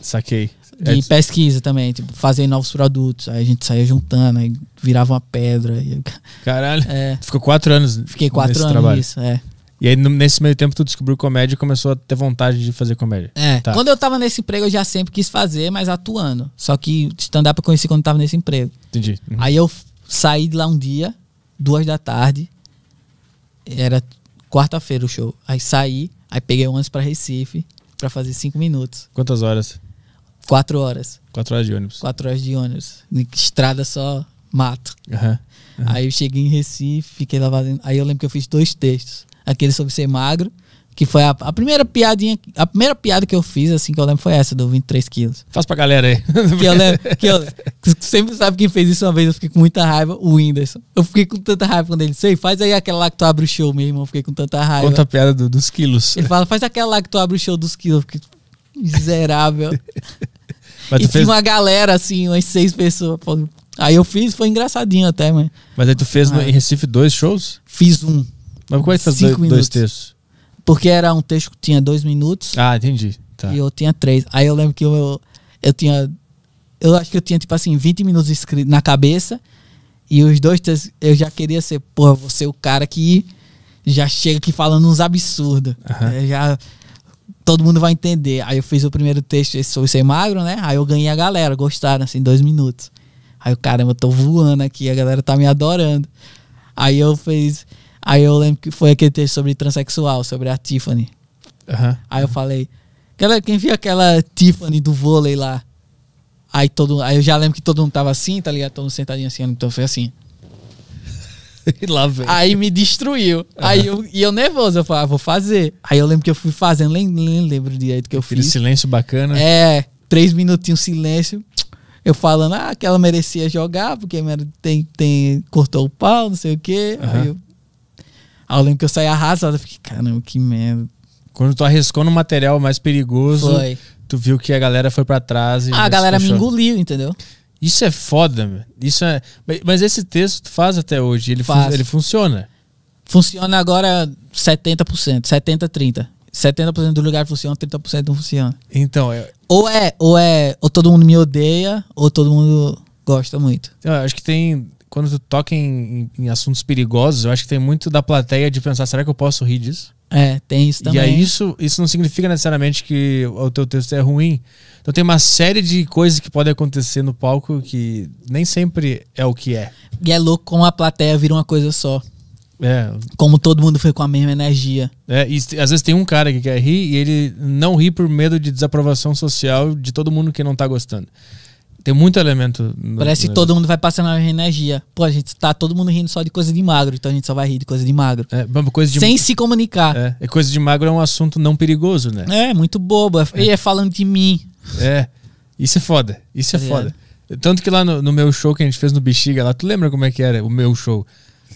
Speaker 1: Saquei.
Speaker 4: E
Speaker 1: É,
Speaker 4: pesquisa também, tipo, fazer novos produtos. Aí a gente saía juntando, aí virava uma pedra. e-
Speaker 1: Caralho.
Speaker 4: É.
Speaker 1: Tu ficou quatro anos.
Speaker 4: *laughs* Fiquei quatro
Speaker 1: nesse
Speaker 4: anos
Speaker 1: trabalho.
Speaker 4: nisso, é.
Speaker 1: E aí, no- nesse meio tempo, tu descobriu comédia e começou a ter vontade de fazer comédia.
Speaker 4: É,
Speaker 1: Tá.
Speaker 4: quando eu tava nesse emprego eu já sempre quis fazer, mas atuando. Só que stand-up eu conheci quando tava nesse emprego.
Speaker 1: Entendi. Uhum.
Speaker 4: Aí eu f- saí de lá um dia, duas da tarde. Era quarta-feira o show. Aí saí, aí peguei um ônibus pra Recife pra fazer cinco minutos.
Speaker 1: Quantas horas?
Speaker 4: Quatro horas.
Speaker 1: Quatro horas de ônibus.
Speaker 4: Quatro horas de ônibus. Em Estrada só mato.
Speaker 1: Aham.
Speaker 4: Aí eu cheguei em Recife, fiquei lá fazendo. Aí eu lembro que eu fiz dois textos. Aquele sobre ser magro, que foi a, a primeira piadinha. A primeira piada que eu fiz, assim, que eu lembro foi essa, do 23 quilos.
Speaker 1: Faz pra galera aí.
Speaker 4: *laughs* Que eu lembro, que eu sempre sabe quem fez isso uma vez, eu fiquei com muita raiva, o Whindersson. Eu fiquei com tanta raiva quando ele disse, "Ei, faz aí aquela lá que tu abre o show, meu irmão. Eu fiquei com tanta
Speaker 1: *laughs*
Speaker 4: raiva.
Speaker 1: Conta a piada do- dos quilos.
Speaker 4: Ele fala, faz aquela lá que tu abre o show dos quilos. Eu fiquei miserável.
Speaker 1: *laughs* Mas,
Speaker 4: e
Speaker 1: tu fez,
Speaker 4: tinha uma galera, assim, umas seis pessoas. Pô, Aí eu fiz, foi engraçadinho até, mas
Speaker 1: mas aí tu fez no-
Speaker 4: Ah.
Speaker 1: em Recife dois shows?
Speaker 4: fiz um.
Speaker 1: Mas como é que tu faz
Speaker 4: Cinco
Speaker 1: dois, dois
Speaker 4: minutos.
Speaker 1: textos?
Speaker 4: Porque era um texto que tinha dois minutos
Speaker 1: Ah, entendi. Tá.
Speaker 4: e eu tinha três. Aí eu lembro que eu, eu tinha. Eu acho que eu tinha, tipo assim, 20 minutos escrito na cabeça. E os dois textos, eu já queria ser, porra, vou ser o cara que já chega aqui falando uns absurdos. É, já. Todo mundo vai entender. Aí eu fiz o primeiro texto esse sobre ser magro, né? Aí eu ganhei a galera, gostaram, assim, dois minutos. Aí eu, caramba, eu tô voando aqui, a galera tá me adorando. Aí eu fiz. Aí eu lembro que foi aquele texto sobre transexual, sobre a Tiffany. *laughs*
Speaker 1: Aham.
Speaker 4: Aí eu falei, galera, quem viu aquela Tiffany do vôlei lá? Aí, todo, aí eu já lembro que todo mundo tava assim, tá ligado? Todo mundo sentadinho assim, então foi assim.
Speaker 1: E lá vem.
Speaker 4: Aí
Speaker 1: *laughs*
Speaker 4: me destruiu. Aí eu, e eu nervoso, eu falei, ah, vou fazer. Aí eu lembro que eu fui fazendo, nem, nem lembro direito que eu
Speaker 1: Aquele
Speaker 4: fiz.
Speaker 1: silêncio né? bacana.
Speaker 4: É, três minutinhos silêncio. Eu falando, ah, que ela merecia jogar, porque mere- tem, tem, cortou o pau, não sei o quê.
Speaker 1: Aham.
Speaker 4: Aí, eu, aí eu lembro que eu saí arrasado, eu fiquei, caramba, que merda.
Speaker 1: Quando tu arriscou no material mais perigoso,
Speaker 4: Foi.
Speaker 1: tu viu que a galera foi pra trás e.
Speaker 4: Ah, a galera me
Speaker 1: fechou.
Speaker 4: engoliu, entendeu?
Speaker 1: Isso é foda, meu. Isso é. Mas- Mas esse texto tu faz até hoje. Ele, fun-
Speaker 4: Faço.
Speaker 1: ele funciona.
Speaker 4: Funciona agora 70%, 70, 30. 70% do lugar funciona, 30% não funciona.
Speaker 1: Então, eu,
Speaker 4: Ou é, ou é, ou todo mundo me odeia, ou todo mundo gosta muito.
Speaker 1: eu acho que tem. Quando tu toca em, em- em assuntos perigosos, eu acho que tem muito da plateia de pensar: será que eu posso rir disso?
Speaker 4: É, tem isso também.
Speaker 1: E aí isso, isso não significa necessariamente que o teu texto é ruim. Então tem uma série de coisas que podem acontecer no palco que nem sempre é o que é.
Speaker 4: E é louco como a plateia vira uma coisa só.
Speaker 1: É,
Speaker 4: Como todo mundo foi com a mesma energia.
Speaker 1: É, e se- às vezes tem um cara que quer rir e ele não ri por medo de desaprovação social de todo mundo que não tá gostando. Tem muito elemento. no-
Speaker 4: Parece que
Speaker 1: no-
Speaker 4: todo mundo vai passando a mesma energia. Pô, a gente tá todo mundo rindo só de coisa de magro, então a gente só vai rir de coisa de magro.
Speaker 1: É, bom, coisa de,
Speaker 4: Sem se comunicar.
Speaker 1: é, é, coisa de magro é um assunto não perigoso, né?
Speaker 4: É, muito bobo. É- E é falando de mim.
Speaker 1: É. Isso é foda. Isso é
Speaker 4: Tá
Speaker 1: foda.
Speaker 4: ligado?
Speaker 1: Tanto que lá no, no meu show que a gente fez no Bexiga, lá, tu lembra como é que era o meu show?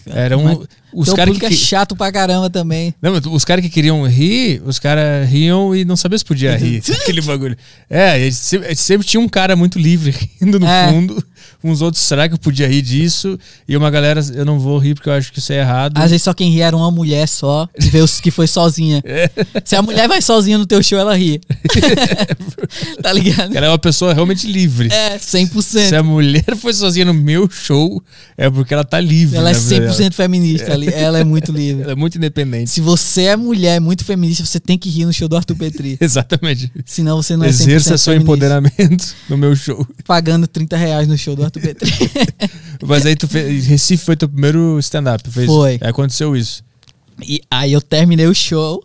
Speaker 1: Era um. Os
Speaker 4: Teu
Speaker 1: caras
Speaker 4: público
Speaker 1: que.
Speaker 4: é chato pra caramba também.
Speaker 1: Não, mas os caras que queriam rir, os caras riam e não sabia se podia
Speaker 4: *laughs*
Speaker 1: rir. aquele bagulho. É, e se- e sempre tinha um cara muito livre *laughs* rindo no
Speaker 4: É.
Speaker 1: fundo. Uns outros, será que eu podia rir disso? E uma galera, eu não vou rir porque eu acho que isso é errado.
Speaker 4: Às vezes só quem ri era uma mulher só, e vê os que
Speaker 1: *laughs*
Speaker 4: foi sozinha.
Speaker 1: É.
Speaker 4: Se a mulher vai sozinha no teu show, ela ri. tá ligado?
Speaker 1: Ela é uma pessoa realmente livre.
Speaker 4: É, 100%.
Speaker 1: Se a mulher *laughs* foi sozinha no meu show, é porque ela tá livre.
Speaker 4: Ela é
Speaker 1: na verdade.
Speaker 4: 100% feminista ali. Ela é muito livre.
Speaker 1: Ela é muito independente. *laughs*
Speaker 4: Se você é mulher muito feminista, você tem que rir no show do Arthur Petri.
Speaker 1: Exatamente.
Speaker 4: Senão você não é 100%
Speaker 1: Exerça seu
Speaker 4: feminista.
Speaker 1: empoderamento *laughs* no meu show.
Speaker 4: Pagando 30 reais no show do Arthur Petri.
Speaker 1: Mas aí tu fez. Recife foi teu primeiro stand-up. tu fez-
Speaker 4: Foi.
Speaker 1: Aconteceu isso.
Speaker 4: e aí eu terminei o show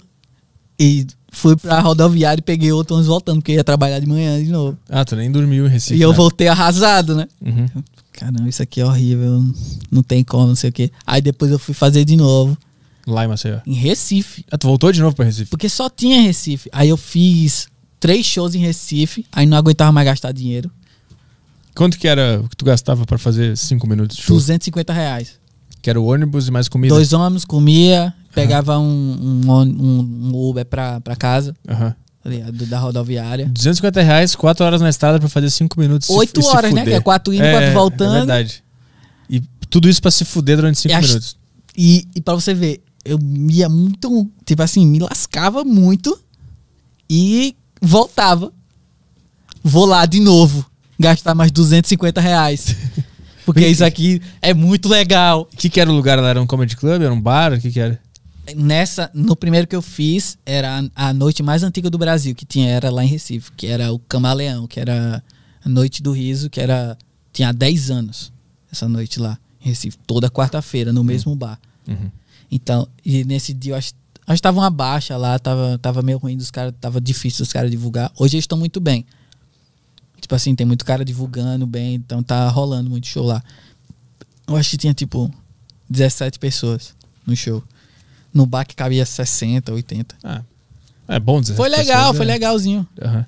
Speaker 4: e fui pra rodoviária e peguei outro ônibus voltando, porque eu ia trabalhar de manhã de novo.
Speaker 1: Ah, tu nem dormiu em Recife.
Speaker 4: e eu
Speaker 1: né?
Speaker 4: voltei arrasado, né?
Speaker 1: Uhum.
Speaker 4: Caramba, isso aqui é horrível. Não tem como, não sei o quê. Aí depois eu fui fazer de novo
Speaker 1: Lá em Maceió.
Speaker 4: em Recife.
Speaker 1: Ah, tu voltou de novo pra Recife?
Speaker 4: Porque só tinha Recife. Aí eu fiz três shows em Recife, aí não aguentava mais gastar dinheiro.
Speaker 1: Quanto que era o que tu gastava pra fazer cinco minutos de show?
Speaker 4: 250 reais.
Speaker 1: Que era o ônibus e mais comida?
Speaker 4: Dois homens, comia, pegava um, um, ôni- um- um Uber pra, pra casa,
Speaker 1: Aham.
Speaker 4: tá ligado? Do- da rodoviária.
Speaker 1: 250 reais, quatro horas na estrada pra fazer cinco minutos. e se-
Speaker 4: Oito
Speaker 1: e se
Speaker 4: horas, né?
Speaker 1: fuder.
Speaker 4: Que é quatro indo, quatro voltando.
Speaker 1: É verdade. E tudo isso pra se fuder durante cinco
Speaker 4: E as-
Speaker 1: minutos.
Speaker 4: E, e pra você ver, eu ia muito, tipo assim, me lascava muito e voltava. Vou lá de novo, gastar mais 250 reais. Porque isso aqui é muito legal.
Speaker 1: O que, que era o lugar lá? Era um comedy club? Era um bar? O que, que era?
Speaker 4: Nessa, no primeiro que eu fiz, era a, a noite mais antiga do Brasil que tinha, era lá em Recife, que era o Camaleão, que era a Noite do Riso, que era. Tinha 10 anos essa noite lá em Recife, toda quarta-feira, no mesmo bar. Então, e nesse dia eu acho. Acho que tava uma baixa lá, tava, tava meio ruim dos caras, tava difícil dos caras divulgar. Hoje eles estão muito bem. Tipo assim, tem muito cara divulgando bem, então tá rolando muito show lá. Eu acho que tinha tipo 17 pessoas no show. No bar que cabia 60, 80.
Speaker 1: Ah, é bom dizer.
Speaker 4: Foi
Speaker 1: as
Speaker 4: legal,
Speaker 1: pessoas,
Speaker 4: foi
Speaker 1: né?
Speaker 4: legalzinho.
Speaker 1: Aham.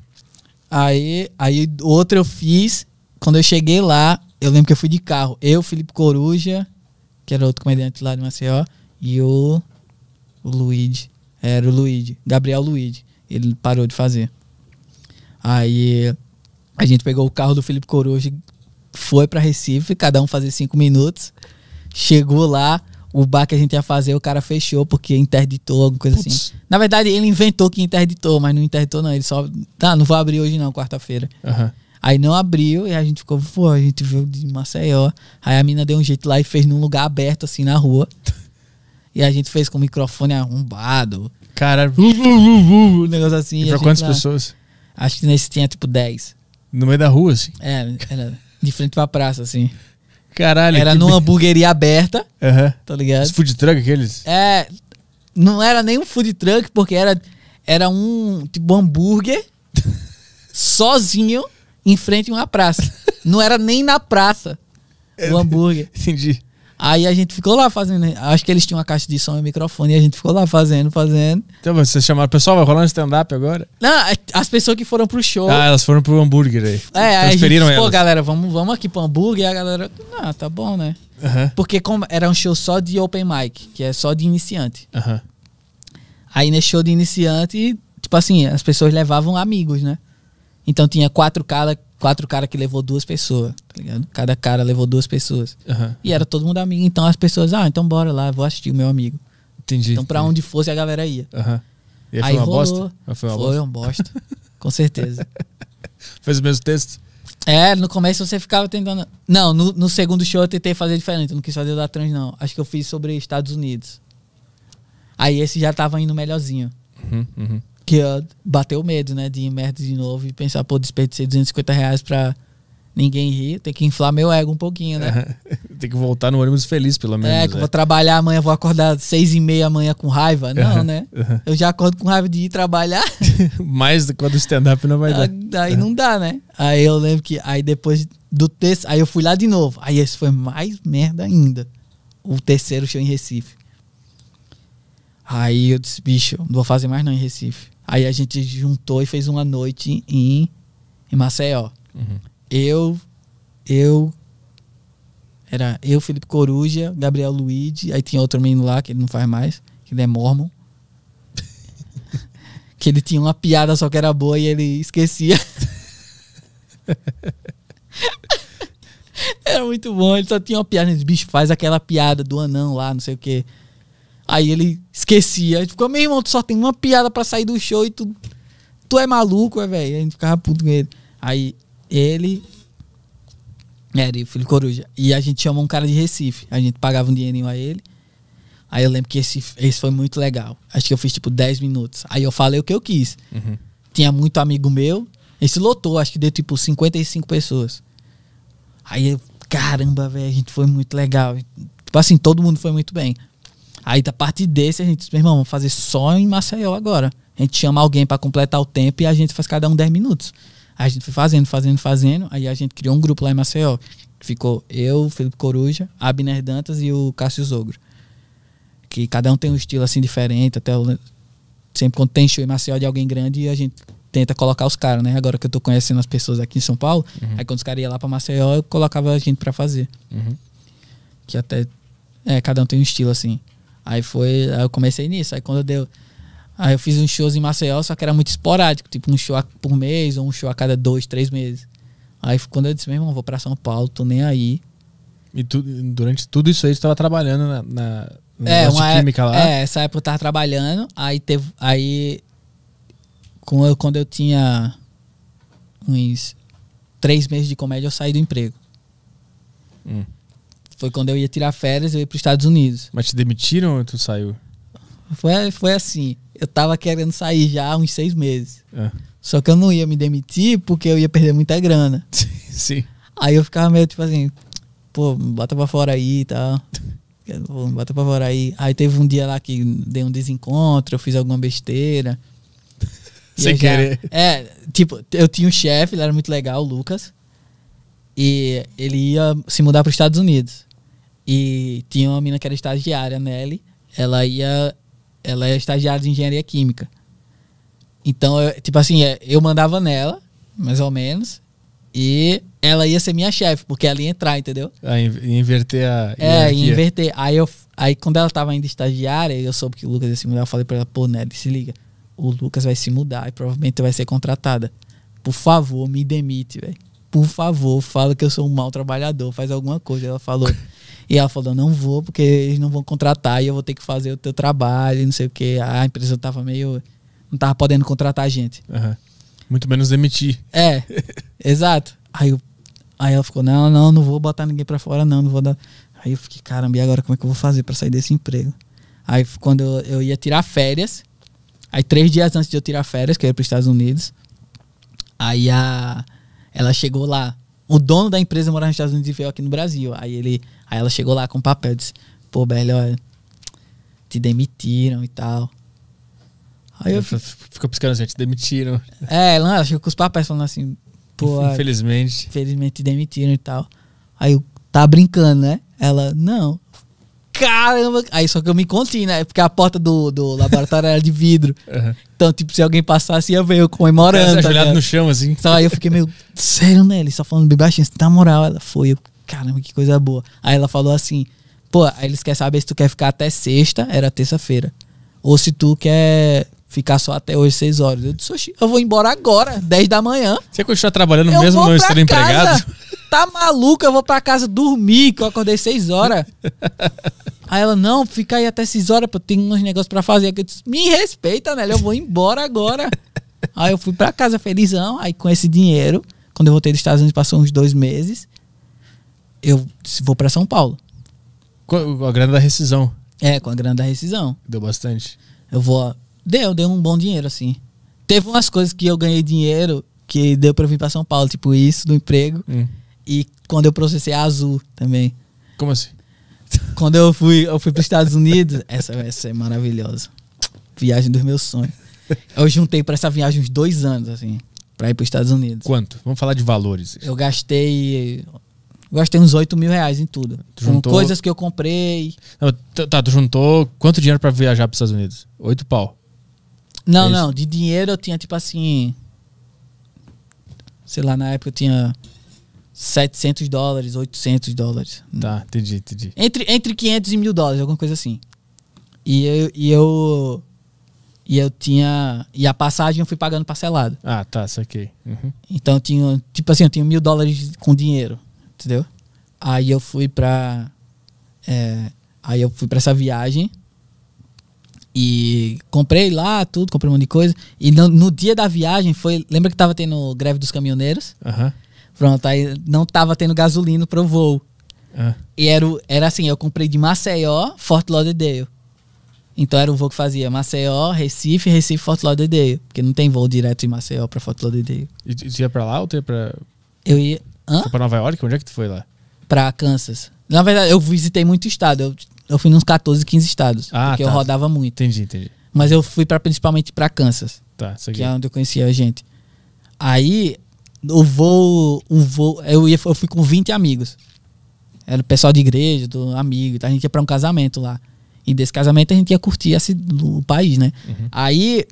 Speaker 4: Aí, aí outro eu fiz. Quando eu cheguei lá, eu lembro que eu fui de carro. Eu, Felipe Coruja, que era outro comediante lá de Maceió, e o, o Luigi. Era o Luigi, Gabriel Luigi. Ele parou de fazer. Aí a gente pegou o carro do Felipe Coruja, foi pra Recife, cada um fazer cinco minutos. Chegou lá, o bar que a gente ia fazer, o cara fechou porque interditou, alguma coisa
Speaker 1: Putz.
Speaker 4: assim. Na verdade, ele inventou que interditou, mas não interditou, não. Ele só. Tá, não vou abrir hoje, não, quarta-feira.
Speaker 1: Aham.
Speaker 4: Aí não abriu e a gente ficou, pô, a gente veio de Maceió. Aí a mina deu um jeito lá e fez num lugar aberto, assim, na rua. E a gente fez com o microfone arrombado,
Speaker 1: Caralho.
Speaker 4: Uh, um negócio assim.
Speaker 1: E
Speaker 4: a
Speaker 1: pra
Speaker 4: gente
Speaker 1: quantas
Speaker 4: lá-
Speaker 1: pessoas?
Speaker 4: Acho que nesse tinha tipo 10.
Speaker 1: No meio da rua, assim.
Speaker 4: É, era de frente pra praça, assim.
Speaker 1: Caralho.
Speaker 4: Era
Speaker 1: que
Speaker 4: numa
Speaker 1: be-
Speaker 4: hamburgueria aberta,
Speaker 1: Aham.
Speaker 4: tá ligado?
Speaker 1: Os food truck aqueles? *laughs*
Speaker 4: É, não era nem um food truck, porque era, era um tipo hambúrguer sozinho em frente a uma praça. Não era nem na praça
Speaker 1: É.
Speaker 4: o hambúrguer.
Speaker 1: Entendi.
Speaker 4: Aí a gente ficou lá fazendo. Acho que eles tinham uma caixa de som e um microfone, e a gente ficou lá fazendo, fazendo.
Speaker 1: Então vocês chamaram. Pessoal, vai rolar um stand-up agora?
Speaker 4: Não, é, as pessoas que foram pro show.
Speaker 1: Ah, elas foram pro hambúrguer aí.
Speaker 4: É, aí a gente
Speaker 1: Transferiram
Speaker 4: disse, pô,
Speaker 1: elas.
Speaker 4: galera, vamos, vamos aqui pro hambúrguer. E a galera, ah, tá bom, né?
Speaker 1: Aham.
Speaker 4: Porque como era um show só de open mic, que é só de iniciante.
Speaker 1: Aham.
Speaker 4: Aí nesse show de iniciante, tipo assim, as pessoas levavam amigos, né? Então tinha quatro cara, quatro cara que levou duas pessoas, tá ligado? Cada cara levou duas pessoas.
Speaker 1: Aham.
Speaker 4: E era todo mundo amigo. Então as pessoas, ah, então bora lá, vou assistir o meu amigo.
Speaker 1: Entendi.
Speaker 4: Então pra
Speaker 1: entendi.
Speaker 4: onde fosse a galera ia.
Speaker 1: Aham. E aí, foi uma
Speaker 4: rolou.
Speaker 1: bosta? Ou Foi uma
Speaker 4: Foi
Speaker 1: bosta?
Speaker 4: um bosta. Com certeza.
Speaker 1: Fez o mesmo texto?
Speaker 4: É, no começo você ficava tentando. Não, no, no segundo show eu tentei fazer diferente. Eu não quis fazer o da trans, não. Acho que eu fiz sobre Estados Unidos. Aí esse já tava indo melhorzinho.
Speaker 1: Uhum, uhum. *laughs*
Speaker 4: Que ó, bateu o medo, né? De ir merda de novo e pensar,
Speaker 1: É,
Speaker 4: pô, desperdicei 250 reais pra ninguém rir. Tem que inflar meu ego um pouquinho, né?
Speaker 1: Tem que voltar no ônibus feliz, pelo menos. né?
Speaker 4: É, que eu
Speaker 1: *laughs*
Speaker 4: vou trabalhar amanhã, vou acordar seis e meia amanhã com raiva. Não,
Speaker 1: Aham,
Speaker 4: né?
Speaker 1: aham.
Speaker 4: Eu já acordo com raiva de ir trabalhar.
Speaker 1: Mas quando o stand-up não vai dar.
Speaker 4: aí não dá, né? Aí eu lembro que aí depois do terceiro, aí eu fui lá de novo. Aí esse foi mais merda ainda. O terceiro show em Recife. Aí eu disse, bicho, não vou fazer mais não em Recife. Aí a gente juntou e fez uma noite em, em Maceió.
Speaker 1: Uhum.
Speaker 4: Eu, eu era eu, Felipe Coruja, Gabriel Luigi, aí tinha outro menino lá que ele não faz mais, que ele é mormon. que ele tinha uma piada só que era boa e ele esquecia. era muito bom, ele só tinha uma piada, ele disse, bicho, faz aquela piada do anão lá, não sei o quê. Aí ele esquecia, ele ficou, meu irmão, tu só tem uma piada pra sair do show e tu tu é maluco, é, velho. A gente ficava puto com ele. Aí ele era e o filho coruja. E a gente chamou um cara de Recife. A gente pagava um dinheirinho a ele. Aí eu lembro que esse, esse foi muito legal. Acho que eu fiz tipo 10 minutos. Aí eu falei o que eu quis.
Speaker 1: Uhum.
Speaker 4: Tinha muito amigo meu. Esse lotou, acho que deu tipo 55 pessoas. Aí eu, caramba, velho, a gente foi muito legal. Tipo assim, todo mundo foi muito bem. Aí da parte desse a gente disse, meu irmão, vamos fazer só em Maceió agora. A gente chama alguém pra completar o tempo e a gente faz cada um 10 minutos. Aí a gente foi fazendo, fazendo, fazendo. Aí a gente criou um grupo lá em Maceió. Ficou eu, Felipe Coruja, Abner Dantas e o Cássio Zogro. Que cada um tem um estilo assim diferente. Até o- sempre quando tem show em Maceió de alguém grande, a gente tenta colocar os caras, né? Agora que eu tô conhecendo as pessoas aqui em São Paulo, aí quando os caras iam lá pra Maceió, eu colocava a gente pra fazer.
Speaker 1: Uhum.
Speaker 4: Que até. É, cada um tem um estilo assim. Aí foi. Aí eu comecei nisso. Aí quando deu. Aí eu fiz uns shows em Maceió, só que era muito esporádico, tipo um show a- por mês ou um show a cada dois, três meses. Aí foi quando eu disse, meu irmão, vou pra São Paulo, tô nem aí.
Speaker 1: E tu- durante tudo isso aí, tu tava trabalhando na, na no Um
Speaker 4: é,
Speaker 1: negócio
Speaker 4: uma
Speaker 1: de química lá.
Speaker 4: É, essa época eu tava trabalhando, aí teve. Aí. com eu- quando eu tinha uns três meses de comédia, eu saí do emprego.
Speaker 1: Hum.
Speaker 4: Foi quando eu ia tirar férias, eu ia pros Estados Unidos.
Speaker 1: Mas te demitiram ou tu saiu?
Speaker 4: Foi, foi assim. Eu tava querendo sair já há uns seis meses.
Speaker 1: É.
Speaker 4: Só que eu não ia me demitir porque eu ia perder muita grana.
Speaker 1: *laughs* Sim.
Speaker 4: Aí eu ficava meio tipo assim, pô, bota pra fora aí e tal. Pô, Bota pra fora aí. Aí teve um dia lá que dei um desencontro, eu fiz alguma besteira.
Speaker 1: *laughs*
Speaker 4: E
Speaker 1: Sem
Speaker 4: eu já-
Speaker 1: querer.
Speaker 4: É, tipo, eu tinha um chefe, ele era muito legal, o Lucas. E ele ia se mudar para os Estados Unidos. E tinha uma mina que era estagiária, a Nelly. Ela ia. Ela é estagiária de engenharia química. Então, eu- tipo assim, é, eu mandava nela, mais ou menos. E ela ia ser minha chefe, porque ela ia entrar, entendeu?
Speaker 1: Ah, in- inverter a.
Speaker 4: É,
Speaker 1: hierarquia.
Speaker 4: e inverter. Aí, eu, aí quando ela tava ainda estagiária, eu soube que o Lucas ia se mudar, eu falei pra ela, pô, Nelly, se liga, o Lucas vai se mudar e provavelmente vai ser contratada. Por favor, me demite, velho. Por favor, fala que eu sou um mau trabalhador, faz alguma coisa. Ela falou. e ela falou, não vou, porque eles não vão contratar e eu vou ter que fazer o teu trabalho, e não sei o quê. A empresa tava meio. não tava podendo contratar a gente.
Speaker 1: Aham. Muito menos demitir.
Speaker 4: É, exato. Aí, eu, aí ela ficou, não, não, não vou botar ninguém pra fora, não, não vou dar. Aí eu fiquei, caramba, e agora como é que eu vou fazer pra sair desse emprego? Aí f- quando eu, eu ia tirar férias, aí três dias antes de eu tirar férias, que eu ia pros Estados Unidos, aí a, ela chegou lá. O dono da empresa morava nos Estados Unidos e veio aqui no Brasil. Aí, ele, aí ela chegou lá com papel e disse, pô, Belly, olha, te demitiram e tal. Aí
Speaker 1: *laughs*
Speaker 4: eu
Speaker 1: F- f- Fica piscando assim, te demitiram.
Speaker 4: é, ela ela chegou com os papéis falando assim, pô, a-
Speaker 1: Infelizmente.
Speaker 4: infelizmente demitiram e tal. Aí eu, tá brincando, né? Ela, não. Caramba! Aí só que eu me conti, né? Porque a porta do, do laboratório era de vidro.
Speaker 1: *laughs* Aham.
Speaker 4: Então, tipo, se alguém passasse, ia ver eu comemorando.
Speaker 1: Cara,
Speaker 4: tá
Speaker 1: é ajoelhado
Speaker 4: ligado?
Speaker 1: no chão, assim.
Speaker 4: Então aí eu fiquei meio, sério, né? Ele só falando bem baixinho, assim, na moral, ela foi, eu, caramba, que coisa boa. Aí ela falou assim, pô, aí eles querem saber se tu quer ficar até sexta, era terça-feira. Ou se tu quer ficar só até hoje, seis horas. Eu disse, "Oxi, eu vou embora agora, 10 da manhã.
Speaker 1: Você continua trabalhando
Speaker 4: eu
Speaker 1: mesmo
Speaker 4: vou
Speaker 1: não
Speaker 4: pra
Speaker 1: estando
Speaker 4: casa.
Speaker 1: empregado?
Speaker 4: Tá maluca, eu vou pra casa dormir, que eu acordei seis horas.
Speaker 1: *laughs*
Speaker 4: Aí ela, não, fica aí até 6 horas, pô, tem uns negócios pra fazer. aqui. Eu disse, me respeita, Nelly, eu vou
Speaker 1: *laughs*
Speaker 4: embora agora. aí eu fui pra casa felizão, aí com esse dinheiro, quando eu voltei dos Estados Unidos, passou uns dois meses, eu disse, vou pra São Paulo.
Speaker 1: Com a grana da rescisão.
Speaker 4: É, com a grana da rescisão.
Speaker 1: Deu bastante.
Speaker 4: Eu vou. Deu, deu um bom dinheiro, assim. Teve umas coisas que eu ganhei dinheiro que deu pra eu vir pra São Paulo, tipo isso, do emprego.
Speaker 1: Hum.
Speaker 4: E quando eu processei a Azul também.
Speaker 1: Como assim?
Speaker 4: Quando eu fui, eu fui para os Estados Unidos, *laughs* essa, essa é maravilhosa. Viagem dos meus sonhos. Eu juntei para essa viagem uns dois anos, assim, para ir para os Estados Unidos.
Speaker 1: Quanto? Vamos falar de valores.
Speaker 4: Eu gastei. Eu gastei uns 8 mil reais em tudo.
Speaker 1: Tu
Speaker 4: Com
Speaker 1: juntou-
Speaker 4: coisas que eu comprei.
Speaker 1: Não, t- tá, tu juntou quanto dinheiro pra viajar pros Estados Unidos? Oito pau. É
Speaker 4: Não,
Speaker 1: isso.
Speaker 4: não. De dinheiro eu tinha, tipo assim. Sei lá, na época eu tinha 700 dólares, 800 dólares.
Speaker 1: Tá, entendi, entendi.
Speaker 4: Entre, entre 500 e mil dólares, alguma coisa assim. E eu. E eu, e eu tinha. E a passagem eu fui pagando parcelado.
Speaker 1: Ah, tá, saquei. Uhum.
Speaker 4: Então eu tinha. Tipo assim, eu tinha mil dólares com dinheiro. Entendeu? Aí eu fui pra. é, aí eu fui pra essa viagem. E comprei lá tudo, comprei um monte de coisa. E no, no dia da viagem foi. Lembra que tava tendo greve dos caminhoneiros?
Speaker 1: Aham.
Speaker 4: Pronto, aí não tava tendo gasolina pro voo.
Speaker 1: Ah.
Speaker 4: E era, o- era assim, eu comprei de Maceió, Fort Lauderdale. Então era o voo que fazia Maceió, Recife, Recife, Fort Lauderdale. Porque não tem voo direto de Maceió pra Fort Lauderdale.
Speaker 1: E tu e tu ia pra lá ou tu ia pra,
Speaker 4: Eu ia. Hã?
Speaker 1: foi pra Nova York? Onde é que tu foi lá?
Speaker 4: Pra Kansas. Na verdade, eu visitei muito estado. Eu, eu fui nos 14, 15 estados.
Speaker 1: Ah,
Speaker 4: porque
Speaker 1: tá.
Speaker 4: eu rodava muito.
Speaker 1: Entendi, entendi.
Speaker 4: Mas eu fui pra, principalmente pra Kansas.
Speaker 1: Tá, saquei.
Speaker 4: que é onde eu conhecia a gente. Aí, o voo, o voo, eu, ia, eu fui com 20 amigos. Era o pessoal de igreja, do amigo, a gente ia pra um casamento lá. E desse casamento a gente ia curtir esse, o país, né? Aí,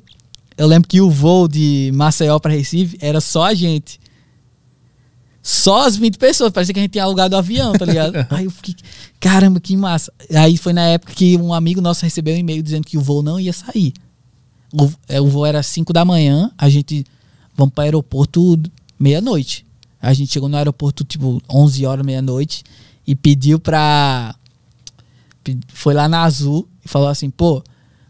Speaker 4: eu lembro que o voo de Maceió pra Recife era só a gente. Só as 20 pessoas, parecia que a gente tinha alugado o avião, tá ligado? Aí eu fiquei, caramba, que massa. Aí foi na época que um amigo nosso recebeu um e-mail dizendo que o voo não ia sair. O, é, o voo era 5 da manhã, a gente vamos para aeroporto meia-noite. A gente chegou no aeroporto tipo 11 horas, meia-noite e pediu pra. pe- Foi lá na Azul e falou assim: pô,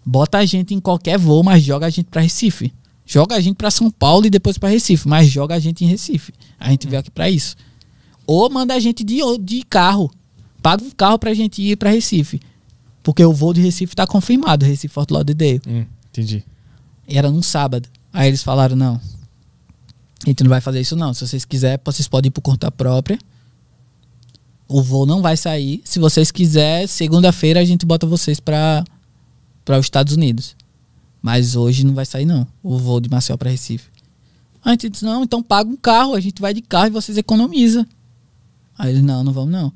Speaker 4: bota a gente em qualquer voo, mas joga a gente pra Recife. Joga a gente pra São Paulo e depois pra Recife, mas joga a gente em Recife. A gente veio aqui pra isso. Ou manda a gente de, ou- de carro. Paga um carro pra gente ir pra Recife. Porque o voo de Recife tá confirmado, Recife Fort Lauderdale.
Speaker 1: Hum, entendi.
Speaker 4: E era num sábado. Aí eles falaram, não. A gente não vai fazer isso não. Se vocês quiserem, vocês podem ir por conta própria. O voo não vai sair. Se vocês quiserem, segunda-feira a gente bota vocês pra, pra os Estados Unidos. Mas hoje não vai sair não. O voo de Marcel pra Recife. Aí A gente disse, não, então paga um carro. A gente vai de carro e vocês economizam. Aí eles, não, não vamos não.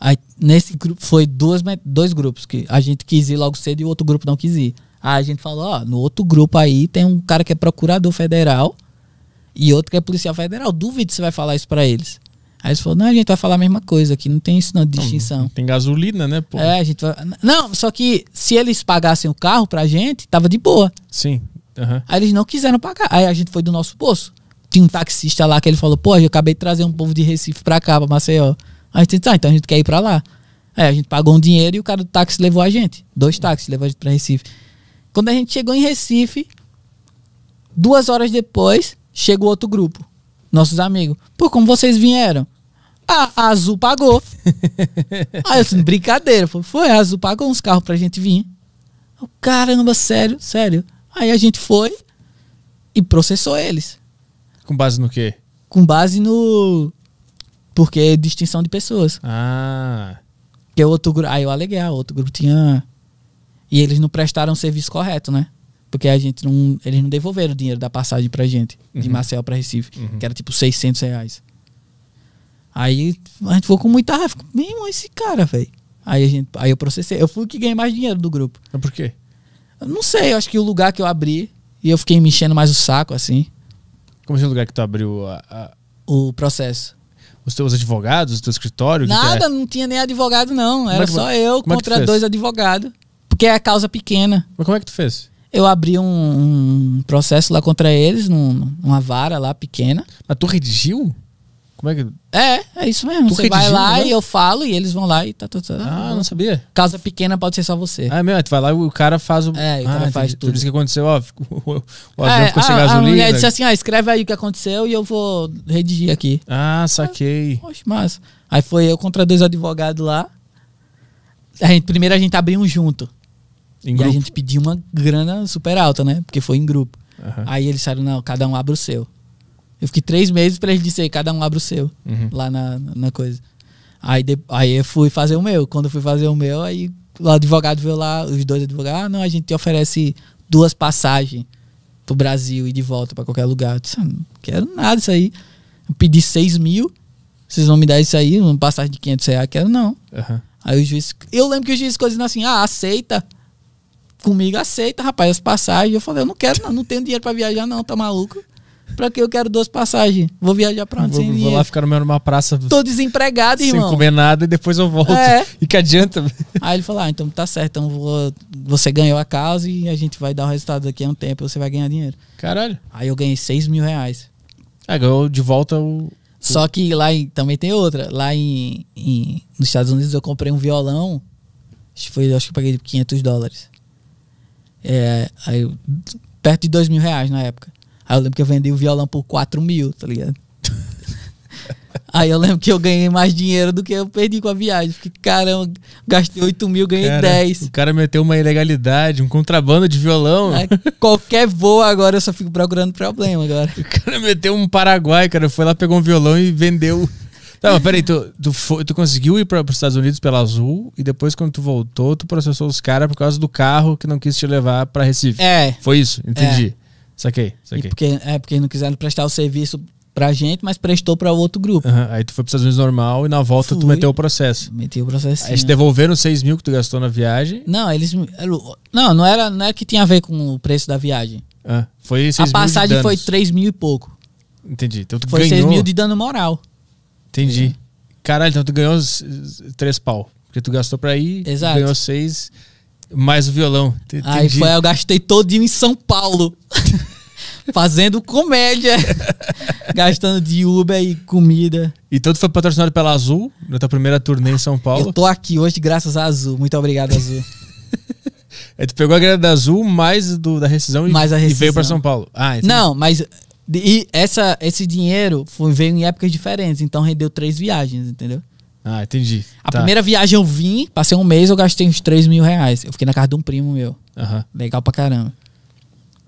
Speaker 4: Aí, nesse grupo, foi duas, me- dois grupos que a gente quis ir logo cedo e o outro grupo não quis ir. Aí a gente falou, ó, no outro grupo aí tem um cara que é procurador federal e outro que é policial federal. Duvido que você vai falar isso pra eles. Aí eles falaram, não, a gente vai falar a mesma coisa aqui, não tem isso não, de distinção.
Speaker 1: Tem gasolina, né, pô?
Speaker 4: É, a gente vai... Não, só que se eles pagassem o carro pra gente, tava de boa.
Speaker 1: Sim. Aham.
Speaker 4: Aí eles não quiseram pagar. Aí a gente foi do nosso bolso. Tinha um taxista lá que ele falou, pô, eu acabei de trazer um povo de Recife pra cá, pra Maceió. Aí a gente disse, ah, então a gente quer ir pra lá. Aí a gente pagou um dinheiro e o cara do táxi levou a gente. Dois táxis levou a gente pra Recife. Quando a gente chegou em Recife, duas horas depois, chega o outro grupo. Nossos amigos. Pô, como vocês vieram? Ah, a Azul pagou. Aí eu disse, brincadeira. Foi, foi, a Azul pagou uns carros pra gente vir. Eu, Caramba, sério, sério. Aí a gente foi e processou eles.
Speaker 1: Com base no quê?
Speaker 4: Com base no. Porque é distinção de pessoas.
Speaker 1: Ah.
Speaker 4: Porque o outro grupo. Aí eu aleguei, ah, o outro grupo tinha. E eles não prestaram o serviço correto, né? Porque a gente não. Eles não devolveram o dinheiro da passagem pra gente, de Marcel pra Recife, que era tipo 600 reais. Aí a gente ficou com muita raiva. ficou, Meu irmão, esse cara, velho. Aí, a gente- aí eu processei. Eu fui o que ganhei mais dinheiro do grupo.
Speaker 1: Mas por quê?
Speaker 4: Eu não sei, eu acho que o lugar que eu abri e eu fiquei me enchendo mais o saco, assim,
Speaker 1: Como é o lugar que tu abriu a- a-
Speaker 4: o processo.
Speaker 1: os teus advogados, o teu escritório? o que que
Speaker 4: Nada,
Speaker 1: é?
Speaker 4: não tinha nem advogado, não. Era
Speaker 1: é que-
Speaker 4: só eu
Speaker 1: como é que tu
Speaker 4: contra
Speaker 1: fez?
Speaker 4: dois advogados. Porque é causa pequena.
Speaker 1: Mas como é que tu fez?
Speaker 4: Eu abri um, um processo lá contra eles, num, numa vara lá pequena.
Speaker 1: Mas tu redigiu? Como é que.
Speaker 4: É, é isso mesmo.
Speaker 1: Tu
Speaker 4: você vai
Speaker 1: redigiu,
Speaker 4: lá
Speaker 1: né?
Speaker 4: e eu falo e eles vão lá e tá tudo. Tá,
Speaker 1: Ah, não sabia.
Speaker 4: Causa pequena pode ser só você.
Speaker 1: Ah, é mesmo, tu vai lá e o cara faz o.
Speaker 4: É, e o
Speaker 1: ah,
Speaker 4: cara faz
Speaker 1: entendi. Tu
Speaker 4: tudo.
Speaker 1: disse que aconteceu, ó. ficou- *laughs* O avião
Speaker 4: É,
Speaker 1: ficou sem
Speaker 4: a- a,
Speaker 1: gasolina.
Speaker 4: mulher disse assim: ah, escreve aí o que aconteceu e eu vou redigir aqui.
Speaker 1: Ah, saquei.
Speaker 4: Poxa, massa. Aí foi eu contra dois advogados lá. A gente, primeiro a gente abriu um junto.
Speaker 1: Em
Speaker 4: e
Speaker 1: grupo.
Speaker 4: a gente pediu uma grana super alta, né? Porque foi em grupo.
Speaker 1: Aham.
Speaker 4: Aí eles falaram, não, cada um abre o
Speaker 1: Uhum.
Speaker 4: seu. Eu fiquei três meses pra eles dizer, cada um abre o seu. Lá na, na coisa. Aí, de- aí eu fui fazer o meu. Quando eu fui fazer o meu, aí o advogado veio lá, os dois advogados, ah, não, a gente te oferece duas passagens pro Brasil e de volta pra qualquer lugar. Eu disse, ah, não quero nada isso aí. Eu pedi 6 mil, vocês vão me dar isso aí, uma passagem de 500 reais, quero não.
Speaker 1: Aham.
Speaker 4: Aí o juiz. Eu lembro que o juiz ficou dizendo assim: ah, aceita. Comigo aceita, rapaz, as passagens. Eu falei: eu não quero, não, não tenho dinheiro pra viajar, não, tá maluco? Pra que eu quero duas passagens? Vou viajar pra onde?
Speaker 1: Vou,
Speaker 4: sem
Speaker 1: vou
Speaker 4: dinheiro.
Speaker 1: lá ficar numa- numa praça
Speaker 4: Tô desempregado,
Speaker 1: sem
Speaker 4: irmão.
Speaker 1: comer nada e depois eu volto.
Speaker 4: É.
Speaker 1: E que adianta? *laughs*
Speaker 4: Aí ele falou: ah, então tá certo, então vou- você ganhou a causa e a gente vai dar o resultado daqui a um tempo, você vai ganhar dinheiro.
Speaker 1: Caralho.
Speaker 4: Aí eu ganhei 6 mil reais.
Speaker 1: Ah, ganhou de volta o.
Speaker 4: Só que lá em- também tem outra. Lá em, em- nos Estados Unidos eu comprei um violão. Acho que, foi, acho que eu paguei 500 dólares. É, aí eu- perto de 2 mil reais na época. Aí eu lembro que eu vendi o violão por 4 mil, tá ligado? *laughs* aí eu lembro que eu ganhei mais dinheiro do que eu perdi com a viagem. Porque, caramba, gastei 8 mil, ganhei
Speaker 1: Cara,
Speaker 4: 10.
Speaker 1: O cara meteu uma ilegalidade, um contrabando de violão.
Speaker 4: Aí qualquer voo agora eu só fico procurando problema agora.
Speaker 1: O cara meteu um Paraguai, cara. Foi lá, pegou um violão e vendeu. Não, mas peraí, tu, tu, foi- tu conseguiu ir para os Estados Unidos pela Azul e depois, quando tu voltou, tu processou os caras por causa do carro que não quis te levar para Recife.
Speaker 4: É.
Speaker 1: Foi isso, entendi. Saquei, saquei.
Speaker 4: Porque, é porque não quiseram prestar o serviço pra gente, mas prestou pra outro grupo.
Speaker 1: Aham, Aí tu foi para os Estados Unidos normal e na volta tu
Speaker 4: Fui.
Speaker 1: meteu o processo.
Speaker 4: Meti o processo. assim, né?
Speaker 1: Aí te devolveram os 6 mil que tu gastou na viagem.
Speaker 4: Não, eles. me- era o- Não, não era, não era que tinha a ver com o preço da viagem.
Speaker 1: Ah, foi 6
Speaker 4: A
Speaker 1: mil de
Speaker 4: passagem foi
Speaker 1: danos.
Speaker 4: 3 mil e pouco.
Speaker 1: Entendi. Então tu
Speaker 4: Foi
Speaker 1: ganhou.
Speaker 4: 6 mil de dano moral.
Speaker 1: Entendi. Caralho, então tu ganhou os, eh, três pau. Porque tu gastou pra ir, tu
Speaker 4: Exato.
Speaker 1: ganhou seis, mais o violão. Te- Entendi.
Speaker 4: Aí foi, eu gastei todinho em São Paulo. *laughs* fazendo comédia. *laughs* Gastando de Uber e comida.
Speaker 1: Então tu foi patrocinado pela Azul, na tua primeira turnê em São
Speaker 4: Eu
Speaker 1: Paulo.
Speaker 4: tô aqui hoje graças a Azul. Muito obrigado, Azul.
Speaker 1: Aí tu pegou a grana da Azul, mais do, da rescisão, e-
Speaker 4: Mais a
Speaker 1: e veio
Speaker 4: rescisão.
Speaker 1: pra São Paulo. Ah, entendi.
Speaker 4: Não, mas. de- E essa, esse dinheiro foi, veio em épocas diferentes, então rendeu três viagens, entendeu?
Speaker 1: Ah, entendi.
Speaker 4: A
Speaker 1: Tá.
Speaker 4: primeira viagem eu vim, passei um mês, eu gastei uns 3 mil reais. Eu fiquei na casa de um primo meu.
Speaker 1: Tá, Aham.
Speaker 4: Legal pra caramba.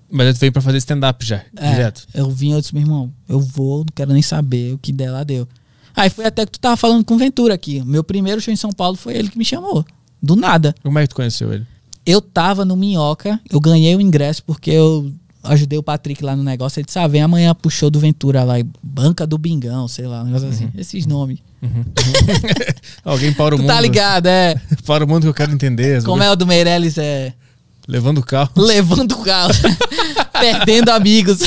Speaker 1: Mas aí tu veio pra fazer stand-up já,
Speaker 4: É,
Speaker 1: direto.
Speaker 4: Eu vim, eu disse, meu irmão, eu vou, não quero nem saber o que der lá deu. Aí foi até que tu tava falando com o Ventura aqui. Meu primeiro show em São Paulo foi ele que me chamou. Do nada.
Speaker 1: Como é que tu conheceu ele?
Speaker 4: Eu tava no Minhoca, eu ganhei o ingresso porque eu ajudei o Patrick lá no negócio. Ele disse, ah, vem amanhã pro show do Ventura lá, e Banca do Bingão, sei lá, um negócio
Speaker 1: Uhum.
Speaker 4: assim. Esses nomes.
Speaker 1: Alguém para o
Speaker 4: Tu
Speaker 1: mundo.
Speaker 4: tá ligado, é.
Speaker 1: *laughs* Para o mundo que eu quero entender. as
Speaker 4: Como
Speaker 1: coisas.
Speaker 4: é o do Meirelles, é...
Speaker 1: Levando o carro.
Speaker 4: Levando o carro. *laughs* Perdendo amigos.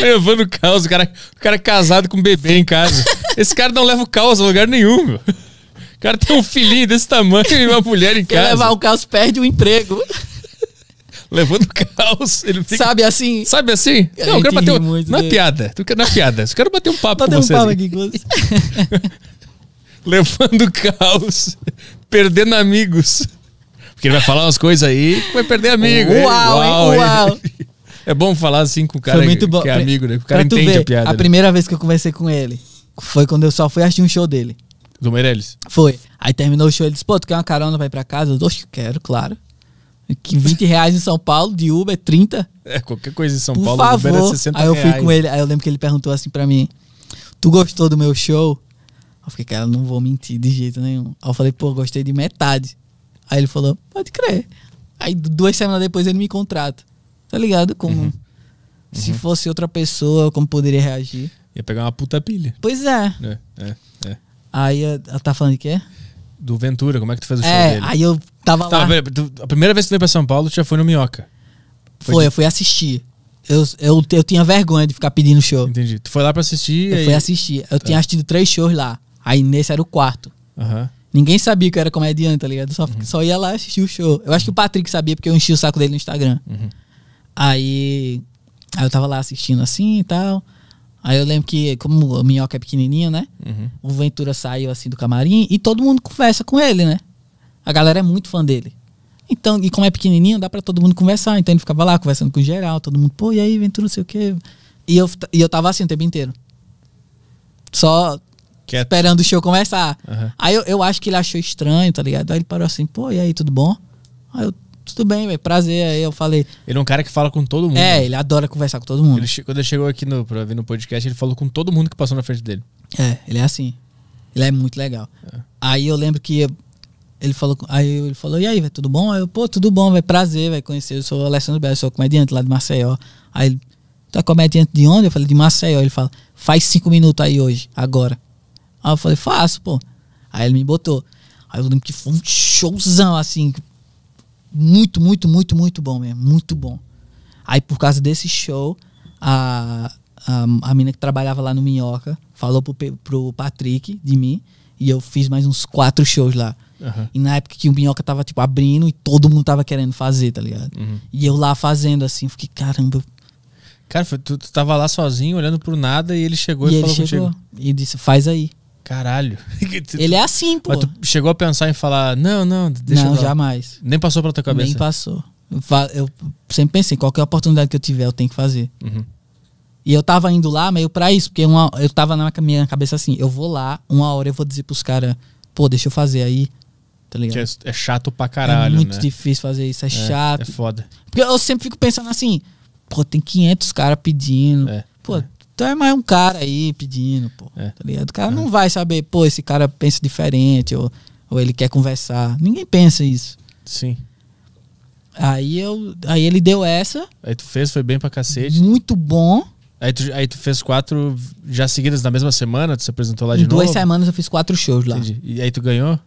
Speaker 1: Levando É o caos, o cara, o cara é casado com um bebê em casa. Esse cara não leva o caos a lugar nenhum, meu. O cara tem um filhinho desse tamanho e uma mulher em
Speaker 4: Quer
Speaker 1: casa.
Speaker 4: levar o caos, perde o emprego.
Speaker 1: Levando o caos. Ele fica- sabe,
Speaker 4: Sabe assim?
Speaker 1: assim?
Speaker 4: A
Speaker 1: Não, eu
Speaker 4: gente
Speaker 1: quero bater
Speaker 4: ri
Speaker 1: um-
Speaker 4: muito
Speaker 1: na
Speaker 4: dele.
Speaker 1: piada. Tu quer na piada. Eu quero bater um papo
Speaker 4: Bater
Speaker 1: com
Speaker 4: um
Speaker 1: vocês.
Speaker 4: palmo
Speaker 1: aqui.
Speaker 4: aqui com você.
Speaker 1: Levando o caos, perdendo amigos. Porque ele vai falar umas coisas aí que vai perder amigo. hein?
Speaker 4: Uau, hein?
Speaker 1: hein?
Speaker 4: Uau.
Speaker 1: É bom falar assim com o cara
Speaker 4: Foi muito
Speaker 1: que-
Speaker 4: bom.
Speaker 1: que é
Speaker 4: Pra-
Speaker 1: amigo, né? Que O
Speaker 4: pra
Speaker 1: cara
Speaker 4: tu
Speaker 1: entende
Speaker 4: ver,
Speaker 1: a piada.
Speaker 4: A
Speaker 1: né?
Speaker 4: primeira vez que eu conversei com ele foi quando eu só fui assistir um show dele.
Speaker 1: Do Meirelles.
Speaker 4: Foi. Aí terminou o show, ele disse, pô, tu quer uma carona pra ir pra casa? Eu disse, "Oxe, quero, claro. Que 20 reais em São Paulo, de Uber, 30.
Speaker 1: É, qualquer coisa em São
Speaker 4: Por
Speaker 1: Paulo,
Speaker 4: favor.
Speaker 1: Uber é 60
Speaker 4: aí eu fui
Speaker 1: reais.
Speaker 4: com ele, aí eu lembro que ele perguntou assim pra mim: Tu gostou do meu show? Eu fiquei, cara, não vou mentir de jeito nenhum. Aí eu falei, pô, gostei de metade. Aí ele falou, pode crer. Aí du- duas semanas depois ele me contrata. Tá ligado? Como
Speaker 1: Uhum.
Speaker 4: se fosse outra pessoa, como poderia reagir.
Speaker 1: Ia pegar uma puta pilha.
Speaker 4: Pois é.
Speaker 1: É, é, é.
Speaker 4: Aí eu- ela tá falando de quê?
Speaker 1: Do Ventura, como é que tu fez o show
Speaker 4: É,
Speaker 1: dele?
Speaker 4: aí eu tava
Speaker 1: Tá,
Speaker 4: lá.
Speaker 1: pera, tu- a primeira vez que tu veio pra São Paulo, tu já foi no Minhoca.
Speaker 4: Foi, eu fui assistir. Eu, eu, eu tinha vergonha de ficar pedindo show.
Speaker 1: Entendi. Tu foi lá pra assistir.
Speaker 4: Eu
Speaker 1: aí...
Speaker 4: fui assistir. Eu
Speaker 1: Tá.
Speaker 4: tinha assistido três shows lá. Aí nesse era o quarto.
Speaker 1: Aham.
Speaker 4: Ninguém sabia que eu era comediante, tá ligado? Só, só ia lá assistir o show. Eu acho que o Patrick sabia, porque eu enchi o saco dele no Instagram. Aí, aí eu tava lá assistindo assim e tal. Aí eu lembro que, como o Minhoca é pequenininho, né? O Ventura saiu assim do camarim e todo mundo conversa com ele, né? A galera é muito fã dele. Então, e como é pequenininho, dá pra todo mundo conversar. Então ele ficava lá conversando com geral, todo mundo, pô, e aí, Ventura, não sei o quê. E eu, e eu tava assim o tempo inteiro. Só
Speaker 1: Quieto.
Speaker 4: esperando o show começar.
Speaker 1: é Aham.
Speaker 4: Aí eu, eu acho que ele achou estranho, tá ligado? Aí ele parou assim, pô, e aí, tudo bom? Aí eu, tudo bem, velho, prazer. Aí eu falei,
Speaker 1: Ele é um cara que fala com todo mundo.
Speaker 4: é,
Speaker 1: né?
Speaker 4: ele adora conversar com todo mundo.
Speaker 1: Ele che- Quando ele chegou aqui no, pra vir no podcast, ele falou com todo mundo que passou na frente dele.
Speaker 4: É, ele é assim. Ele é muito legal. Aí eu lembro que ele falou, com- aí ele falou, e aí, velho, tudo bom? Aí eu, pô, tudo bom, velho, prazer, velho, conhecer. Eu sou o Alessandro Belo, sou comediante lá de Maceió. Aí ele, tu é comediante de onde? Eu falei, de Maceió. Ele fala, faz cinco minutos aí hoje, agora. Aí eu falei, faço, pô. Aí ele me botou. Aí eu lembro que foi um showzão, assim, muito, muito, muito, muito bom mesmo. Muito bom. Aí, por causa desse show, a, a, a mina que trabalhava lá no Minhoca falou pro, Pe- pro Patrick de mim. E eu fiz mais uns quatro shows lá.
Speaker 1: Aham.
Speaker 4: E na época que o Minhoca tava, tipo, abrindo e todo mundo tava querendo fazer, tá ligado?
Speaker 1: Uhum.
Speaker 4: E eu lá fazendo, assim, fiquei, caramba.
Speaker 1: Cara, foi- tu, tu tava lá sozinho, olhando pro nada, e ele chegou e,
Speaker 4: e ele
Speaker 1: falou
Speaker 4: chegou
Speaker 1: contigo.
Speaker 4: e disse, faz aí.
Speaker 1: Caralho. *laughs*
Speaker 4: Ele é assim, pô.
Speaker 1: Mas tu chegou a pensar em falar, não, não, deixa
Speaker 4: Não,
Speaker 1: eu
Speaker 4: jamais.
Speaker 1: Nem passou pela tua cabeça.
Speaker 4: Nem passou. Eu, fa- eu sempre pensei, qualquer oportunidade que eu tiver, eu tenho que fazer.
Speaker 1: Uhum.
Speaker 4: E eu tava indo lá meio pra isso, porque uma, eu tava na minha cabeça assim, eu vou lá, uma hora eu vou dizer pros caras, pô, deixa eu fazer aí. Tá ligado?
Speaker 1: Que é, é chato pra caralho,
Speaker 4: é muito
Speaker 1: né?
Speaker 4: difícil fazer isso, é, chato.
Speaker 1: É foda.
Speaker 4: Porque eu sempre fico pensando assim, pô, tem 500 caras pedindo.
Speaker 1: É.
Speaker 4: Pô, então é mais um cara aí pedindo, pô.
Speaker 1: É.
Speaker 4: Tá ligado? O cara não vai saber, pô, esse cara pensa diferente, ou, ou ele quer conversar. Ninguém pensa isso.
Speaker 1: Sim.
Speaker 4: Aí, eu, aí ele deu essa,
Speaker 1: Aí tu fez, foi bem pra cacete.
Speaker 4: muito bom.
Speaker 1: Aí tu, aí tu fez quatro já seguidas na mesma semana, tu se apresentou lá de
Speaker 4: Em duas
Speaker 1: novo.
Speaker 4: semanas eu fiz quatro shows lá.
Speaker 1: Entendi. E aí tu ganhou?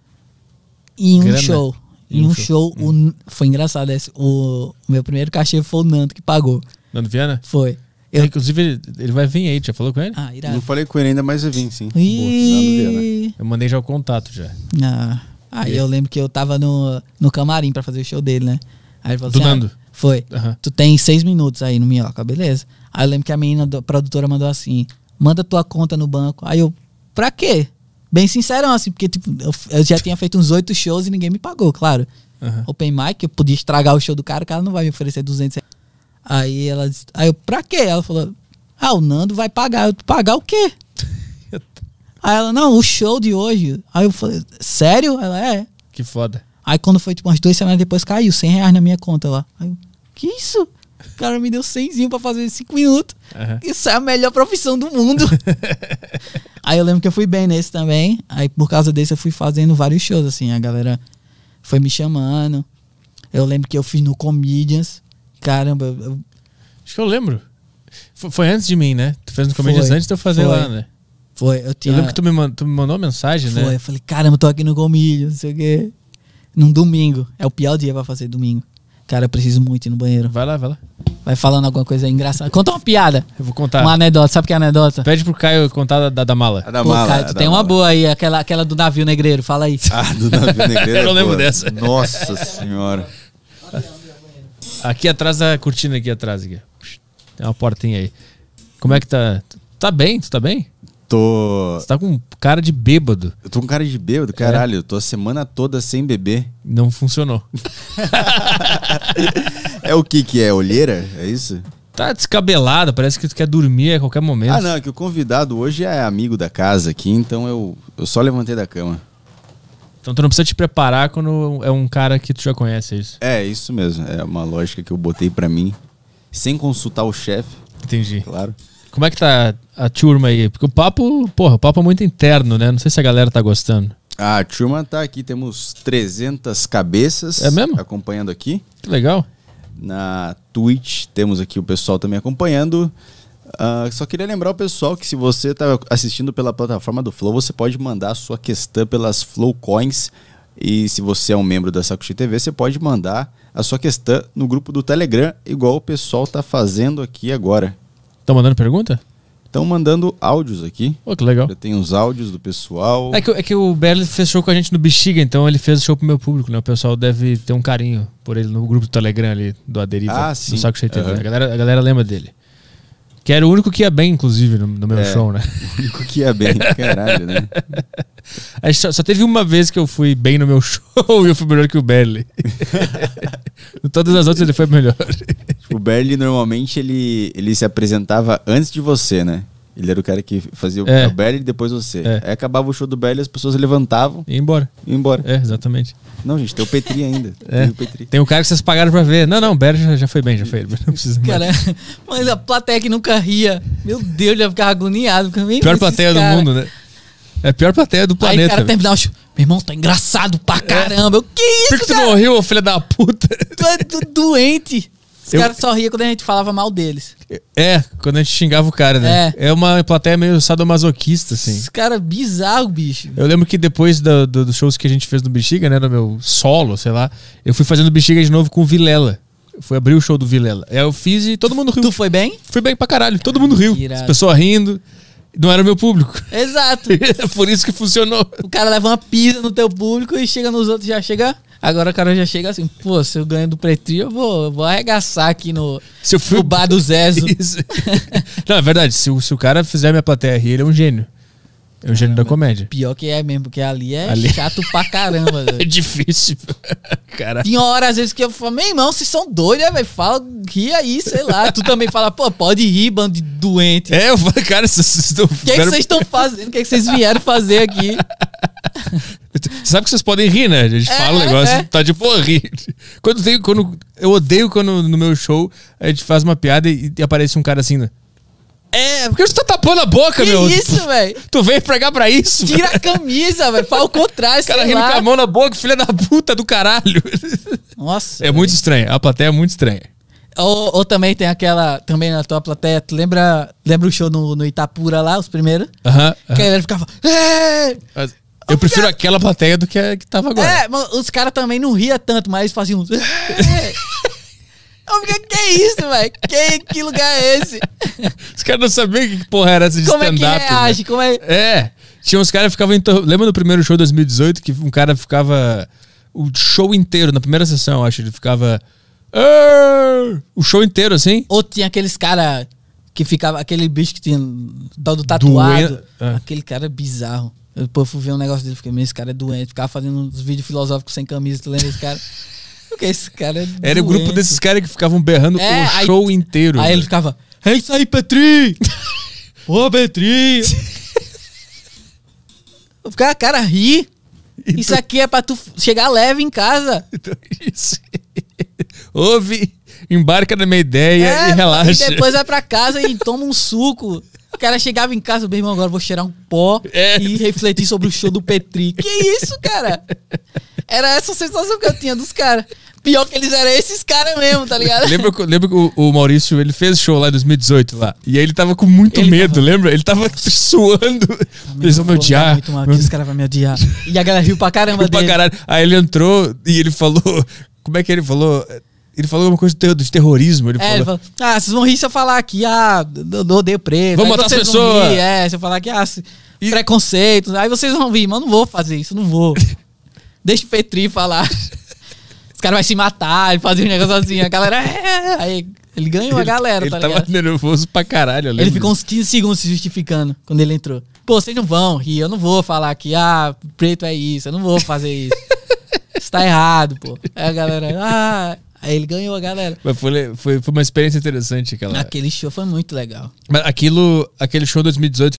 Speaker 4: Em um
Speaker 1: Grana? Hum.
Speaker 4: show. Em um show, o N- foi engraçado esse. O, o meu primeiro cachê foi o Nando que pagou.
Speaker 1: Nando Viana?
Speaker 4: Foi. Eu-
Speaker 1: Inclusive, ele, ele vai vir aí, tu já falou com ele?
Speaker 4: Ah,
Speaker 2: Não
Speaker 4: irado.
Speaker 2: falei com ele ainda, mas eu vim, sim.
Speaker 4: Ih.
Speaker 1: Eu mandei já o contato já.
Speaker 4: Ah, aí eu lembro que eu tava no, no camarim pra fazer o show dele, né? Aí ele falou
Speaker 1: Do
Speaker 4: assim, ah,
Speaker 1: Nando?
Speaker 4: foi.
Speaker 1: Aham.
Speaker 4: Tu tem seis minutos aí no Minhoca, beleza. Aí eu lembro que a menina do- produtora mandou assim, manda tua conta no banco. Aí eu, pra quê? Bem sincerão, assim, porque tipo, eu, f- eu já tinha feito uns oito shows e ninguém me pagou, claro.
Speaker 1: Aham.
Speaker 4: Open mic, eu podia estragar o show do cara, o cara não vai me oferecer 200 reais. Aí ela disse, aí eu, pra quê? Ela falou, ah, o Nando vai pagar. Eu, pagar
Speaker 1: *laughs*
Speaker 4: o quê? Aí ela, não, o show de hoje. Aí eu falei, sério? Ela, é.
Speaker 1: Que foda.
Speaker 4: Aí quando foi, tipo, umas duas semanas depois, caiu 100 reais na minha conta lá. Aí eu, que isso? O cara me deu 100 pra fazer cinco minutos.
Speaker 1: Aham.
Speaker 4: Isso é a melhor profissão
Speaker 1: *laughs*
Speaker 4: do mundo. aí eu lembro que eu fui bem nesse também. Aí por causa desse eu fui fazendo vários shows, assim. A galera foi me chamando. Eu lembro que eu fiz no Comedians. Caramba, eu-
Speaker 1: Acho que eu lembro. Fo- foi antes de mim, né? Tu fez no Comedians
Speaker 4: Foi,
Speaker 1: antes de eu fazer
Speaker 4: foi.
Speaker 1: lá, né?
Speaker 4: foi, eu tinha...
Speaker 1: Eu lembro que tu me, man- tu me mandou uma mensagem,
Speaker 4: Foi,
Speaker 1: né?
Speaker 4: eu falei, caramba, eu tô aqui no Gomilho, não sei o quê. Num domingo. É o pior dia pra fazer domingo. Cara, eu preciso muito ir no banheiro.
Speaker 1: Vai lá, vai lá.
Speaker 4: Vai falando alguma coisa engraçada. Conta uma piada.
Speaker 1: Eu vou contar.
Speaker 4: Uma anedota. Sabe o que é anedota?
Speaker 1: Pede pro Caio contar da, da, da mala.
Speaker 2: A É da
Speaker 4: Pô,
Speaker 2: mala.
Speaker 4: cara,
Speaker 2: a
Speaker 4: tu
Speaker 2: da
Speaker 4: tem uma
Speaker 2: mala.
Speaker 4: boa aí, aquela, aquela do navio negreiro. Fala aí.
Speaker 2: *laughs* Ah, do navio negreiro.
Speaker 1: *laughs* Eu não
Speaker 2: é
Speaker 1: lembro
Speaker 2: boa.
Speaker 1: dessa.
Speaker 2: Nossa senhora.
Speaker 1: Aqui atrás da cortina, aqui atrás. Aqui. Tem uma portinha aí. Como é que tá? Tu Tá bem? Tu tá bem?
Speaker 2: Tô.
Speaker 1: Você tá com cara de bêbado.
Speaker 2: Eu tô com cara de
Speaker 1: É.
Speaker 2: bêbado, caralho. Eu tô a semana toda sem beber.
Speaker 1: Não funcionou.
Speaker 2: É o que que é? Olheira? É isso?
Speaker 1: Tá descabelado, parece que tu quer dormir a qualquer momento.
Speaker 2: Ah, não, é que o convidado hoje é amigo da casa aqui, então eu, eu só levantei da cama.
Speaker 1: Então tu não precisa te preparar quando é um cara que tu já conhece, é isso.
Speaker 2: É, isso mesmo. É uma lógica que eu botei pra mim, sem consultar o chefe,
Speaker 1: Entendi.
Speaker 2: claro.
Speaker 1: Como é que tá a turma aí? Porque o papo, porra, o papo é muito interno, né? Não sei se a galera tá gostando.
Speaker 2: A turma tá aqui, temos 300 cabeças
Speaker 1: É mesmo?
Speaker 2: acompanhando aqui.
Speaker 1: Que legal.
Speaker 2: na Twitch. Temos aqui o pessoal também acompanhando. Ah, só queria lembrar o pessoal que se você está assistindo pela plataforma do Flow, você pode mandar a sua questão pelas Flow Coins. E se você é um membro da Sakushi TV, você pode mandar a sua questão no grupo do Telegram, igual o pessoal tá fazendo aqui agora.
Speaker 1: Estão mandando pergunta?
Speaker 2: Estão mandando áudios aqui.
Speaker 1: Pô, que legal.
Speaker 2: Já tem os áudios do pessoal.
Speaker 1: É que, é que o Berli fez show com a gente no Bexiga, então ele fez show pro meu público, né? O pessoal deve ter um carinho por ele no grupo do Telegram ali, do Aderiva,
Speaker 2: Ah,
Speaker 1: do
Speaker 2: sim.
Speaker 1: Saco Cheio TV.
Speaker 2: Aham.
Speaker 1: A, galera, a galera lembra dele. Que era o único que ia bem, inclusive, no, no meu
Speaker 2: É.
Speaker 1: show, né?
Speaker 2: *laughs* O único que é bem, caralho, né?
Speaker 1: A gente Só, só teve uma vez que eu fui bem no meu *laughs* show e eu fui melhor que o Berli.
Speaker 2: *laughs*
Speaker 1: Em *laughs* Todas as outras ele foi melhor.
Speaker 2: Tipo, O Berli normalmente ele, ele se apresentava antes de você, né? Ele era o cara que fazia o-
Speaker 1: É.
Speaker 2: o Berli e depois você.
Speaker 1: É.
Speaker 2: Aí acabava o show do Berli, as pessoas levantavam
Speaker 1: E ia embora.
Speaker 2: e iam embora.
Speaker 1: É, exatamente.
Speaker 2: Não, gente, tem o Petri ainda.
Speaker 1: É.
Speaker 2: Tem o Petri.
Speaker 1: Tem o cara que vocês pagaram pra ver. Não, não, o Berli já, já foi bem, já foi. Não precisa mais.
Speaker 4: *laughs* Cara, mas a plateia que nunca ria. Meu Deus, eu ia ficar agoniado. é
Speaker 1: Pior plateia do mundo, né? É a pior plateia do
Speaker 4: Aí
Speaker 1: planeta.
Speaker 4: o cara
Speaker 1: velho. É.
Speaker 4: terminar o show. Meu irmão, tá engraçado pra caramba. Eu, que isso,
Speaker 1: Por que tu
Speaker 4: cara?
Speaker 1: não riu, ô filha da puta?
Speaker 4: Tu é do- doente. Os
Speaker 1: Eu-
Speaker 4: caras só riam quando a gente falava mal deles.
Speaker 1: É, quando a gente xingava o cara, né? É, uma plateia meio sadomasoquista, assim.
Speaker 4: Esse cara é bizarro, bicho.
Speaker 1: Eu lembro que depois do- do- dos shows que a gente fez no Bexiga, né? No meu solo, sei lá, eu fui fazendo Bexiga de novo com o Vilela. Eu fui abrir o show do Vilela. Aí Eu fiz e todo mundo riu.
Speaker 4: Tu foi bem?
Speaker 1: Fui bem pra caralho, todo mundo riu.
Speaker 4: Irado.
Speaker 1: As pessoas rindo. Não era o meu público. *laughs*
Speaker 4: Exato.
Speaker 1: É Por isso que funcionou.
Speaker 4: O cara leva uma pisa no teu público e chega nos outros, já chega. Agora o cara já chega assim, pô, se eu ganho do Pretri, eu vou, eu vou arregaçar aqui no,
Speaker 1: Se eu
Speaker 4: no bar do Zezo.
Speaker 1: *laughs* Isso. Não, é verdade. Se, o- se o cara fizer minha plateia rir, ele é um gênio. É um gênio da comédia.
Speaker 4: Pior que é mesmo, porque ali é
Speaker 1: Ali-
Speaker 4: chato pra caramba. velho.
Speaker 1: É difícil. *laughs* Cara.
Speaker 4: Tinha horas, às vezes, que eu falo, meu irmão, vocês são doidos, né, velho? Fala, ri aí, sei lá. Tu também fala, pô, pode rir, bando de doente.
Speaker 1: É, eu falei, cara, vocês estão.
Speaker 4: O que é que vocês estão fazendo? O que é que vocês vieram fazer aqui?
Speaker 1: Sabe que vocês podem rir, né? A gente
Speaker 4: É,
Speaker 1: fala o
Speaker 4: é,
Speaker 1: negócio,
Speaker 4: é.
Speaker 1: tá de porra rir. Quando tem, quando, eu odeio quando no meu show a gente faz uma piada e, e aparece um cara assim, né? É, por que você tá tapando a boca,
Speaker 4: Que
Speaker 1: meu? Tipo,
Speaker 4: isso, velho?
Speaker 1: Tu veio pregar pra isso?
Speaker 4: Tira
Speaker 1: velho?
Speaker 4: a camisa, velho. Fala o contrário,
Speaker 1: O cara
Speaker 4: sei
Speaker 1: rindo
Speaker 4: lá.
Speaker 1: com a mão na boca, filha da puta do caralho.
Speaker 4: Nossa.
Speaker 1: É
Speaker 4: velho.
Speaker 1: muito estranho, a plateia é muito estranha.
Speaker 4: Ou, ou também tem aquela, também na tua plateia, tu lembra, lembra o show no, no Itapura lá, os primeiros?
Speaker 1: Aham. aham.
Speaker 4: Que a galera ficava. "É!"
Speaker 1: Mas Eu prefiro aquela plateia do que a que tava agora.
Speaker 4: É, mas os caras também não ria tanto, mas faziam. uns, "É!" Eu fiquei, que é isso, velho? Que, que lugar é esse?
Speaker 1: *laughs* Os caras não sabiam que porra era essa de
Speaker 4: Como é
Speaker 1: stand-up.
Speaker 4: que reage?
Speaker 1: né?
Speaker 4: Como é.
Speaker 1: É. Tinha uns caras que ficavam. Inter... Lembra do primeiro show de 2018 que um cara ficava. O show inteiro, na primeira sessão, eu acho, ele ficava. "Ê!" O show inteiro, assim.
Speaker 4: Ou tinha aqueles cara que ficava, aquele bicho que tinha tal do tatuado.
Speaker 1: Doente, é.
Speaker 4: Aquele cara bizarro. Eu, Depois eu fui ver um negócio dele, fiquei, meu, esse cara é doente. Ficava fazendo uns vídeos filosóficos sem camisa, tu lembra esse cara? Porque esse cara é
Speaker 1: Era o grupo
Speaker 4: doente.
Speaker 1: desses caras que ficavam berrando
Speaker 4: É,
Speaker 1: o
Speaker 4: aí-
Speaker 1: show inteiro. né?
Speaker 4: Aí ele
Speaker 1: velho.
Speaker 4: ficava, é isso aí, *laughs* Petri! Ô, Petri! Eu ficava, cara, ri. Isso aqui é pra tu chegar leve em casa.
Speaker 1: Então, *laughs* isso. Ouve, embarca na minha ideia
Speaker 4: É,
Speaker 1: e relaxa.
Speaker 4: E depois vai pra casa e toma um suco. O cara chegava em casa, meu irmão, agora eu vou cheirar um pó
Speaker 1: É.
Speaker 4: e refletir sobre o show do Petri. Que isso, cara? Era essa a sensação que eu tinha dos caras. Pior que eles eram esses caras mesmo, tá ligado?
Speaker 1: Lembra, que- lembra que o, o Maurício ele fez show lá em 2018 lá. E aí ele tava com muito
Speaker 4: Ele
Speaker 1: medo, lembra? Ele tava *laughs* suando. Eles vão me
Speaker 4: Pô, tá
Speaker 1: odiar.
Speaker 4: muito mal aqui, Esse cara vai me odiar. E a galera riu pra caramba
Speaker 1: pra
Speaker 4: dele.
Speaker 1: caralho. Aí ele entrou e ele falou. *laughs* Como é que ele falou? Ele falou alguma coisa do ter- de terrorismo. Ele
Speaker 4: É, ele
Speaker 1: falou.
Speaker 4: falou, ah, vocês vão rir se eu falar aqui, ah, eu eu odeio preto.
Speaker 1: Vamos
Speaker 4: Aí
Speaker 1: matar
Speaker 4: vocês
Speaker 1: as
Speaker 4: vão
Speaker 1: pessoas.
Speaker 4: rir, É, se eu falar aqui, ah, se- preconceito. Aí vocês vão vir, mas eu não vou fazer isso, não
Speaker 1: *laughs*
Speaker 4: vou. Deixa o Petri falar. Os caras vão se matar, ele fazia um negócio assim, a galera... "É". Aí ele ganhou a galera,
Speaker 1: ele
Speaker 4: tá
Speaker 1: tava
Speaker 4: ligado?
Speaker 1: nervoso pra caralho. eu
Speaker 4: Ele
Speaker 1: lembro.
Speaker 4: ficou uns 15 segundos se justificando quando ele entrou. Pô, vocês não vão rir, eu não vou falar aqui, ah, preto é isso, eu não vou fazer isso. isso tá errado, pô. Aí a galera, ah... Aí ele ganhou a galera.
Speaker 1: Mas foi, É. foi, foi uma experiência interessante aquela.
Speaker 4: Aquele show foi muito legal.
Speaker 1: Mas aquilo, aquele show 2018